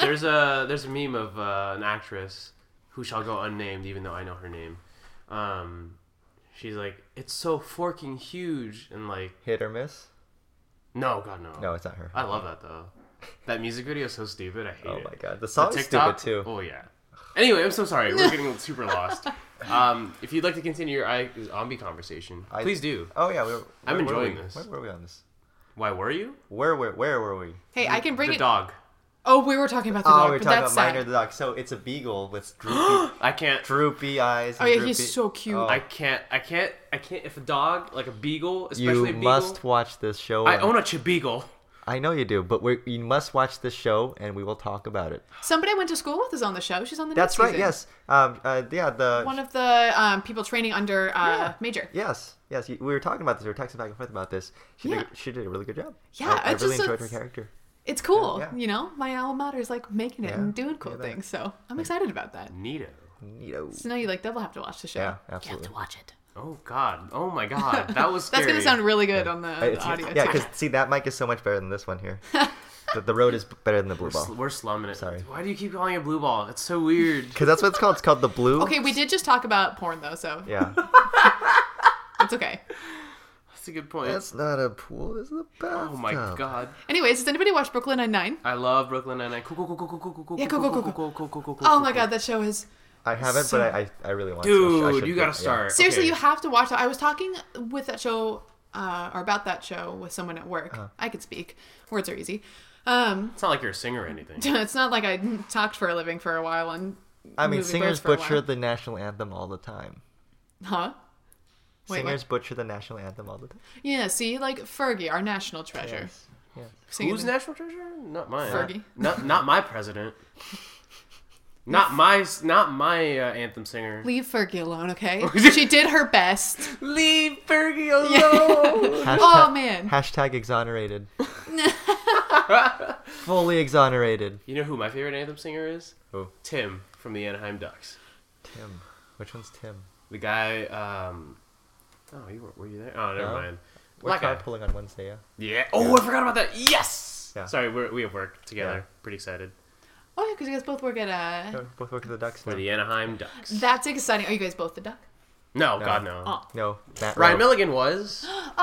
Speaker 3: there's a there's a meme of uh, an actress who shall go unnamed, even though I know her name. Um, she's like, it's so forking huge, and like,
Speaker 1: Hit or miss?
Speaker 3: no, God no.
Speaker 1: No, it's not her.
Speaker 3: I love that though. That music video is so stupid. I hate
Speaker 1: Oh
Speaker 3: it.
Speaker 1: my god, the
Speaker 3: The
Speaker 1: song's stupid too.
Speaker 3: Oh yeah. Anyway, I'm so sorry. We're getting super lost. Um, if you'd like to continue your I- zombie conversation,
Speaker 1: I-
Speaker 3: please do.
Speaker 1: Oh yeah, we were,
Speaker 3: I'm
Speaker 1: where were
Speaker 3: enjoying
Speaker 1: we?
Speaker 3: this.
Speaker 1: Where were we on this?
Speaker 3: Why were you?
Speaker 1: Where were where were we?
Speaker 2: Hey, I can bring
Speaker 3: the
Speaker 2: it.
Speaker 3: dog.
Speaker 2: Oh, we were talking about the
Speaker 1: Oh,
Speaker 2: dog,
Speaker 1: we were
Speaker 2: but
Speaker 1: talking
Speaker 2: that's
Speaker 1: about Minor
Speaker 2: sad.
Speaker 1: the dog. So it's a beagle with droopy,
Speaker 3: I can't.
Speaker 1: droopy eyes.
Speaker 2: Oh
Speaker 1: and
Speaker 2: yeah, he's
Speaker 1: droopy-
Speaker 2: so cute.
Speaker 1: Oh.
Speaker 3: I can't. I can't. I can't. If a dog, like a beagle, especially
Speaker 1: You
Speaker 3: a beagle,
Speaker 1: must watch this show.
Speaker 3: I
Speaker 1: on-
Speaker 3: own a Chibeagle.
Speaker 1: I know you do, but we you must watch this show, and we will talk about it.
Speaker 2: Somebody I went to school with is on the show. She's on the.
Speaker 1: That's
Speaker 2: next
Speaker 1: right.
Speaker 2: season.
Speaker 1: Yes. Um. Uh, yeah. The.
Speaker 2: One of the um, people training under uh,
Speaker 1: Yeah.
Speaker 2: Major.
Speaker 1: yes. Yes. you- We were talking about this. We were texting back and forth about this. She
Speaker 2: Yeah.
Speaker 1: did. She did a really good job.
Speaker 2: Yeah,
Speaker 1: I, I
Speaker 2: it's
Speaker 1: really
Speaker 2: just-
Speaker 1: enjoyed her
Speaker 2: it's-
Speaker 1: character.
Speaker 2: It's cool.
Speaker 1: Yeah.
Speaker 2: You know, my alma mater is like making it
Speaker 1: Yeah.
Speaker 2: and doing cool
Speaker 1: Look at that.
Speaker 2: things. So I'm excited about that.
Speaker 3: Neato.
Speaker 1: Neato.
Speaker 2: So now you like double have to watch the show.
Speaker 1: Yeah,
Speaker 2: You have
Speaker 1: absolutely.
Speaker 2: to watch it.
Speaker 3: Oh God. Oh my God. That was scary.
Speaker 2: That's gonna sound really good on the,
Speaker 1: Uh,
Speaker 2: the
Speaker 1: it's-
Speaker 2: audio.
Speaker 1: yeah,
Speaker 2: too.
Speaker 1: because see that mic is so much better than this one here. the, the road is better than the blue
Speaker 3: Sl-
Speaker 1: ball
Speaker 3: We're slumming it.
Speaker 1: Sorry.
Speaker 3: Why do you keep calling it blue ball? It's so weird.
Speaker 1: because that's what it's called. It's called the blue.
Speaker 2: Okay, we did just talk about porn though, so
Speaker 1: Yeah,
Speaker 2: it's okay.
Speaker 3: That's a good point.
Speaker 1: that's not a pool. This is a bathtub.
Speaker 3: oh my God.
Speaker 2: Anyways, does anybody watch Brooklyn Nine Nine?
Speaker 3: I love Brooklyn Nine Nine. Cool, cool, cool, cool, cool, cool, cool,
Speaker 2: Yeah,
Speaker 3: cool,
Speaker 2: cool,
Speaker 3: cool,
Speaker 2: cool,
Speaker 3: cool, cool, cool, cool, cool, cool,
Speaker 2: Oh my
Speaker 3: cool.
Speaker 2: god, that show is
Speaker 1: I haven't,
Speaker 2: So-
Speaker 1: but I, I, I really want to. I sh- I
Speaker 3: Dude,
Speaker 1: should
Speaker 3: you
Speaker 1: do
Speaker 3: gotta
Speaker 1: it, yeah.
Speaker 3: start.
Speaker 2: seriously.
Speaker 3: Okay.
Speaker 2: You have to watch. it. I was talking with that show uh, or about that show with someone at work.
Speaker 1: Uh-huh.
Speaker 2: I can speak. Words are easy. Um,
Speaker 3: It's not like you're a singer or anything.
Speaker 2: it's not like I talked for a living for a while and
Speaker 1: I mean,
Speaker 2: movie birds
Speaker 1: singers
Speaker 2: for a
Speaker 1: butcher
Speaker 2: while.
Speaker 1: the national anthem all the time.
Speaker 2: huh? Wait, what?
Speaker 1: singers butcher the national anthem all the time.
Speaker 2: Yeah, see, like Fergie, our national treasure.
Speaker 1: Yes. Yes.
Speaker 2: Singing
Speaker 3: Who's
Speaker 2: the-
Speaker 3: National Treasure? Not mine.
Speaker 2: Fergie.
Speaker 3: Not not my president. Not my not my uh, anthem singer.
Speaker 2: Leave Fergie alone, okay? she did her best.
Speaker 3: Leave Fergie alone.
Speaker 1: Hashtag,
Speaker 2: Oh man.
Speaker 1: Hashtag exonerated. Fully exonerated.
Speaker 3: you know who my favorite anthem singer is?
Speaker 1: Who?
Speaker 3: Tim from the Anaheim Ducks.
Speaker 1: Tim. Which one's Tim?
Speaker 3: The guy. Um, oh, you were, were you there? Oh, never
Speaker 1: No.
Speaker 3: mind.
Speaker 1: We're
Speaker 3: Okay.
Speaker 1: card pulling on Wednesday, yeah.
Speaker 3: Yeah. Oh, I forgot about that. Yes.
Speaker 1: Yeah.
Speaker 3: Sorry, we're, we have work together.
Speaker 1: Yeah.
Speaker 3: Pretty excited
Speaker 2: Oh yeah, because you guys both work at uh.
Speaker 1: No, Both work at the Ducks
Speaker 3: for
Speaker 1: now.
Speaker 3: the Anaheim Ducks.
Speaker 2: That's exciting. Are you guys both the duck?
Speaker 3: no,
Speaker 1: No.
Speaker 3: God no.
Speaker 2: Oh,
Speaker 1: No, Matt
Speaker 3: Ryan
Speaker 1: Rowe.
Speaker 3: Milligan was.
Speaker 2: Aw,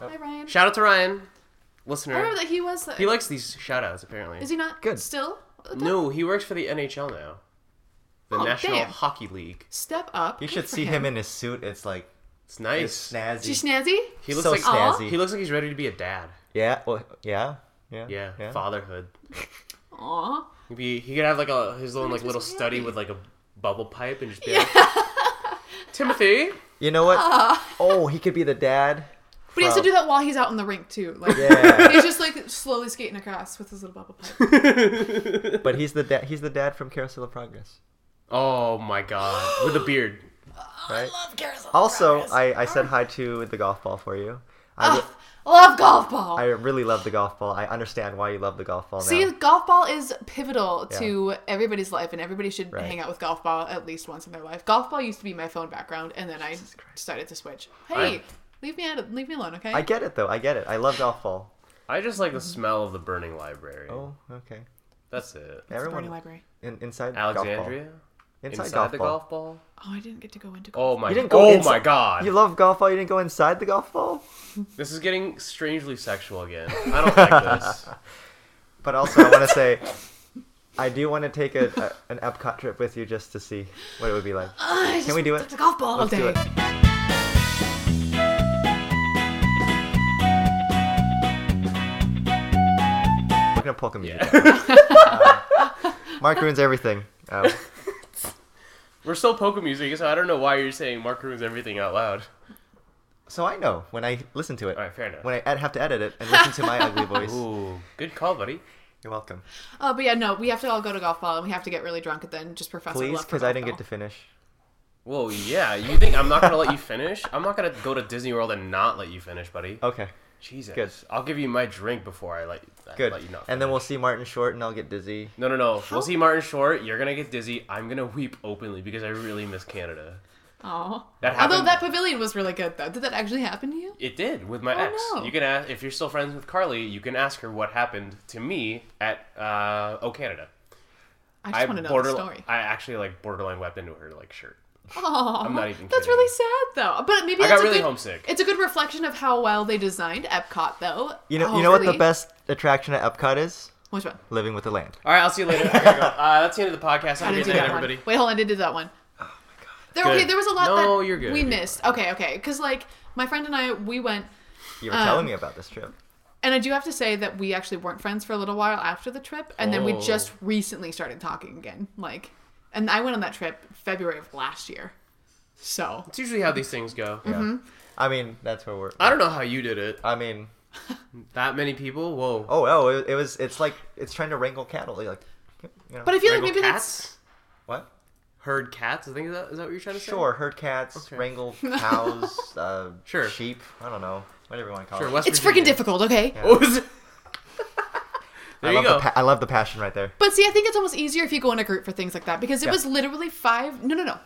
Speaker 1: Oh.
Speaker 2: hi Ryan.
Speaker 3: Shout out to Ryan,
Speaker 2: I
Speaker 3: listener.
Speaker 2: remember that he was. The,
Speaker 3: He likes these shout outs apparently.
Speaker 2: is he not
Speaker 1: Good.
Speaker 2: still? a duck?
Speaker 3: No, he works for the NHL now, the
Speaker 2: Oh,
Speaker 3: National
Speaker 2: damn.
Speaker 3: Hockey League.
Speaker 2: Step up.
Speaker 1: You
Speaker 2: Good
Speaker 1: should
Speaker 2: for
Speaker 1: see him in his suit. It's like
Speaker 3: It's nice.
Speaker 1: it's snazzy.
Speaker 2: Is she snazzy?
Speaker 3: he looks
Speaker 1: so
Speaker 3: like
Speaker 2: Aw.
Speaker 1: snazzy.
Speaker 3: he looks like he's ready to be a dad.
Speaker 1: Yeah. Well, yeah. Yeah.
Speaker 3: Yeah, fatherhood.
Speaker 2: Aw.
Speaker 3: He'd be- he could have like a his own like
Speaker 2: makes me
Speaker 3: little
Speaker 2: so
Speaker 3: study
Speaker 2: happy.
Speaker 3: with like a bubble pipe and just be like, Timothy.
Speaker 1: You know what? Oh, he could be the dad.
Speaker 2: But he has Ah. to
Speaker 1: from-
Speaker 2: do that while he's out on the rink too. Like
Speaker 1: Yeah.
Speaker 2: he's just like slowly skating across with his little bubble pipe.
Speaker 1: But he's the dad. He's the dad from Carousel of Progress,
Speaker 3: Oh my god, with a beard.
Speaker 1: right?
Speaker 2: Love carousel.
Speaker 1: Also,
Speaker 2: progress.
Speaker 1: I, I said hi to the golf ball for you. I,
Speaker 2: Ugh, love golf ball.
Speaker 1: I really love the golf ball. I understand why you love the golf ball now.
Speaker 2: See, golf ball is pivotal
Speaker 1: Yeah.
Speaker 2: to everybody's life, and everybody should
Speaker 1: Right.
Speaker 2: hang out with golf ball at least once in their life. Golf ball used to be my phone background, and then I decided to switch. Hey,
Speaker 3: I-
Speaker 2: leave me out. Of, leave me alone, okay?
Speaker 1: I get it though. I get it. I love golf ball.
Speaker 3: I just like the smell of the burning library.
Speaker 1: Oh, okay.
Speaker 3: That's it.
Speaker 2: It's a
Speaker 1: Everyone
Speaker 2: burning library.
Speaker 1: in, inside
Speaker 3: Alexandria?
Speaker 1: golf ball.
Speaker 3: Inside,
Speaker 1: Inside, golf
Speaker 3: the
Speaker 1: ball.
Speaker 3: golf ball?
Speaker 2: Oh, I didn't get to go into.
Speaker 3: Oh
Speaker 2: Golf.
Speaker 3: my
Speaker 1: You didn't go
Speaker 3: Oh
Speaker 1: inside-
Speaker 3: my god.
Speaker 1: You love golf ball. You didn't go inside the golf ball.
Speaker 3: This is getting strangely sexual again. I don't like this.
Speaker 1: But also, I want to say, I do want to take a, a an Epcot trip with you just to see what it would be like.
Speaker 2: Oh, Can
Speaker 1: we do it?
Speaker 2: The golf ball all
Speaker 1: Let's
Speaker 2: day.
Speaker 1: do it. We're gonna polka music. Um, Mark ruins everything. Um,
Speaker 3: We're still poker music, so I don't know why you're saying Mark ruins everything out loud.
Speaker 1: so I know when I listen to it,
Speaker 3: Alright, fair enough.
Speaker 1: when I ed- have to edit it and listen to my ugly voice.
Speaker 3: Ooh, good call, buddy.
Speaker 1: You're welcome.
Speaker 2: Oh, but yeah, no, we have to all go to golf ball, and we have to get really drunk, and then just profess. our
Speaker 1: Please,
Speaker 2: love for
Speaker 1: because I
Speaker 2: golf
Speaker 1: didn't
Speaker 2: ball.
Speaker 1: get to finish.
Speaker 3: Well, yeah. You think I'm not gonna let you finish? I'm not gonna go to Disney World and not let you finish, buddy.
Speaker 1: Okay,
Speaker 3: Jesus.
Speaker 1: Oh, Good.
Speaker 3: I'll give you my drink before I let, I
Speaker 1: good.
Speaker 3: let you not.
Speaker 1: And then we'll see Martin Short, and I'll get dizzy.
Speaker 3: No, no, no. We'll see Martin Short. You're gonna get dizzy. I'm gonna weep openly because I really miss Canada.
Speaker 2: Aw.
Speaker 3: That
Speaker 2: Although
Speaker 3: happened-
Speaker 2: that pavilion was really good, though. Did that actually happen to you?
Speaker 3: It did with my
Speaker 2: Oh,
Speaker 3: ex.
Speaker 2: no.
Speaker 3: You can ask if you're still friends with Carly. You can ask her what happened to me at uh, Oh Canada.
Speaker 2: I just want to know
Speaker 3: border-
Speaker 2: the story.
Speaker 3: I actually like borderline wept into her like shirt.
Speaker 2: Oh,
Speaker 3: I'm not even
Speaker 2: That's
Speaker 3: kidding.
Speaker 2: really sad, though. But maybe
Speaker 3: I
Speaker 2: that's
Speaker 3: got
Speaker 2: a
Speaker 3: really
Speaker 2: good,
Speaker 3: homesick.
Speaker 2: It's a good reflection of how well they designed Epcot, though.
Speaker 1: You know,
Speaker 2: Oh,
Speaker 1: you know what
Speaker 2: really?
Speaker 1: the best attraction at Epcot is?
Speaker 2: Which one?
Speaker 1: Living with the land.
Speaker 3: All right, I'll see you later. I gotta go. Uh, that's the end of the podcast.
Speaker 2: I
Speaker 3: Have a
Speaker 2: didn't do
Speaker 3: good night,
Speaker 2: that
Speaker 3: everybody.
Speaker 2: one. Wait, hold on. I did do that one.
Speaker 1: Oh
Speaker 2: There,
Speaker 3: Good.
Speaker 2: okay, there was a lot
Speaker 3: No,
Speaker 2: that
Speaker 3: you're good.
Speaker 2: we
Speaker 3: You're
Speaker 2: missed. Okay, okay, because like my friend and I, we went,
Speaker 1: You were telling
Speaker 2: Um,
Speaker 1: me about this trip.
Speaker 2: and I do have to say that we actually weren't friends for a little while after the trip, and then we
Speaker 3: Oh.
Speaker 2: just recently started talking again. Like, and I went on that trip February of last year, so
Speaker 3: It's usually how these things go.
Speaker 1: Yeah.
Speaker 2: mm-hmm.
Speaker 1: I mean, that's where we're.
Speaker 3: I don't know how you did it.
Speaker 1: I mean,
Speaker 3: That many people. Whoa.
Speaker 1: oh, oh, it, it was. It's like it's trying to wrangle cattle. You're like, you know,
Speaker 2: But I feel
Speaker 3: Wrangle
Speaker 2: like maybe that's
Speaker 3: cats.
Speaker 1: what?
Speaker 3: Herd cats. I think is that is that what you're trying to say?
Speaker 1: Sure, herd cats,
Speaker 3: Okay.
Speaker 1: wrangle cows, uh,
Speaker 3: Sure.
Speaker 1: sheep. I don't know, whatever you want to call
Speaker 3: Sure.
Speaker 1: it.
Speaker 3: West
Speaker 2: it's
Speaker 3: Virginia.
Speaker 2: freaking difficult. Okay,
Speaker 3: What was Oh, it? there
Speaker 1: I
Speaker 3: you
Speaker 1: love
Speaker 3: go.
Speaker 1: The pa- I love the passion right there.
Speaker 2: But see, I think it's almost easier if you go in a group for things like that because it
Speaker 1: Yeah.
Speaker 2: was literally five. No, no, no.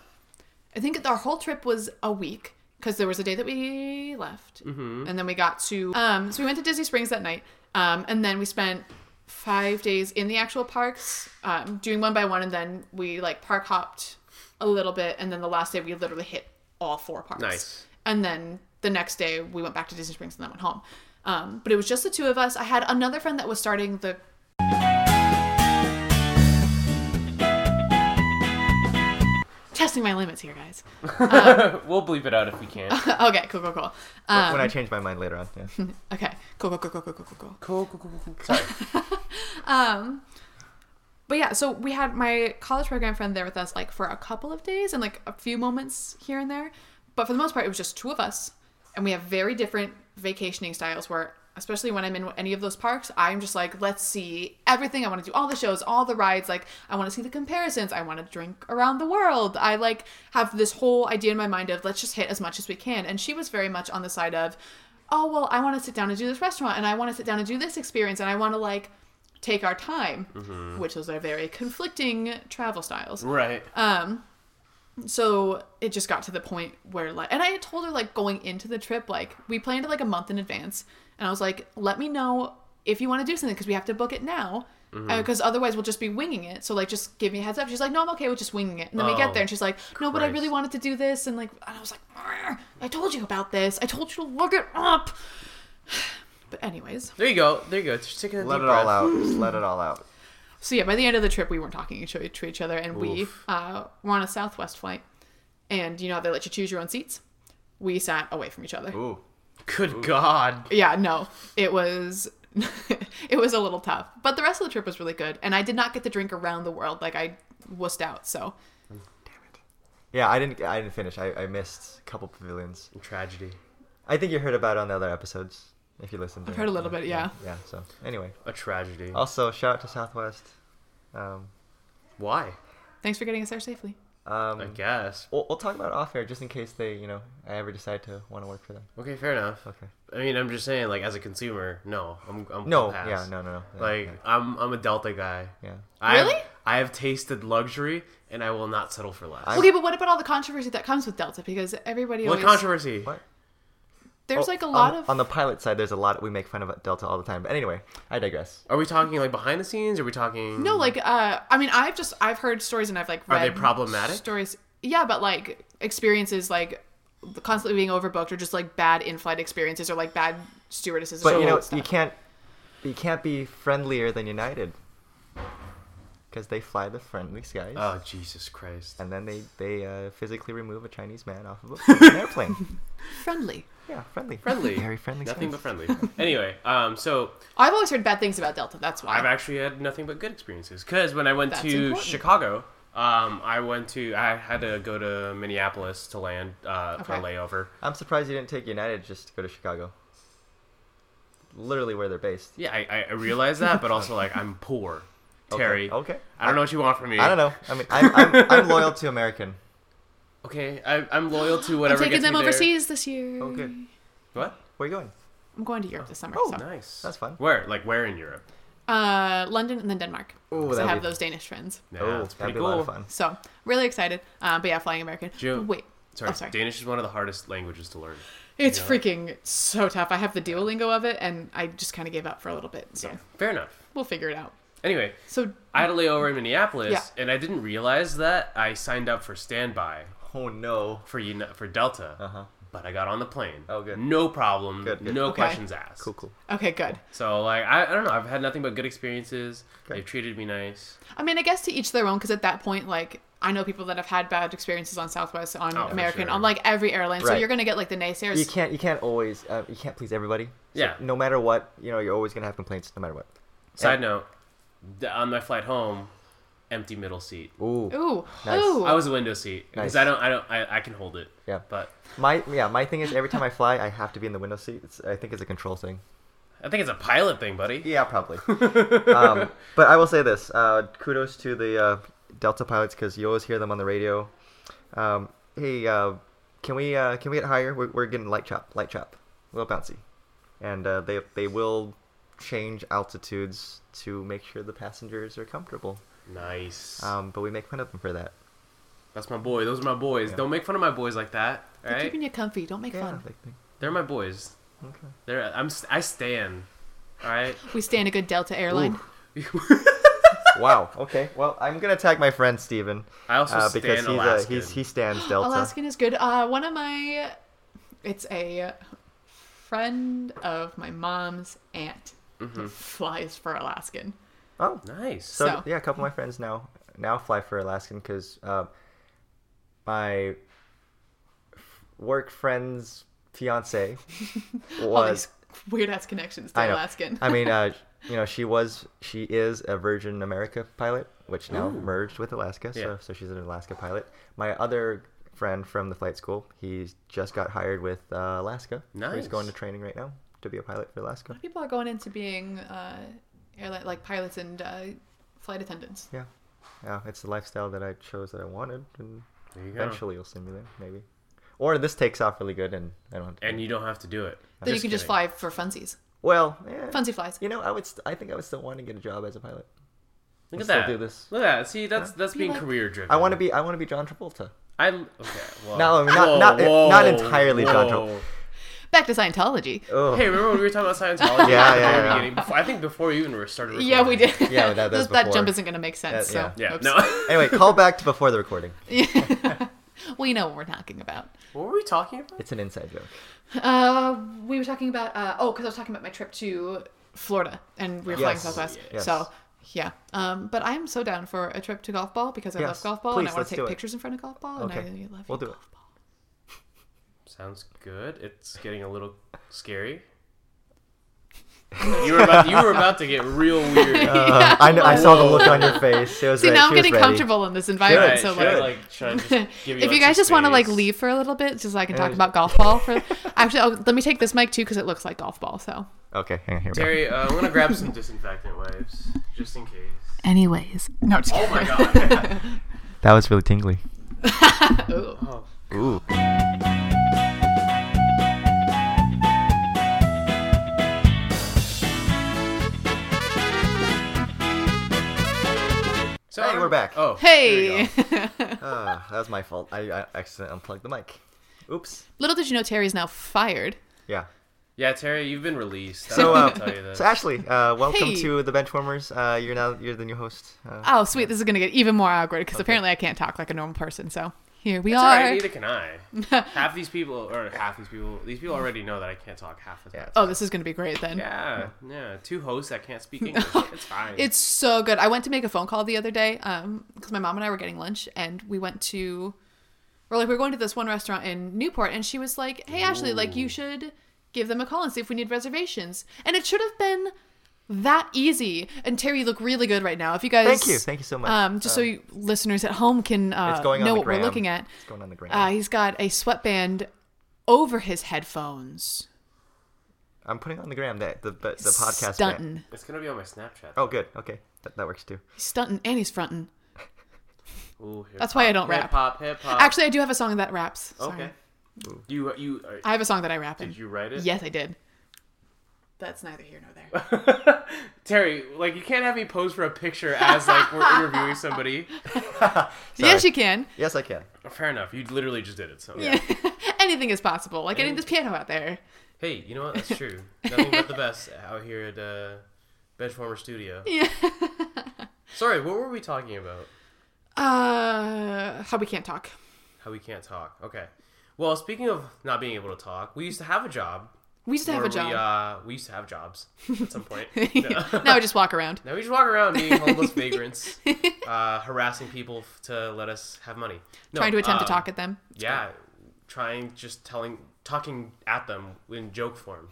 Speaker 2: I think our whole trip was a week because there was a day that we left, and then we got to. Um, so we went to Disney Springs that night, um, and then we spent five days in the actual parks, um, doing one by one, and then we like park hopped a little bit, and then the last day we literally hit all four parks.
Speaker 3: Nice.
Speaker 2: And then the next day we went back to Disney Springs and then went home. Um, but it was just the two of us. I had another friend that was starting the testing my limits here, guys.
Speaker 3: we'll bleep it out if we can.
Speaker 2: okay, cool, cool, cool. Um,
Speaker 1: when I change my mind later on. Yeah.
Speaker 2: okay, cool, cool, cool, cool, cool, cool, cool, cool.
Speaker 3: cool, cool, cool, cool. Sorry.
Speaker 2: Um, but yeah, so we had my college program friend there with us like for a couple of days and like a few moments here and there, but for the most part, it was just two of us, and we have very different vacationing styles. Where especially when I'm in any of those parks, I'm just like, let's see everything. I want to do all the shows, all the rides. Like I want to see the comparisons. I want to drink around the world. I like have this whole idea in my mind of let's just hit as much as we can. And she was very much on the side of. Oh, well, I want to sit down and do this restaurant, and I want to sit down and do this experience, and I want to like take our
Speaker 3: Mm-hmm. Uh,
Speaker 2: time, which those are very conflicting travel styles.
Speaker 3: Right.
Speaker 2: so it just got to the point where like and i had told her like going into the trip like we planned it like a month in advance and i was like let me know if you want to do something because we have to book it now
Speaker 3: Mm-hmm.
Speaker 2: because otherwise we'll just be winging it so like just give me a heads up she's like no i'm okay with just winging it and then we
Speaker 3: Oh,
Speaker 2: get there and she's like no but i really
Speaker 3: Christ.
Speaker 2: wanted to do this and like and i was like "Arr, i told you about this i told you to look it up but anyways
Speaker 3: There you go. There you go. Just take a
Speaker 1: Let
Speaker 3: deep
Speaker 1: it all out.
Speaker 3: breath.
Speaker 1: Just let it all out.
Speaker 2: So yeah, by the end of the trip, we weren't talking each- to each other, and we
Speaker 3: Oof.
Speaker 2: uh, were on a Southwest flight. And you know how they let you choose your own seats? We sat away from each other.
Speaker 1: Ooh.
Speaker 3: Good God.
Speaker 2: Yeah, no, it was it was a little tough, but the rest of the trip was really good, and I did not get to drink around the world like I wussed out. So
Speaker 1: Yeah, I didn't. I didn't finish. I, I missed a couple pavilions.
Speaker 3: Tragedy.
Speaker 1: I think you heard about it on the other episodes if you listened. to
Speaker 2: I've heard a little bit, yeah.
Speaker 1: Yeah. So anyway,
Speaker 3: A tragedy.
Speaker 1: also shout out to Southwest. Um,
Speaker 3: Why?
Speaker 2: thanks for getting us there safely.
Speaker 1: um,
Speaker 3: I guess.
Speaker 1: we'll, we'll talk about it off air just in case they, you know, I ever decide to want to work for them.
Speaker 3: Okay, fair enough.
Speaker 1: Okay.
Speaker 3: I mean, I'm just saying, like, as a consumer, no, I'm, I'm
Speaker 1: No.
Speaker 3: pass.
Speaker 1: Yeah. No. No. No. Yeah,
Speaker 3: Like, I'm, I'm a Delta guy.
Speaker 1: Yeah.
Speaker 3: I
Speaker 2: Really?
Speaker 3: I have tasted luxury, and I will not settle for less.
Speaker 1: I-
Speaker 2: Okay, but what about all the controversy that comes with Delta? Because everybody
Speaker 3: what
Speaker 2: always
Speaker 3: controversy?
Speaker 1: What?
Speaker 2: there's
Speaker 1: Oh,
Speaker 2: like a lot
Speaker 1: on,
Speaker 2: of
Speaker 1: on the pilot side. There's a lot we make fun of Delta all the time. But anyway, I digress.
Speaker 3: Are we talking like behind the scenes? Are we talking?
Speaker 2: No, like uh I mean I've just I've heard stories and I've like
Speaker 3: Are
Speaker 2: read
Speaker 3: they problematic?
Speaker 2: stories. Yeah, but like experiences like constantly being overbooked or just like bad in-flight experiences or like bad stewardesses
Speaker 1: But
Speaker 2: or
Speaker 1: you know,
Speaker 2: stuff.
Speaker 1: you can't, you can't be friendlier than United. Because they fly the friendly skies.
Speaker 3: Oh Jesus Christ!
Speaker 1: and then they they uh, physically remove a Chinese man off of a, an airplane.
Speaker 2: friendly.
Speaker 1: Yeah, friendly,
Speaker 3: Friendly.
Speaker 1: very friendly.
Speaker 3: Nothing but
Speaker 1: skies.
Speaker 3: friendly. anyway, um, so
Speaker 2: I've always heard bad things about Delta, that's why.
Speaker 3: I've actually had nothing but good experiences. Because when I went
Speaker 2: That's
Speaker 3: to
Speaker 2: important.
Speaker 3: Chicago, um, I went to I had to go to Minneapolis to land uh, for a
Speaker 2: Okay.
Speaker 3: layover.
Speaker 1: I'm surprised you didn't take United just to go to Chicago. Literally where they're based.
Speaker 3: Yeah, I, I- I realized that, but also like I'm poor,
Speaker 1: Okay,
Speaker 3: Terry.
Speaker 1: Okay.
Speaker 3: I don't know what you want from me.
Speaker 1: I don't know. I mean, I'm, I'm, I'm loyal to American.
Speaker 3: Okay, I, I'm loyal to
Speaker 2: I'm
Speaker 3: whatever.
Speaker 2: taking
Speaker 3: gets
Speaker 2: them
Speaker 3: me there.
Speaker 2: overseas this year.
Speaker 1: Oh, good.
Speaker 3: What?
Speaker 1: Where are you going?
Speaker 2: I'm going to Europe this summer.
Speaker 1: Oh,
Speaker 2: so.
Speaker 3: Nice.
Speaker 1: That's fun.
Speaker 3: Where? Like where in Europe?
Speaker 2: Uh London and then Denmark.
Speaker 1: Oh,
Speaker 2: So I
Speaker 1: that'd
Speaker 2: have
Speaker 1: be-
Speaker 2: those Danish friends.
Speaker 3: Yeah,
Speaker 1: oh,
Speaker 3: it's
Speaker 1: that'd
Speaker 3: pretty
Speaker 1: be
Speaker 3: cool.
Speaker 1: a lot of fun.
Speaker 2: So really excited. Uh, but yeah, flying American.
Speaker 3: Joe-
Speaker 2: Wait.
Speaker 3: Sorry,
Speaker 2: Oh, sorry.
Speaker 3: Danish is one of the hardest languages to learn.
Speaker 2: It's
Speaker 3: Yeah.
Speaker 2: freaking so tough. I have the Duolingo of it and I just kinda gave up for a little bit. So
Speaker 3: Fair enough.
Speaker 2: we'll figure it out.
Speaker 3: Anyway,
Speaker 2: So
Speaker 3: I had a layover in Minneapolis,
Speaker 2: Yeah.
Speaker 3: and I didn't realize that I signed up for standby
Speaker 1: Oh no.
Speaker 3: for Uni- for Delta,
Speaker 1: Uh-huh.
Speaker 3: but I got on the plane.
Speaker 1: Oh, good.
Speaker 3: No problem.
Speaker 1: Good, good.
Speaker 3: No
Speaker 2: Okay.
Speaker 3: questions asked.
Speaker 1: Cool, cool.
Speaker 2: okay, good.
Speaker 3: So like I, I don't know. I've had nothing but good experiences.
Speaker 1: Okay.
Speaker 3: They've treated me nice.
Speaker 2: I mean, I guess to each their own. Because at that point, like I know people that have had bad experiences on Southwest, on
Speaker 3: Oh, for
Speaker 2: American,
Speaker 3: sure.
Speaker 2: on like every airline. So
Speaker 1: Right.
Speaker 2: you're gonna get like the naysayers.
Speaker 1: You can't you can't always uh, you can't please everybody. So
Speaker 3: Yeah.
Speaker 1: No matter what, you know you're always gonna have complaints no matter what.
Speaker 3: Side note, th- on my flight home, empty middle seat.
Speaker 1: Ooh.
Speaker 2: Ooh,
Speaker 1: Nice.
Speaker 2: ooh.
Speaker 3: I was a window seat because
Speaker 1: Nice.
Speaker 3: I don't I don't I, I can hold it.
Speaker 1: Yeah.
Speaker 3: But
Speaker 1: My yeah my thing is every time I fly I have to be in the window seat. It's, I think it's a control thing.
Speaker 3: I think it's a pilot thing, buddy.
Speaker 1: Yeah, probably. um, but I will say this: uh, kudos to the uh, Delta pilots because you always hear them on the radio. Um, hey, uh, can we uh, can we get higher? We're, we're getting light chop, light chop, a little bouncy, and uh, they they will change altitudes to make sure the passengers are comfortable.
Speaker 3: Nice.
Speaker 1: Um, but we make fun of them for that.
Speaker 3: That's my boy. Those are my boys.
Speaker 1: Yeah.
Speaker 3: Don't make fun of my boys like that. All
Speaker 2: They're
Speaker 3: right.
Speaker 2: keeping you comfy. Don't make
Speaker 1: Yeah,
Speaker 2: fun.
Speaker 1: like, they-
Speaker 3: They're my boys.
Speaker 1: okay.
Speaker 3: They're I'm st- I stand. All right.
Speaker 2: We stay in a good Delta airline.
Speaker 1: wow. Okay. Well, I'm gonna tag my friend Steven,
Speaker 3: I also
Speaker 1: uh,
Speaker 3: stand
Speaker 1: because he's, uh,
Speaker 3: Alaskan.
Speaker 1: he's he stands Delta.
Speaker 2: Alaskan is good. Uh, one of my, it's a friend of my mom's aunt
Speaker 1: Mm-hmm.
Speaker 2: who flies for Alaskan.
Speaker 1: Oh,
Speaker 3: nice.
Speaker 1: So,
Speaker 2: So-
Speaker 1: yeah, a couple of my friends now now fly for Alaskan because uh, my f- work friend's fiance
Speaker 2: All
Speaker 1: was.
Speaker 2: these weird ass connections to
Speaker 1: I know.
Speaker 2: Alaskan.
Speaker 1: I mean, uh, you know, she was she is a Virgin America pilot, which now merged with Alaska. So,
Speaker 3: Yeah.
Speaker 1: so she's an Alaska pilot. My other friend from the flight school, he's just got hired with uh, Alaska. So
Speaker 3: Nice.
Speaker 1: he's going to training right now to be a pilot for Alaska.
Speaker 2: People are going into being uh, airline like pilots and uh, flight attendants.
Speaker 1: Yeah, yeah, it's the lifestyle that I chose that I wanted, and
Speaker 3: There you go.
Speaker 1: Eventually, you'll see me there, maybe. Or this takes off really good, and I don't. Have to
Speaker 3: And you don't have to do it.
Speaker 2: Then you can just
Speaker 3: kidding.
Speaker 2: fly for funsies.
Speaker 1: well, eh,
Speaker 2: Funsy flies.
Speaker 1: You know, I would. St- I think I would still want to get a job as a pilot.
Speaker 3: Look
Speaker 1: We'll
Speaker 3: at
Speaker 1: still
Speaker 3: that.
Speaker 1: do this.
Speaker 3: Look at that. See, that's that's
Speaker 2: Be
Speaker 3: being
Speaker 2: like-
Speaker 3: career driven.
Speaker 1: I want to be. I want to be John Travolta.
Speaker 3: I okay. Whoa.
Speaker 1: No, I mean, not-
Speaker 3: Whoa,
Speaker 1: not-
Speaker 3: whoa,
Speaker 1: not entirely
Speaker 3: whoa.
Speaker 1: John Travolta.
Speaker 2: Back to Scientology.
Speaker 1: Oh,
Speaker 3: Hey, remember when we were talking about Scientology?
Speaker 1: Yeah,
Speaker 3: at the
Speaker 1: yeah,
Speaker 3: very
Speaker 1: yeah.
Speaker 3: beginning? Before, I think before you even were- started. Recording.
Speaker 2: Yeah, we did.
Speaker 1: Yeah, that- that's
Speaker 2: that
Speaker 1: before.
Speaker 2: jump isn't going to make sense.
Speaker 1: That-
Speaker 2: so
Speaker 3: Yeah.
Speaker 2: oops.
Speaker 3: No.
Speaker 1: anyway, call back to before the recording.
Speaker 2: we know what we're talking about.
Speaker 3: what were we talking about?
Speaker 1: It's an inside joke.
Speaker 2: Uh, we were talking about uh, oh, because I was talking about my trip to Florida, and we were flying
Speaker 1: Yes,
Speaker 2: Southwest.
Speaker 1: yes.
Speaker 2: So yeah, um, but I am so down for a trip to golf ball because I love
Speaker 1: Yes,
Speaker 2: golf ball and
Speaker 1: please,
Speaker 2: I want
Speaker 1: let's
Speaker 2: to
Speaker 1: do it.
Speaker 2: take pictures in front of golf ball.
Speaker 1: Okay,
Speaker 2: and I really love
Speaker 1: we'll
Speaker 2: you,
Speaker 1: do it.
Speaker 2: golf ball.
Speaker 3: Sounds good. It's getting a little scary. you were about you were about to get real weird.
Speaker 1: Uh, I, kn- I saw the look on your face. It was
Speaker 2: See,
Speaker 1: like,
Speaker 2: now I'm
Speaker 1: she was
Speaker 2: getting
Speaker 1: ready.
Speaker 2: comfortable in this
Speaker 3: All
Speaker 2: environment.
Speaker 3: right,
Speaker 2: So
Speaker 3: should I,
Speaker 2: like,
Speaker 3: like, should I just give you,
Speaker 2: if
Speaker 3: like,
Speaker 2: you guys
Speaker 3: some
Speaker 2: just want to like
Speaker 3: space?
Speaker 2: leave for a little bit, just so I can talk
Speaker 1: Yeah.
Speaker 2: about golf ball. For actually, oh, let me take this mic too because it looks like golf ball. So,
Speaker 1: Okay, hang on, here we go.
Speaker 3: Terry, uh, I'm gonna grab some disinfectant wipes just in case.
Speaker 2: anyways, no. Just
Speaker 3: Oh my god.
Speaker 1: That was really tingly.
Speaker 2: Ooh.
Speaker 3: Oh.
Speaker 1: Ooh.
Speaker 3: So
Speaker 1: Hey, we're back.
Speaker 3: Oh, there you
Speaker 2: Hey,
Speaker 3: go.
Speaker 1: Uh, that was my fault. I, I accidentally unplugged the mic. Oops.
Speaker 2: little did you know Terry's now fired.
Speaker 1: Yeah.
Speaker 3: Yeah, Terry, you've been released. I
Speaker 1: So,
Speaker 3: don't
Speaker 1: uh,
Speaker 3: want to tell you this.
Speaker 1: So Ashley, uh, welcome
Speaker 2: Hey.
Speaker 1: to the Benchwarmers. Uh, you're now you're the new host. Uh,
Speaker 2: Oh, sweet. This is going to get even more awkward because apparently I can't talk like a normal person. So here we
Speaker 3: It's
Speaker 2: are.
Speaker 3: alright, neither can I. half these people, or half these people, these people already know that I can't talk half the
Speaker 1: Yeah,
Speaker 3: time.
Speaker 1: it's
Speaker 2: oh, this is going to be great then.
Speaker 3: Yeah, yeah. Two hosts that can't speak English. It's fine.
Speaker 2: It's so good. I went to make a phone call the other day because my mom and I were getting lunch and we went to, or like we were going to this one restaurant in Newport and she was like, hey, Ashley, like you should give them a call and see if we need reservations. And it should have been that easy. And Terry, you look really good right now. If you guys.
Speaker 1: Thank you. Thank you so much. Uh,
Speaker 2: Um, just so you, listeners at home can uh,
Speaker 1: It's going on
Speaker 2: know
Speaker 1: the
Speaker 2: what we're
Speaker 1: gram.
Speaker 2: looking at.
Speaker 1: What's going on the gram?
Speaker 2: Uh, he's got a sweatband over his headphones.
Speaker 1: I'm putting on the gram that the the, the podcast. gram.
Speaker 2: Stunting.
Speaker 3: It's gonna be on my Snapchat.
Speaker 1: Oh, good. Okay, that, that works too.
Speaker 2: He's stunting and he's fronting.
Speaker 3: Ooh, hip
Speaker 2: That's why I don't
Speaker 3: hop,
Speaker 2: rap.
Speaker 3: Hip hop, hip hop.
Speaker 2: Actually, I do have a song that raps. Sorry.
Speaker 3: Uh, okay. You you uh,
Speaker 2: I have a song that I rap in.
Speaker 3: did you write it?
Speaker 2: Yes, I did. That's neither here nor there.
Speaker 3: Terry, like you can't have me pose for a picture as like we're interviewing somebody.
Speaker 2: Yes, you can.
Speaker 1: Yes, I can.
Speaker 3: Oh, Fair enough. You literally just did it. So
Speaker 2: Anything is possible. Like getting this piano out there.
Speaker 3: hey, you know what? That's true. Nothing but the best out here at uh, Benchwarmer Studio.
Speaker 2: Yeah.
Speaker 3: Sorry, what were we talking about?
Speaker 2: Uh, how we can't talk.
Speaker 3: How we can't talk. Okay. Well, speaking of not being able to talk, we used to have a job.
Speaker 2: We used to have
Speaker 3: where uh,
Speaker 2: a job.
Speaker 3: We, uh, we used to have jobs at some point.
Speaker 2: now I just walk around.
Speaker 3: Now we just walk around being homeless vagrants, uh, harassing people f- to let us have money. No,
Speaker 2: trying to attempt to
Speaker 3: um,
Speaker 2: talk at them.
Speaker 3: Yeah, trying just telling talking at them in joke form.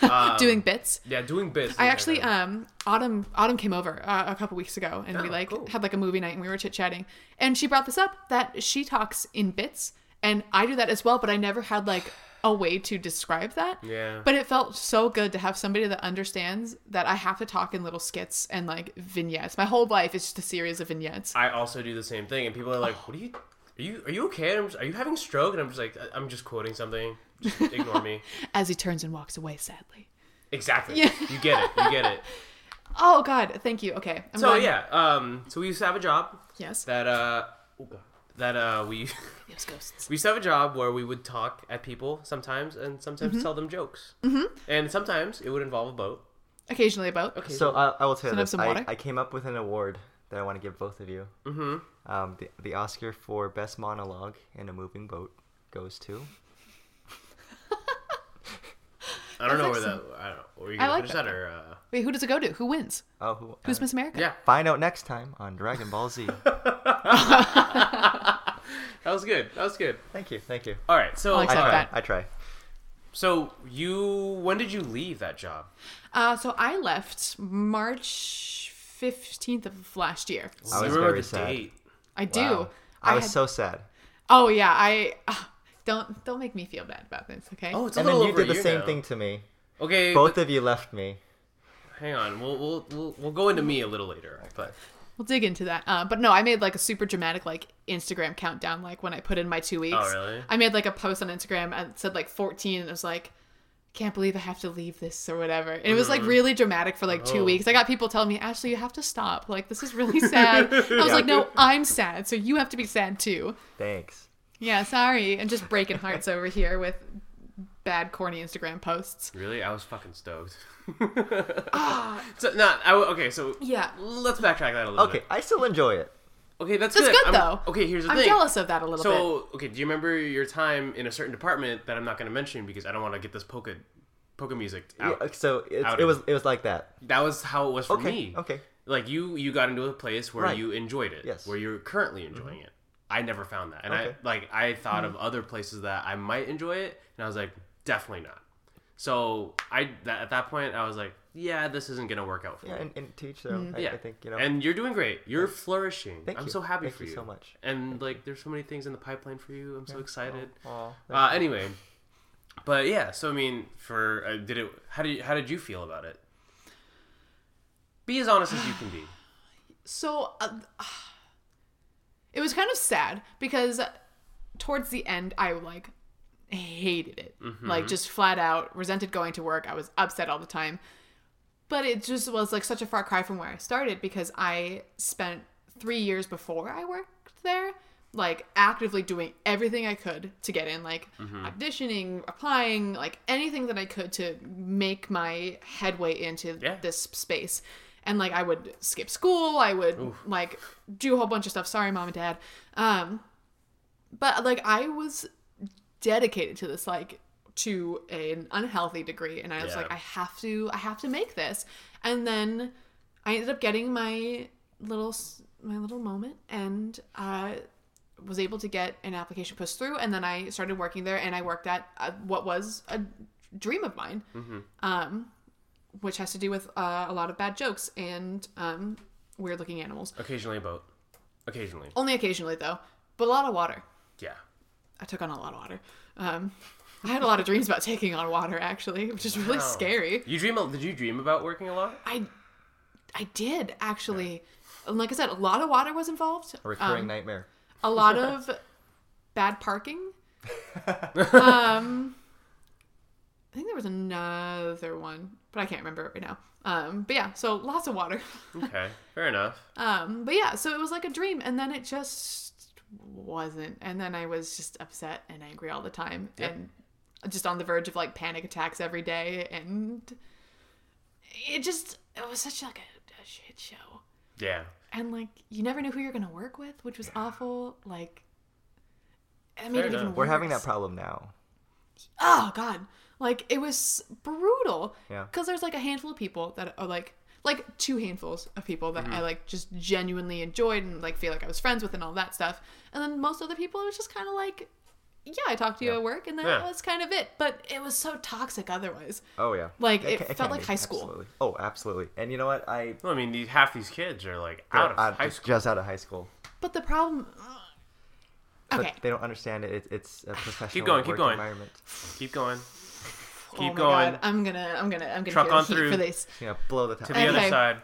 Speaker 3: Um,
Speaker 2: Doing bits.
Speaker 3: yeah, doing business.
Speaker 2: I actually um autumn autumn came over uh, a couple weeks ago and we
Speaker 3: Oh,
Speaker 2: like
Speaker 3: cool.
Speaker 2: had like a movie night and we were chit chatting and she brought this up that she talks in bits and I do that as well but I never had like a way to describe that
Speaker 3: Yeah.
Speaker 2: but it felt so good to have somebody that understands that I have to talk in little skits and like vignettes my whole life is just a series of vignettes
Speaker 3: I also do the same thing, and people are like, "What are you? Are you are you okay? I'm just- are you having a stroke?" And I'm just like, "I- "I'm just quoting something. Just ignore me."
Speaker 2: as he turns and walks away sadly
Speaker 3: Exactly. You get it. You get it.
Speaker 2: oh god thank you okay I'm
Speaker 3: So
Speaker 2: glad-
Speaker 3: yeah, um, so we used to have a job
Speaker 2: yes
Speaker 3: that uh, that uh, we
Speaker 2: Those ghosts
Speaker 3: we used to have a job where we would talk at people sometimes, and sometimes tell them jokes, mm-hmm. and sometimes it would involve a boat.
Speaker 2: occasionally about
Speaker 3: Okay,
Speaker 1: So I, I will tell you
Speaker 2: Can I have
Speaker 1: this.
Speaker 2: some
Speaker 1: I,
Speaker 2: water?
Speaker 1: I came up with an award that I want to give both of you. Mm-hmm. Um, the, the Oscar for best monologue in a moving boat goes to.
Speaker 3: I don't know
Speaker 2: That's
Speaker 3: where that. I don't. Were you
Speaker 2: I
Speaker 3: gonna
Speaker 2: like
Speaker 3: finish
Speaker 2: that.
Speaker 3: that, or uh,
Speaker 2: wait who does it go to who wins
Speaker 1: Oh, who,
Speaker 2: who's
Speaker 1: uh,
Speaker 2: Miss America
Speaker 3: yeah,
Speaker 1: Find out next time on Dragon Ball Z.
Speaker 3: that was good. That was good.
Speaker 1: thank you, thank you.
Speaker 3: All right, so
Speaker 2: I'll
Speaker 1: I
Speaker 2: accept
Speaker 1: try.
Speaker 2: that.
Speaker 1: I try.
Speaker 3: so you when did you leave that job?
Speaker 2: Uh, so I left March 15th of last year.
Speaker 1: I was
Speaker 3: Remember
Speaker 1: very
Speaker 3: the
Speaker 1: sad.
Speaker 3: date.
Speaker 2: I do.
Speaker 3: Wow.
Speaker 1: Um, I,
Speaker 2: I,
Speaker 1: was
Speaker 2: had-
Speaker 1: so sad.
Speaker 2: Oh yeah, I ah, don't don't make me feel bad about this, okay?
Speaker 3: Oh, it's a
Speaker 1: And then
Speaker 3: little
Speaker 1: you
Speaker 3: over
Speaker 1: did the
Speaker 3: a year
Speaker 1: same
Speaker 3: now.
Speaker 1: thing to me.
Speaker 3: Okay,
Speaker 1: Both of you left me.
Speaker 3: hang on. We'll, we'll we'll we'll go into me a little later, but
Speaker 2: We'll dig into that. Uh, but no, I made like a super dramatic like Instagram countdown like when I put in my 2 weeks.
Speaker 3: Oh, really?
Speaker 2: I made like a post on Instagram and it said like 14 and it was like can't believe I have to leave this or whatever. And it was
Speaker 3: Mm.
Speaker 2: like really dramatic for like
Speaker 3: Oh.
Speaker 2: two weeks. I got people telling me, Ashley, you have to stop. Like, this is really sad. I was like, no, I'm sad. So you have to be sad too.
Speaker 1: Thanks.
Speaker 2: Yeah, sorry. And just breaking hearts over here with bad, corny Instagram posts.
Speaker 3: Really, I was fucking stoked.
Speaker 1: Ah.
Speaker 3: so not I, w- okay. So
Speaker 2: Yeah.
Speaker 3: let's backtrack that a little
Speaker 1: Okay,
Speaker 3: bit.
Speaker 1: I still enjoy it.
Speaker 3: Okay, that's,
Speaker 2: That's good,
Speaker 3: I'm-
Speaker 2: though.
Speaker 3: Okay, here's the
Speaker 2: I'm
Speaker 3: thing.
Speaker 2: jealous of that a little bit.
Speaker 3: So okay, do you remember your time in a certain department that I'm not going to mention because I don't want to get this polka polka music out?
Speaker 1: Yeah, so it's,
Speaker 3: Out
Speaker 1: it
Speaker 3: of-
Speaker 1: was it was like that.
Speaker 3: That was how it was for
Speaker 1: Okay,
Speaker 3: me.
Speaker 1: okay.
Speaker 3: Like you, you got into a place where
Speaker 1: Right.
Speaker 3: you enjoyed it.
Speaker 1: Yes. Mm-hmm.
Speaker 3: Where you're currently enjoying it. I never found that, and
Speaker 1: Okay. Mm-hmm.
Speaker 3: I like I thought of other places that I might enjoy it, and I was like, definitely not. So I that, at that point I was like, yeah, this isn't going to work out for
Speaker 1: Yeah,
Speaker 3: me.
Speaker 1: and, and teach though.
Speaker 2: Mm.
Speaker 1: I,
Speaker 3: Yeah,
Speaker 1: I think you know.
Speaker 3: And you're doing great. You're flourishing.
Speaker 1: Thank
Speaker 3: I'm
Speaker 1: you.
Speaker 3: so happy
Speaker 1: Thank
Speaker 3: for
Speaker 1: you
Speaker 3: you
Speaker 1: so much.
Speaker 3: And like, there's so many things in the pipeline for you. I'm so excited.
Speaker 1: Aw, thank
Speaker 3: uh, anyway, but yeah. So I mean, for uh, did it? How did you, how did you feel about it? Be as honest as you can be.
Speaker 2: So uh, it was kind of sad because towards the end, I like hated it. Like just flat out resented going to work. I was upset all the time. But it just was like such a far cry from where I started because I spent three years before I worked there, like actively doing everything I could to get in, like auditioning, applying, like anything that I could to make my headway into
Speaker 3: Yeah.
Speaker 2: this space. And like I would skip school, I would like do a whole bunch of stuff. Sorry, mom and dad. Um, but like I was dedicated to this like to an unhealthy degree and I was
Speaker 3: Yeah.
Speaker 2: like I have to I have to make this and then I ended up getting my little s- my little moment and uh was able to get an application pushed through and then I started working there and I worked at uh, what was a dream of mine um which has to do with uh, a lot of bad jokes and um weird looking animals
Speaker 3: Occasionally a boat. Occasionally.
Speaker 2: only occasionally though but a lot of water
Speaker 3: Yeah.
Speaker 2: I took on a lot of water. Um, I had a lot of dreams about taking on water, actually, which is really
Speaker 3: Wow.
Speaker 2: scary.
Speaker 3: Oh. You dream? a- Did you dream about working a lot?
Speaker 2: I, I did actually. And Like I said, a lot of water was involved.
Speaker 1: A recurring
Speaker 2: Um,
Speaker 1: nightmare.
Speaker 2: a lot of bad parking. um, I think there was another one, but I can't remember it right now. Um, but yeah, so lots of water.
Speaker 3: Okay. Fair enough.
Speaker 2: Um, but yeah, so it was like a dream, and then it just wasn't. And then I was just upset and angry all the time, and just on the verge of like panic attacks every day. And it just it was such like a, a shit show,
Speaker 3: Yeah.
Speaker 2: and like you never knew who you're gonna work with, which was awful. Like, I mean,
Speaker 3: Fair
Speaker 2: it even
Speaker 3: enough.
Speaker 1: We're having that
Speaker 2: worse.
Speaker 1: problem now.
Speaker 2: Oh god, like it was brutal.
Speaker 1: Yeah.
Speaker 2: Because there's like a handful of people that are like like two handfuls of people that
Speaker 3: Mm-hmm.
Speaker 2: I like just genuinely enjoyed and like feel like I was friends with and all that stuff. And then most other people it was just kind of like yeah, I talked to you at work and that
Speaker 3: Yeah.
Speaker 2: was kind of it. But it was so toxic otherwise.
Speaker 1: Oh yeah.
Speaker 2: Like, it
Speaker 1: ca-
Speaker 2: felt
Speaker 1: can
Speaker 2: like
Speaker 1: be,
Speaker 2: high school.
Speaker 1: absolutely. Oh, absolutely. And you know what? I
Speaker 3: Well, I mean, these, half these kids are like out of
Speaker 1: uh,
Speaker 3: high
Speaker 1: just-
Speaker 3: school.
Speaker 1: just out of high school.
Speaker 2: But the problem
Speaker 1: But
Speaker 2: Okay.
Speaker 1: they don't understand it. it it's a professional
Speaker 3: going, keep
Speaker 1: work
Speaker 3: going.
Speaker 1: environment.
Speaker 3: Keep going. Keep
Speaker 2: oh my
Speaker 3: going.
Speaker 2: God. I'm going to I'm going to I'm going to
Speaker 3: Truck
Speaker 2: get
Speaker 3: on
Speaker 2: heat
Speaker 3: through.
Speaker 2: for this.
Speaker 1: You know, blow the top.
Speaker 3: To the other
Speaker 2: Okay.
Speaker 3: side.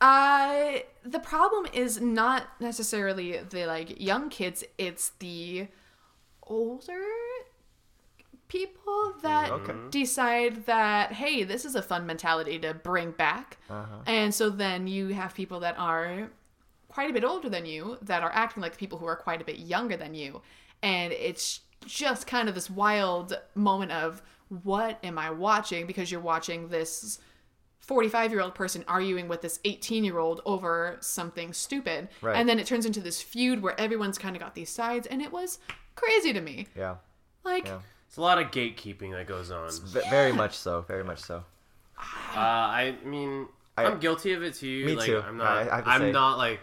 Speaker 2: Uh, the problem is not necessarily the like young kids, it's the older people that
Speaker 1: Mm-hmm. Okay.
Speaker 2: decide that hey, this is a fun mentality to bring back.
Speaker 1: Uh-huh.
Speaker 2: And so then you have people that are quite a bit older than you that are acting like the people who are quite a bit younger than you. And it's just kind of this wild moment of what am I watching? Because you're watching this 45 year old person arguing with this 18 year old over something stupid.
Speaker 1: Right.
Speaker 2: And then it turns into this feud where everyone's kind of got these sides. And it was crazy to me.
Speaker 1: Yeah.
Speaker 2: Like,
Speaker 1: Yeah.
Speaker 3: It's a lot of gatekeeping that goes on.
Speaker 1: V- Very much so. Very much so.
Speaker 3: Uh, I mean, I,
Speaker 1: I-
Speaker 3: am guilty of it too.
Speaker 1: Me
Speaker 3: like,
Speaker 1: too.
Speaker 3: I'm not.
Speaker 1: I- I have to
Speaker 3: I'm
Speaker 1: say.
Speaker 3: not like.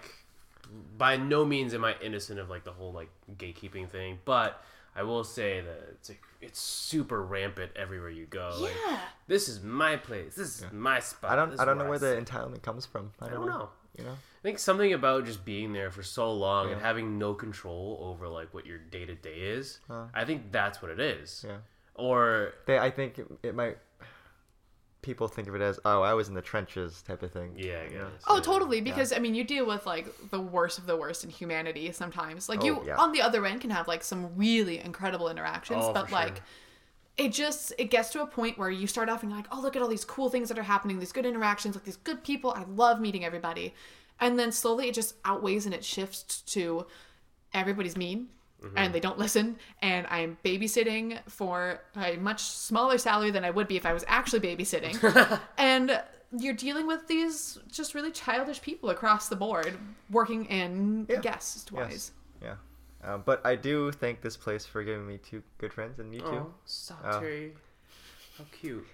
Speaker 3: By no means am I innocent of like the whole like gatekeeping thing, but I will say that it's like, it's super rampant everywhere you go. Like,
Speaker 2: yeah.
Speaker 3: this is my place. This is my spot.
Speaker 1: I don't.
Speaker 3: this
Speaker 1: I
Speaker 3: is
Speaker 1: don't know where
Speaker 3: I
Speaker 1: the
Speaker 3: sit.
Speaker 1: entitlement comes from. I
Speaker 3: I
Speaker 1: don't,
Speaker 3: don't know.
Speaker 1: You know.
Speaker 3: I think something about just being there for so long and having no control over like what your day to day is. I think that's what it is.
Speaker 1: Yeah.
Speaker 3: Or
Speaker 1: They. I think it, it might. People think of it as oh, I was in the trenches type of thing.
Speaker 3: yeah, I guess.
Speaker 2: Oh, totally. Because I mean, you deal with like the worst of the worst in humanity
Speaker 3: Oh,
Speaker 2: sometimes. Like you,
Speaker 1: yeah.
Speaker 2: on the other end, can have like some really incredible interactions,
Speaker 3: Oh,
Speaker 2: but
Speaker 3: for sure.
Speaker 2: like it just it gets to a point where you start off and you're like, oh, look at all these cool things that are happening, these good interactions, like these good people. I love meeting everybody, and then slowly it just outweighs and it shifts to everybody's mean
Speaker 1: Mm-hmm.
Speaker 2: and they don't listen. And I am babysitting for a much smaller salary than I would be if I was actually babysitting, and you're dealing with these just really childish people across the board, working and
Speaker 1: Yeah.
Speaker 2: guest wise.
Speaker 1: Yeah. Uh, but I do thank this place for giving me two good friends and you
Speaker 3: Oh,
Speaker 1: too.
Speaker 3: stop,
Speaker 1: Oh.
Speaker 3: Terry. How cute.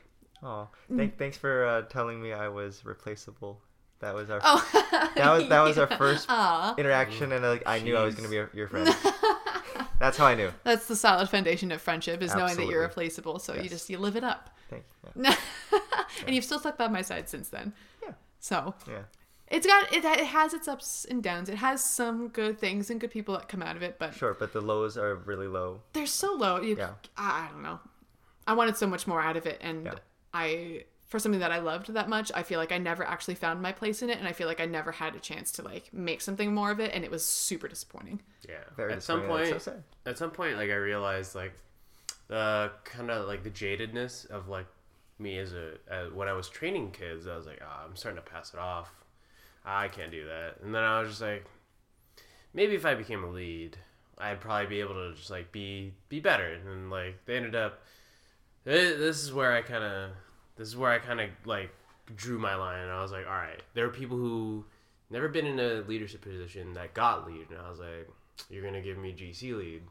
Speaker 1: Oh,
Speaker 2: Mm.
Speaker 1: thank, thanks for uh, telling me I was replaceable. That was our
Speaker 2: Oh,
Speaker 1: that was that was our first
Speaker 2: Aw,
Speaker 1: interaction, and like, I knew I was
Speaker 3: Jeez.
Speaker 1: gonna be your, your friend. That's how I knew.
Speaker 2: that's the solid foundation of friendship is knowing that you're
Speaker 1: Absolutely.
Speaker 2: replaceable. So you
Speaker 1: Yes.
Speaker 2: just you live it up,
Speaker 1: Thank. Yeah.
Speaker 2: and you've still stuck by my side since then.
Speaker 1: Yeah.
Speaker 2: So
Speaker 1: yeah.
Speaker 2: it's got it, it has its ups and downs. It has some good things and good people that come out of it, but
Speaker 1: Sure, but the lows are really low.
Speaker 2: they're so low. You,
Speaker 1: Yeah.
Speaker 2: I, I don't know. I wanted so much more out of it, and
Speaker 1: Yeah.
Speaker 2: I for something that I loved that much, I feel like I never actually found my place in it, and I feel like I never had a chance to like make something more of it, and it was super disappointing.
Speaker 3: Yeah.
Speaker 1: Very
Speaker 3: at some
Speaker 1: disappointing.
Speaker 3: point,
Speaker 1: That's so sad.
Speaker 3: at some point, like I realized, like the kind of like the jadedness of like me as a as, when I was training kids, I was like, ah, I'm starting to pass it off. Ah, I can't do that. And then I was just like, maybe if I became a lead, I'd probably be able to just like be be better. And then, like they ended up. thi- This is where I kind of this is where I kind of like drew my line, and I was like, all right, there are people who never been in a leadership position that got lead, and I was like, you're gonna give me GC lead.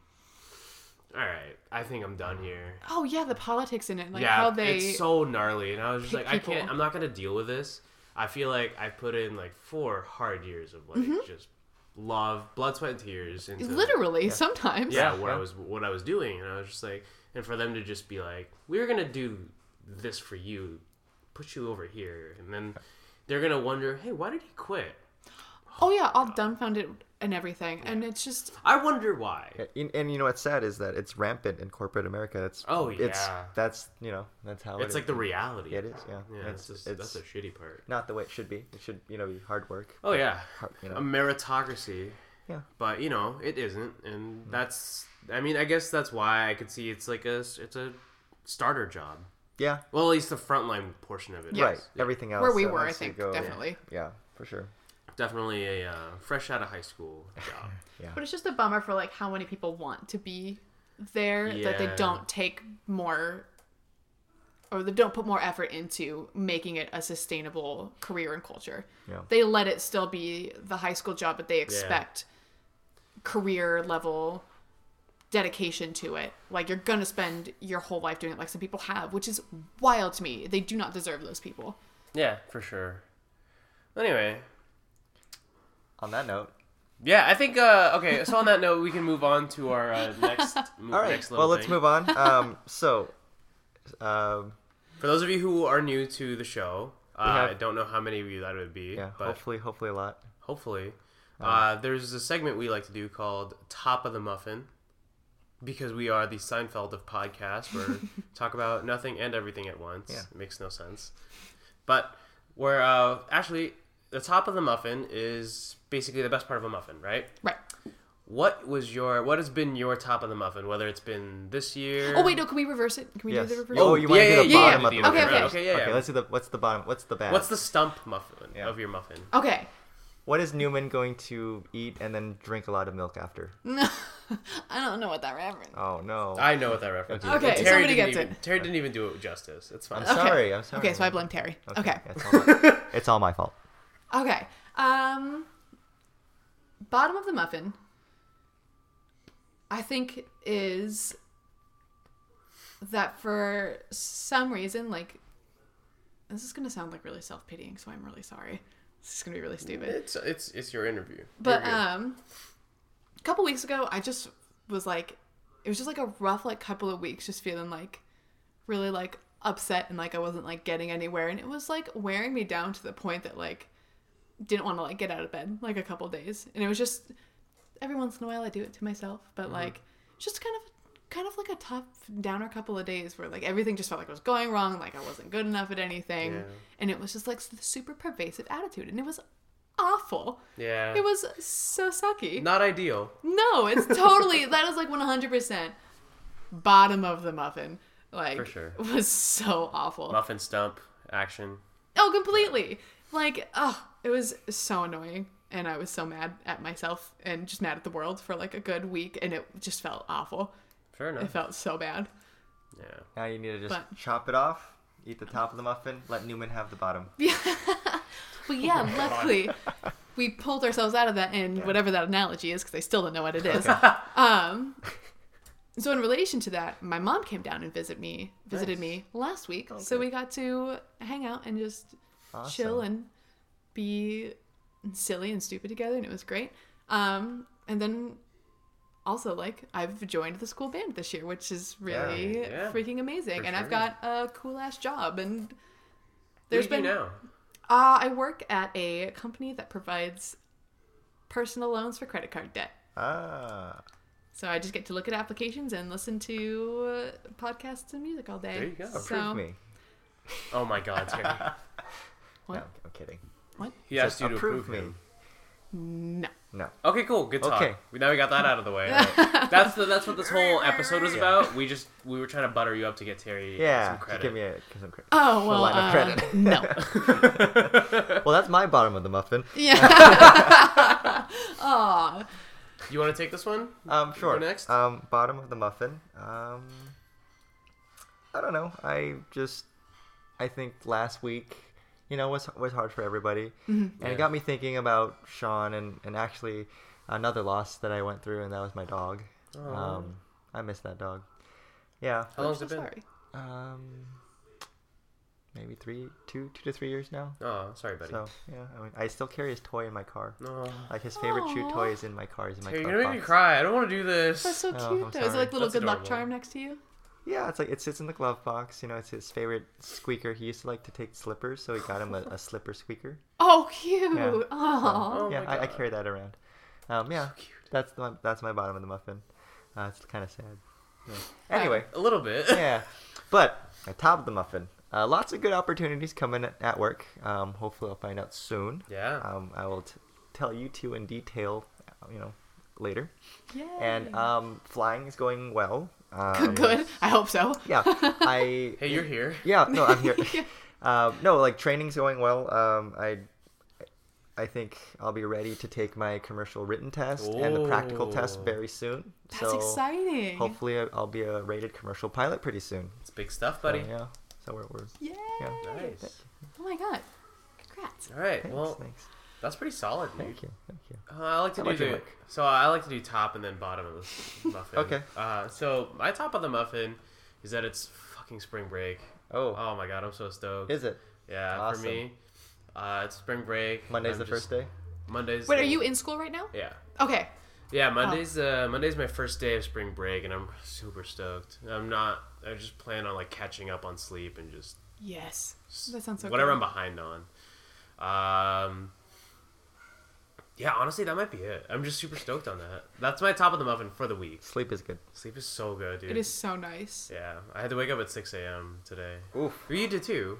Speaker 3: All right, I think I'm done here.
Speaker 2: Oh yeah, the politics in it, like
Speaker 3: yeah,
Speaker 2: how they
Speaker 3: it's so gnarly, and I was just
Speaker 2: pick
Speaker 3: like, I
Speaker 2: people.
Speaker 3: can't. I'm not gonna deal with this. I feel like I put in like four hard years of like just love, blood, sweat, and tears into
Speaker 2: Mm-hmm. literally sometimes.
Speaker 3: yeah what
Speaker 1: Yeah.
Speaker 3: I was what I was doing, and I was just like, and for them to just be like, we're gonna do this for you, put you over here, and then they're gonna wonder, hey, why did he quit?
Speaker 2: Oh yeah, all dumbfounded and everything, and it's just
Speaker 3: I wonder why.
Speaker 1: And, and you know what's sad is that it's rampant in corporate America. It's
Speaker 3: Oh,
Speaker 1: it's
Speaker 3: yeah.
Speaker 1: that's you know that's how
Speaker 3: It's
Speaker 1: it
Speaker 3: like
Speaker 1: is.
Speaker 3: the reality.
Speaker 1: it is yeah.
Speaker 3: Yeah,
Speaker 1: it's,
Speaker 3: it's, just,
Speaker 1: it's
Speaker 3: that's a shitty part.
Speaker 1: not the way it should be. It should you know be hard work.
Speaker 3: Oh yeah,
Speaker 1: Hard, you know.
Speaker 3: a meritocracy.
Speaker 1: Yeah. Mm.
Speaker 3: But you know, it isn't, and that's. I mean, I guess that's why I could see it's like a s- it's a starter job.
Speaker 1: yeah.
Speaker 3: Well, at least the frontline portion of it.
Speaker 1: Right.
Speaker 3: is.
Speaker 1: Everything else
Speaker 2: Where we
Speaker 1: uh,
Speaker 2: were, I
Speaker 1: once you
Speaker 2: think,
Speaker 1: go-
Speaker 2: definitely.
Speaker 1: Yeah, for sure.
Speaker 3: Definitely a uh, fresh out of high school job.
Speaker 2: But it's just a bummer for like how many people want to be there that they
Speaker 3: Yeah.
Speaker 2: don't take more or they don't put more effort into making it a sustainable career and culture.
Speaker 1: Yeah.
Speaker 2: They let it still be the high school job, but they expect career level dedication to it. Like you're gonna spend your whole life doing it like some people have, which is wild to me. They do not deserve those people.
Speaker 3: Yeah, for sure. Anyway,
Speaker 1: On that note,
Speaker 3: yeah, I think uh, okay. So on that note, we can move on to our uh, next. Mo-
Speaker 1: all right.
Speaker 3: Next little
Speaker 1: well, let's
Speaker 3: thing.
Speaker 1: move on. Um, so, um,
Speaker 3: For those of you who are new to the show, uh,
Speaker 1: have-
Speaker 3: I don't know how many of you that would be,
Speaker 1: yeah,
Speaker 3: but
Speaker 1: hopefully, hopefully a lot.
Speaker 3: hopefully.
Speaker 2: Oh.
Speaker 3: Uh, there's a segment we like to do called Top of the Muffin because we are the Seinfeld of podcasts where we talk about nothing and everything at once.
Speaker 1: Yeah.
Speaker 3: It makes no sense. But where uh, actually, the top of the muffin is basically the best part of a muffin, right?
Speaker 2: Right.
Speaker 3: What was your, what has been your top of the muffin, whether it's been this year?
Speaker 2: Oh wait, no, can we reverse it? Can we
Speaker 1: Yes.
Speaker 2: do the reverse?
Speaker 1: Oh, you want to do
Speaker 3: yeah,
Speaker 1: the
Speaker 3: yeah, yeah,
Speaker 1: bottom
Speaker 3: yeah,
Speaker 1: of
Speaker 3: the
Speaker 1: the
Speaker 2: okay,
Speaker 1: muffin,
Speaker 2: okay.
Speaker 1: right?
Speaker 3: Okay, yeah, yeah.
Speaker 1: Let's do the what's the bottom? What's the bad?
Speaker 3: What's the stump muffin
Speaker 1: Yeah.
Speaker 3: of your muffin?
Speaker 2: Okay.
Speaker 1: what is Newman going to eat and then drink a lot of milk after?
Speaker 2: I don't know what that reference
Speaker 1: Oh no!
Speaker 3: Mm. I know what that reference is.
Speaker 2: Okay,
Speaker 3: And
Speaker 2: somebody
Speaker 3: didn't
Speaker 2: gets
Speaker 3: even,
Speaker 2: it.
Speaker 3: Terry didn't even do it justice. It's fine.
Speaker 1: I'm sorry. I'm sorry.
Speaker 2: Okay, so I blame Terry. Okay. Okay.
Speaker 1: It's, all my, it's all my fault.
Speaker 2: Um bottom of the muffin I think is that for some reason like this is going to sound like really self-pitying, so I'm really sorry. This is going to be really stupid.
Speaker 3: It's it's it's your interview.
Speaker 2: But
Speaker 3: You're good.
Speaker 2: um a couple weeks ago I just was like it was just like a rough like couple of weeks just feeling like really like upset and like I wasn't like getting anywhere and it was like wearing me down to the point that like didn't want to like get out of bed like a couple days and it was just every once in a while I do it to myself but like just kind of kind of like a tough downer couple of days where like everything just felt like it was going wrong like I wasn't good enough at anything
Speaker 3: Yeah.
Speaker 2: and it was just like the super pervasive attitude and it was awful
Speaker 3: yeah,
Speaker 2: it was so sucky
Speaker 3: not ideal.
Speaker 2: no, it's totally that is like 100% bottom of the muffin. Like
Speaker 3: For sure.
Speaker 2: was so awful.
Speaker 3: Muffin stump action.
Speaker 2: Oh, completely. Like, oh, it was so annoying. And I was so mad at myself and just mad at the world for like a good week. And it just felt awful.
Speaker 3: Fair
Speaker 2: It
Speaker 3: enough.
Speaker 2: felt so bad.
Speaker 3: Yeah.
Speaker 1: Now you need to just
Speaker 2: But-
Speaker 1: chop it off, eat the top of the muffin, let Newman have the bottom.
Speaker 2: But yeah, luckily, we pulled ourselves out of that and whatever that analogy is, because I still don't know what it is. um, so in relation to that, my mom came down and visit me, visited
Speaker 1: Nice.
Speaker 2: me last week.
Speaker 1: Oh,
Speaker 2: so
Speaker 1: good.
Speaker 2: we got to hang out and just
Speaker 1: Awesome.
Speaker 2: chill and be silly and stupid together, and it was great. Um, and then also like I've joined the school band this year, which is really
Speaker 3: yeah,
Speaker 2: freaking amazing,
Speaker 3: for
Speaker 2: and I've
Speaker 3: sure.
Speaker 2: got a cool ass job and.
Speaker 3: There's
Speaker 2: there's
Speaker 3: been now.
Speaker 2: uh, I work at a company that provides personal loans for credit card debt.
Speaker 1: Ah,
Speaker 2: So I just get to look at applications and listen to uh, podcasts and music all day.
Speaker 3: There you go.
Speaker 2: So,
Speaker 1: prove me.
Speaker 3: Oh my God, Terry.
Speaker 1: No,
Speaker 2: What?
Speaker 1: I'm kidding.
Speaker 3: He asked you to
Speaker 1: approve
Speaker 3: approve
Speaker 1: me.
Speaker 3: him.
Speaker 2: No.
Speaker 1: No.
Speaker 3: Okay, cool. Good talk.
Speaker 1: Okay.
Speaker 3: Now we got that out of the way. That's the, that's what this whole episode was
Speaker 1: Yeah.
Speaker 3: about. We just we were trying to butter you up to get Terry
Speaker 1: Yeah,
Speaker 3: some
Speaker 1: to
Speaker 3: credit.
Speaker 1: give me a, some credit.
Speaker 2: Oh well.
Speaker 1: line of
Speaker 2: uh,
Speaker 1: credit.
Speaker 2: no.
Speaker 1: Well, that's my bottom of the muffin.
Speaker 2: Yeah. Aw.
Speaker 3: you want to take this one?
Speaker 1: Um, sure.
Speaker 3: next?
Speaker 1: Um, bottom of the muffin. Um, I don't know. I just, I think last week, you know, was was hard for everybody,
Speaker 2: Mm-hmm.
Speaker 1: and
Speaker 3: Yeah.
Speaker 1: it got me thinking about Sean and and actually another loss that I went through, and that was my dog.
Speaker 3: Aw.
Speaker 1: Um, I miss that dog. Yeah.
Speaker 3: Oh. How long's
Speaker 2: I'm
Speaker 3: it been?
Speaker 2: Sorry.
Speaker 1: Um, maybe three, two, two to three years now.
Speaker 3: Oh, sorry, buddy.
Speaker 1: So yeah, I mean, I still carry his toy in my car.
Speaker 3: No.
Speaker 1: Like his favorite chew
Speaker 2: Aw.
Speaker 1: toy is in my car. Is in my
Speaker 3: Terry,
Speaker 1: glove
Speaker 3: you're gonna make me
Speaker 1: box.
Speaker 3: cry. I don't want to do
Speaker 2: That's
Speaker 3: this.
Speaker 2: so
Speaker 1: Oh,
Speaker 2: cute
Speaker 1: I'm
Speaker 2: though. Is it
Speaker 1: sorry.
Speaker 2: like little
Speaker 3: That's
Speaker 2: good luck
Speaker 3: adorable.
Speaker 2: charm next to you?
Speaker 1: Yeah, it's like it sits in the glove box. You know, it's his favorite squeaker. He used to like to take slippers, so we got him a, a slipper squeaker.
Speaker 2: Oh, cute.
Speaker 1: Yeah. So-
Speaker 2: Aw.
Speaker 3: Oh
Speaker 1: yeah,
Speaker 3: my
Speaker 1: I, I
Speaker 3: God.
Speaker 1: carry that around. Um, yeah,
Speaker 3: cute.
Speaker 1: that's the, that's my bottom of the muffin. Uh, it's kind of sad. Yeah. Anyway,
Speaker 3: A little bit.
Speaker 1: yeah, but at top of the muffin, uh, lots of good opportunities coming at- at work. Um, hopefully, I'll find out soon.
Speaker 3: Yeah.
Speaker 1: Um, I will t- tell you two in detail, you know, later.
Speaker 2: Yay.
Speaker 1: And um, flying is going well. Um,
Speaker 2: good. I hope so.
Speaker 1: Yeah, I.
Speaker 3: Hey, you're here.
Speaker 1: Yeah, no, I'm here. um, no, like training's going well. Um, I, I think I'll be ready to take my commercial written test and the practical test
Speaker 3: Ooh.
Speaker 1: very soon.
Speaker 2: That's
Speaker 1: so
Speaker 2: exciting.
Speaker 1: Hopefully, I- I'll be a rated commercial pilot pretty soon.
Speaker 3: It's big stuff,
Speaker 1: So,
Speaker 3: buddy.
Speaker 1: yeah. So we're, we're
Speaker 2: Yay.
Speaker 1: Oh, yeah.
Speaker 3: Nice.
Speaker 2: Oh my god. Congrats.
Speaker 3: All right.
Speaker 1: Thanks,
Speaker 3: Well,
Speaker 1: thanks.
Speaker 3: that's pretty solid, dude.
Speaker 1: Thank you. Thank you.
Speaker 3: Uh, I like to
Speaker 1: How
Speaker 3: do
Speaker 1: about your
Speaker 3: the
Speaker 1: work?
Speaker 3: so I like to do top and then bottom of the muffin.
Speaker 1: Okay.
Speaker 3: Uh, so my top of the muffin is that it's fucking spring break.
Speaker 1: Oh,
Speaker 3: Oh my god, I'm so stoked.
Speaker 1: is it
Speaker 3: yeah,
Speaker 1: awesome.
Speaker 3: for me, uh, it's spring break.
Speaker 1: Monday's
Speaker 3: I'm
Speaker 1: the first
Speaker 3: just-
Speaker 1: day?
Speaker 3: Monday's.
Speaker 2: Wait, are you Oh. in school right now?
Speaker 3: Yeah.
Speaker 2: Okay.
Speaker 3: Yeah, Monday's uh, Monday's my first day of spring break, and I'm super stoked. I'm not. I just plan on like catching up on sleep and just
Speaker 2: Yes. That sounds so
Speaker 3: whatever
Speaker 2: cool.
Speaker 3: I'm behind on. Um, yeah, honestly, that might be it. I'm just super stoked on that. That's my top of the muffin for the week.
Speaker 1: sleep is good.
Speaker 3: Sleep is so good, dude.
Speaker 2: It is so nice.
Speaker 3: Yeah, I had to wake up at 6 a.m. today.
Speaker 1: Oof.
Speaker 3: You did too.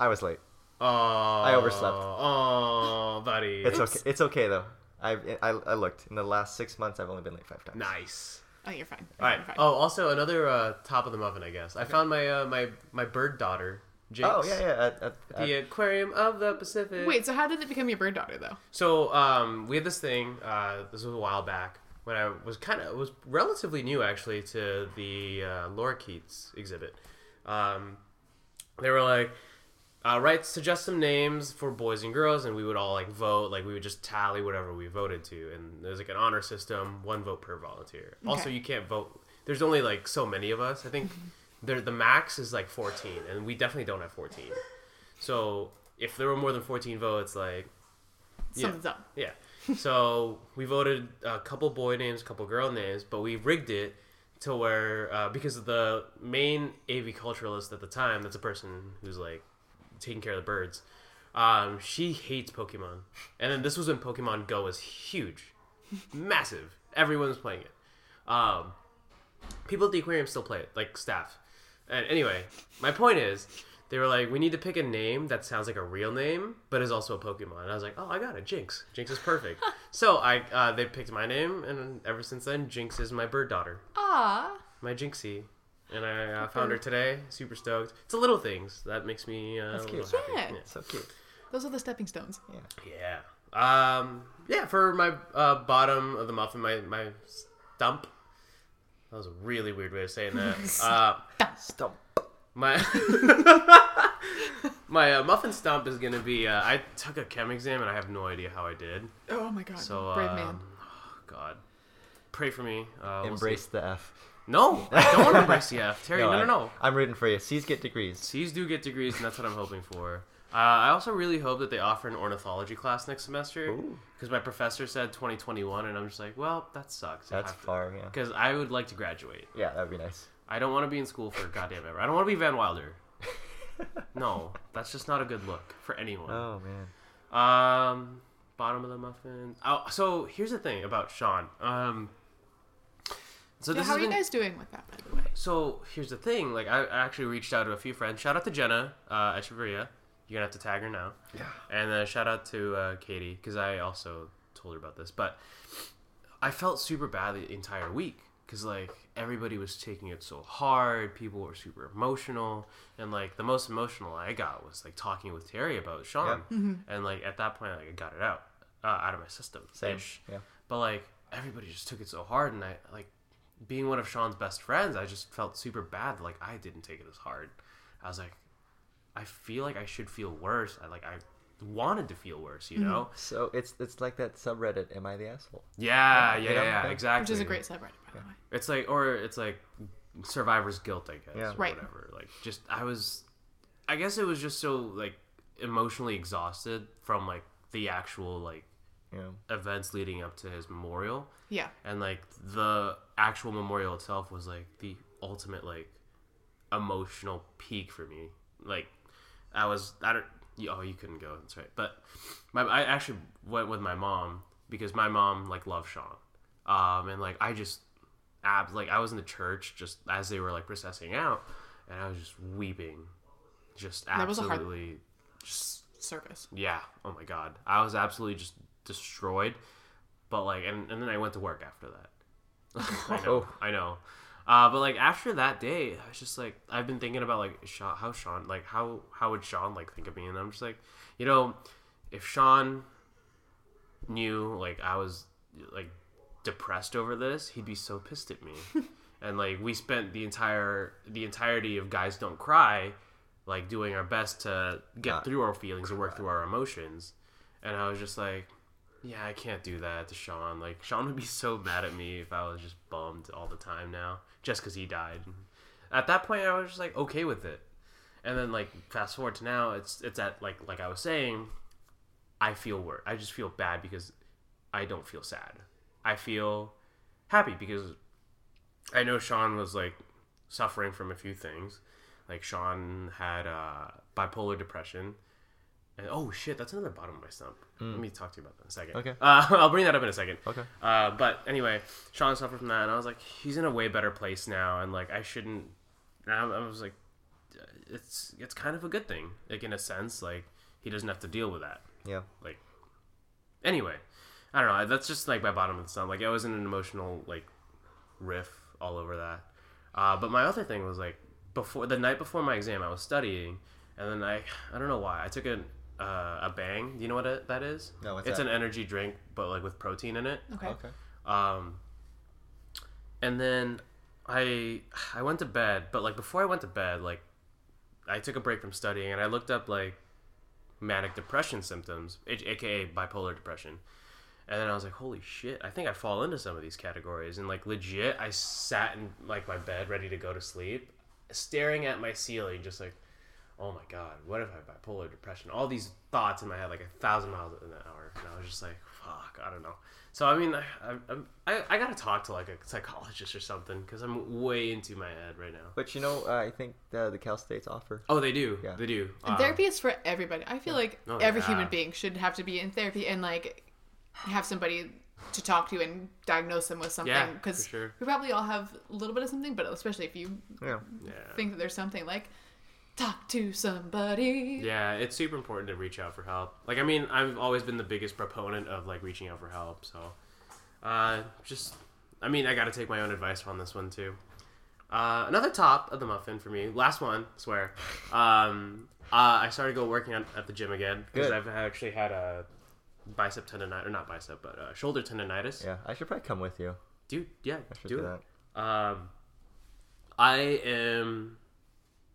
Speaker 1: I was late.
Speaker 3: Oh, I
Speaker 1: overslept.
Speaker 3: Oh, buddy.
Speaker 1: It's
Speaker 2: Oops.
Speaker 1: okay. It's okay though. I, I I looked. In the last six months, I've only been late five times.
Speaker 3: Nice.
Speaker 2: Oh, you're fine.
Speaker 3: All right.
Speaker 2: You're fine.
Speaker 3: Oh, also another uh, top of the muffin, I guess. I found my uh, my my bird daughter, Jinx.
Speaker 1: Oh yeah, yeah. Uh, At, at,
Speaker 3: at The uh, aquarium of the Pacific.
Speaker 2: Wait, so how did it become your bird daughter though?
Speaker 3: So um, we had this thing. Uh, this was a while back when I was kind of was relatively new actually to the uh, Laura Keats exhibit. Um, they were like, uh, write suggest some names for boys and girls, and we would all like vote. Like we would just tally whatever we voted to, and there's like an honor system, one vote per volunteer. Also,
Speaker 2: Okay.
Speaker 3: you can't vote. There's only like so many of us. I think there the max is like 14, and we definitely don't have 14. So if there were more than 14 votes, like Yeah.
Speaker 2: Something's up.
Speaker 3: yeah. So we voted a couple boy names, a couple girl names, but we rigged it to where uh, because of the main aviculturalist at the time, that's a person who's like taking care of the birds. Um, she hates Pokemon, and then this was when Pokemon Go was huge, massive. Everyone was playing it. Um, people at the aquarium still play it, like staff. And anyway, my point is, they were like, we need to pick a name that sounds like a real name, but is also a Pokemon. And I was like, oh, I got it, Jinx. Jinx is perfect. so I, uh, they picked my name, and ever since then, Jinx is my bird daughter,
Speaker 2: Ah,
Speaker 3: my Jinxie. and I uh, found her today. Super stoked. It's the little things that makes me uh,
Speaker 1: That's
Speaker 3: a
Speaker 1: cute.
Speaker 3: little happy.
Speaker 2: Yeah.
Speaker 1: So cute.
Speaker 2: Those are the stepping stones.
Speaker 1: Yeah.
Speaker 3: Yeah. Um, yeah, for my uh, bottom of the muffin, my, my stump. That was a really weird way of saying that. Uh,
Speaker 1: Stump.
Speaker 3: my my uh, muffin stump is going to be. Uh, I took a chem exam and I have no idea how I did.
Speaker 2: Oh my god.
Speaker 3: So,
Speaker 2: Brave
Speaker 3: um,
Speaker 2: man.
Speaker 3: oh, God. Pray for me. Uh, we'll see.
Speaker 1: Embrace the F.
Speaker 3: no, I don't want to embrace the F. Terry, no,
Speaker 1: I-
Speaker 3: no, no.
Speaker 1: I'm rooting for you. C's get degrees.
Speaker 3: C's do get degrees, and that's what I'm hoping for. Uh, I also really hope that they offer an ornithology class next semester
Speaker 1: Ooh.
Speaker 3: because my professor said 2021, and I'm just like, well, that sucks.
Speaker 1: That's far. Yeah.
Speaker 3: Because I would like to graduate.
Speaker 1: Yeah, that'd be nice.
Speaker 3: I don't want to be in school for a goddamn ever. I don't want to be Van Wilder. no, that's just not a good look for anyone.
Speaker 1: Oh man.
Speaker 3: Um, bottom of the muffin. Oh, so here's the thing about Sean. Um, so
Speaker 2: Yeah,
Speaker 3: this
Speaker 2: how
Speaker 3: has
Speaker 2: are you
Speaker 3: been-
Speaker 2: guys doing with that, by the way?
Speaker 3: so here's the thing. Like I, I actually reached out to a few friends. Shout out to Jenna uh, Echeverria. You're gonna have to tag her now.
Speaker 1: Yeah.
Speaker 3: And then shout out to uh, Katie because I also told her about this. But I felt super bad the entire week because like everybody was taking it so hard. People were super emotional, and like the most emotional I got was like talking with Terry about Sean. And like at that point, like I got it out uh, out of my system.
Speaker 1: Same.
Speaker 3: ish.
Speaker 1: Yeah.
Speaker 3: But like everybody just took it so hard, and I like being one of Sean's best friends, I just felt super bad. that, Like I didn't take it as hard. I was like, I feel like I should feel worse. I like I wanted to feel worse, you
Speaker 2: Mm-hmm.
Speaker 3: know?
Speaker 1: So it's it's like that subreddit. Am I the asshole?
Speaker 3: Yeah,
Speaker 1: Yeah,
Speaker 3: yeah,
Speaker 1: you know?
Speaker 3: yeah,
Speaker 1: Yeah.
Speaker 3: exactly.
Speaker 2: Which is a great subreddit, by the way.
Speaker 3: It's like, or it's like survivor's guilt, I guess,
Speaker 1: Yeah.
Speaker 3: or
Speaker 2: Right.
Speaker 3: whatever. Like, just I was, I guess it was just so like emotionally exhausted from like the actual like
Speaker 1: You know.
Speaker 3: events leading up to his memorial
Speaker 2: Yeah.
Speaker 3: and like the actual memorial itself was like the ultimate like emotional peak for me like i was i don't you- oh you couldn't go that's right but my, i actually went with my mom because my mom like loved sean um and like i just abs like i was in the church just as they were like recessing out and i was just weeping just
Speaker 2: That was a hard-
Speaker 3: absolutely just
Speaker 2: Service.
Speaker 3: yeah. Oh my god. I was absolutely just destroyed. But like, and, and then I went to work after that. I know.
Speaker 1: Oh.
Speaker 3: I know. Uh, but like after that day, I was just like, I've been thinking about like Sha how Sean, like how how would Sean like think of me? And I'm just like, you know, if Sean knew like I was like depressed over this, he'd be so pissed at me. and like we spent the entire the entirety of Guys Don't Cry like doing our best to get
Speaker 1: Not
Speaker 3: through our feelings and work through our emotions. And I was just like, yeah, I can't do that to Sean. Like Sean would be so mad at me if I was just bummed all the time now just cuz he died. At that point I was just like okay with it. And then like fast forward to now, it's it's at like like I was saying, I feel worse. I just feel bad because I don't feel sad. I feel happy because I know Sean was like suffering from a few things. Like Sean had uh, bipolar depression. And oh shit, that's another bottom of my stump. Let me talk to you about that in a second.
Speaker 1: Okay.
Speaker 3: Uh, I'll bring that up in a second.
Speaker 1: Okay.
Speaker 3: Uh, but anyway, Sean suffered from that, and I was like, he's in a way better place now, and like I shouldn't. And I, I was like, it's it's kind of a good thing, like in a sense, like he doesn't have to deal with that.
Speaker 1: Yeah.
Speaker 3: Like, anyway, I don't know. That's just like my bottom of the stump. Like I was in an emotional like riff all over that. Uh, but my other thing was like before the night before my exam, I was studying, and then I I don't know why I took an uh, a bang. You know what a, that is?
Speaker 1: No, what's
Speaker 3: it's
Speaker 1: that?
Speaker 3: an energy drink, but like with protein in it.
Speaker 2: Okay.
Speaker 1: Okay.
Speaker 3: Um, and then I I went to bed, but like before I went to bed, like I took a break from studying and I looked up like manic depression symptoms, a- aka bipolar depression. And then I was like, holy shit, I think I fall into some of these categories. And like legit, I sat in like my bed ready to go to sleep, staring at my ceiling, just like, oh my god, what if I have bipolar depression? All these thoughts in my head, like a thousand miles an hour. And I was just like, fuck, I don't know. So I mean, I I, I, I gotta talk to like a psychologist or something because I'm way into my head right now.
Speaker 1: But you know, uh, I think the, the Cal States offer.
Speaker 3: Oh, they do.
Speaker 1: Yeah.
Speaker 3: They do.
Speaker 2: And
Speaker 3: Uh,
Speaker 2: therapy is for everybody. I feel like
Speaker 3: Oh,
Speaker 2: every
Speaker 3: yeah.
Speaker 2: human being should have to be in therapy and like have somebody to talk to and diagnose them with something.
Speaker 3: Yeah,
Speaker 2: Because
Speaker 3: for sure.
Speaker 2: we probably all have a little bit of something, but especially if you
Speaker 1: Yeah.
Speaker 3: Yeah.
Speaker 2: think that there's something like talk to somebody.
Speaker 3: Yeah, it's super important to reach out for help. Like, I mean, I've always been the biggest proponent of like reaching out for help. So, uh, just, I mean, I got to take my own advice on this one too. Uh, another top of the muffin for me. Last one, swear. Um, uh, I started go working out at the gym again because
Speaker 1: Good.
Speaker 3: I've actually had a bicep tendonitis, or not bicep, but uh, shoulder tendonitis.
Speaker 1: Yeah, I should probably come with you.
Speaker 3: Dude, yeah,
Speaker 1: I should
Speaker 3: do
Speaker 1: do
Speaker 3: it.
Speaker 1: that.
Speaker 3: Um, I am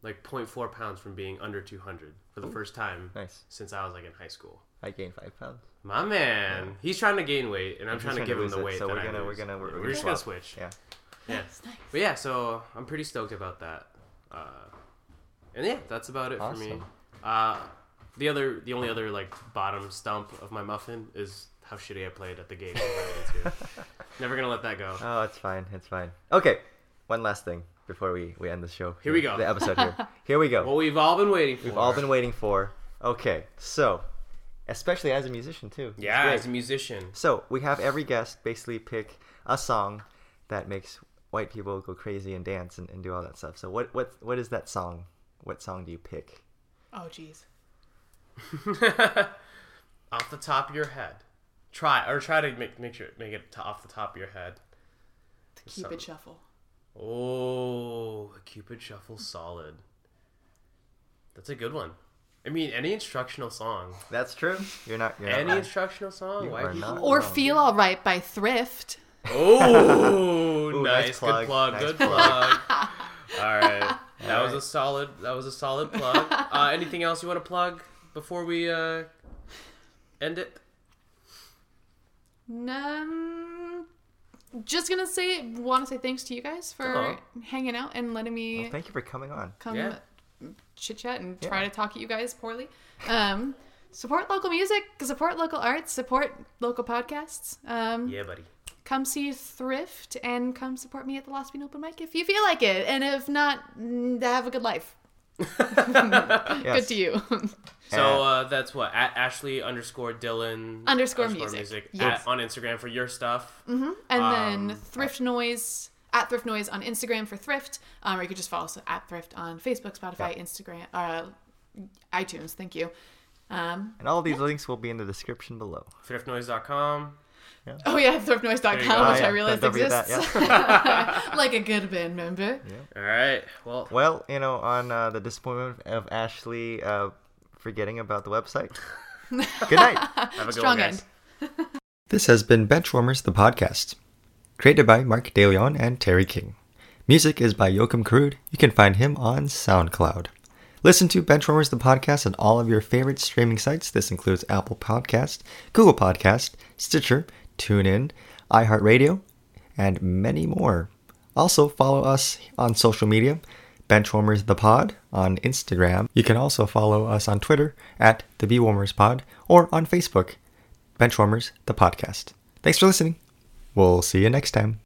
Speaker 3: like 0.4 pounds from being under 200 for the first time
Speaker 1: Nice.
Speaker 3: since I was like in high school.
Speaker 1: I gained five pounds.
Speaker 3: My man, he's trying to gain weight, and I'm
Speaker 1: He's
Speaker 3: trying to
Speaker 1: trying to
Speaker 3: give him
Speaker 1: lose
Speaker 3: the
Speaker 1: it,
Speaker 3: weight.
Speaker 1: so
Speaker 3: that
Speaker 1: we're
Speaker 3: I
Speaker 1: gonna- we're
Speaker 3: lose.
Speaker 1: gonna- we're-
Speaker 3: Yeah,
Speaker 1: we're
Speaker 3: we're
Speaker 1: gonna
Speaker 3: just gonna
Speaker 1: swap.
Speaker 3: switch.
Speaker 1: Yeah.
Speaker 3: Yeah.
Speaker 2: Nice,
Speaker 3: But
Speaker 2: nice.
Speaker 3: yeah, so I'm pretty stoked about that. Uh, and yeah, that's about it for me.
Speaker 1: Awesome.
Speaker 3: Uh, the other, the only other like bottom stump of my muffin is how shitty I played at the game. we ran into. Never gonna let that go.
Speaker 1: Oh, it's fine. It's fine. Okay. One last thing before we, we end the show.
Speaker 3: Here we go.
Speaker 1: The episode here. Here we go.
Speaker 3: What we've all been waiting for.
Speaker 1: We've all been waiting for. Okay. So, especially as a musician, too. It's
Speaker 3: Yeah,
Speaker 1: great.
Speaker 3: as a musician.
Speaker 1: So we have every guest basically pick a song that makes white people go crazy and dance and, and do all that stuff. So what what what is that song? What song do you pick?
Speaker 2: Oh, jeez.
Speaker 3: off the top of your head. Try or try to make make sure make it to off the top of your head.
Speaker 2: The Cupid
Speaker 3: Some-
Speaker 2: Shuffle.
Speaker 3: Oh, a Cupid Shuffle solid. That's a good one. I mean, any instructional song,
Speaker 1: That's true. You're not. You're
Speaker 3: any
Speaker 1: not wrong.
Speaker 3: instructional song.
Speaker 1: You
Speaker 3: Why
Speaker 1: are
Speaker 3: people-
Speaker 1: not
Speaker 2: Or
Speaker 1: wrong.
Speaker 2: Feel All Right by Thrift.
Speaker 3: Oh,
Speaker 1: Ooh, nice
Speaker 3: nice, good
Speaker 1: plug,
Speaker 3: plug,
Speaker 1: nice
Speaker 3: good plug.
Speaker 1: plug.
Speaker 3: All right, that was a
Speaker 1: right.
Speaker 3: solid. That was a solid plug. Uh, anything else you want to plug before we uh, end it?
Speaker 2: Um, just gonna say, want to say thanks to you guys for
Speaker 3: Aw.
Speaker 2: hanging out and letting me
Speaker 1: Well, thank you for coming on.
Speaker 2: come
Speaker 3: Yeah.
Speaker 2: chit chat and try to talk at you guys poorly. Um, support local music, support local arts, support local podcasts. Um,
Speaker 3: Yeah, buddy.
Speaker 2: Come see Thrift and come support me at the Lost Bean Open Mic if you feel like it, and if not, mm, have a good life. Good
Speaker 1: Yes.
Speaker 2: to you.
Speaker 3: So
Speaker 1: Uh,
Speaker 3: uh, that's what at Ashley underscore Dylan
Speaker 2: Underscore music. Yes. Mm-hmm.
Speaker 3: at- on Instagram for your stuff.
Speaker 2: and
Speaker 1: Um,
Speaker 2: then Thrift Noise at Thrift Noise on Instagram for Thrift, um, or you could just follow us at Thrift on Facebook, Spotify, Instagram, uh, iTunes. Thank you. Um,
Speaker 1: and all these links will be in the description below.
Speaker 3: Thriftnoise.com.
Speaker 2: Oh yeah, thriftnoise.com,
Speaker 3: you
Speaker 2: which
Speaker 3: go.
Speaker 1: Oh,
Speaker 2: I
Speaker 1: yeah,
Speaker 2: realized
Speaker 1: don't forget that,
Speaker 2: exists. like a good band member.
Speaker 3: All right. Well,
Speaker 1: Well, you know, on uh, the disappointment of Ashley uh, forgetting about the website. Good night.
Speaker 3: have a good one,
Speaker 2: Strong
Speaker 3: guys.
Speaker 2: end.
Speaker 1: This has been Benchwarmers, the podcast. Created by Mark DeLeon and Terry King. Music is by Joachim Karud. You can find him on SoundCloud. Listen to Benchwarmers, the podcast, on all of your favorite streaming sites. This includes Apple Podcast, Google Podcast, Stitcher, TuneIn, iHeartRadio, and many more. Also, follow us on social media, Benchwarmers the Pod on Instagram. You can also follow us on Twitter at the Bewarmers Pod or on Facebook, Benchwarmers the Podcast. Thanks for listening. We'll see you next time.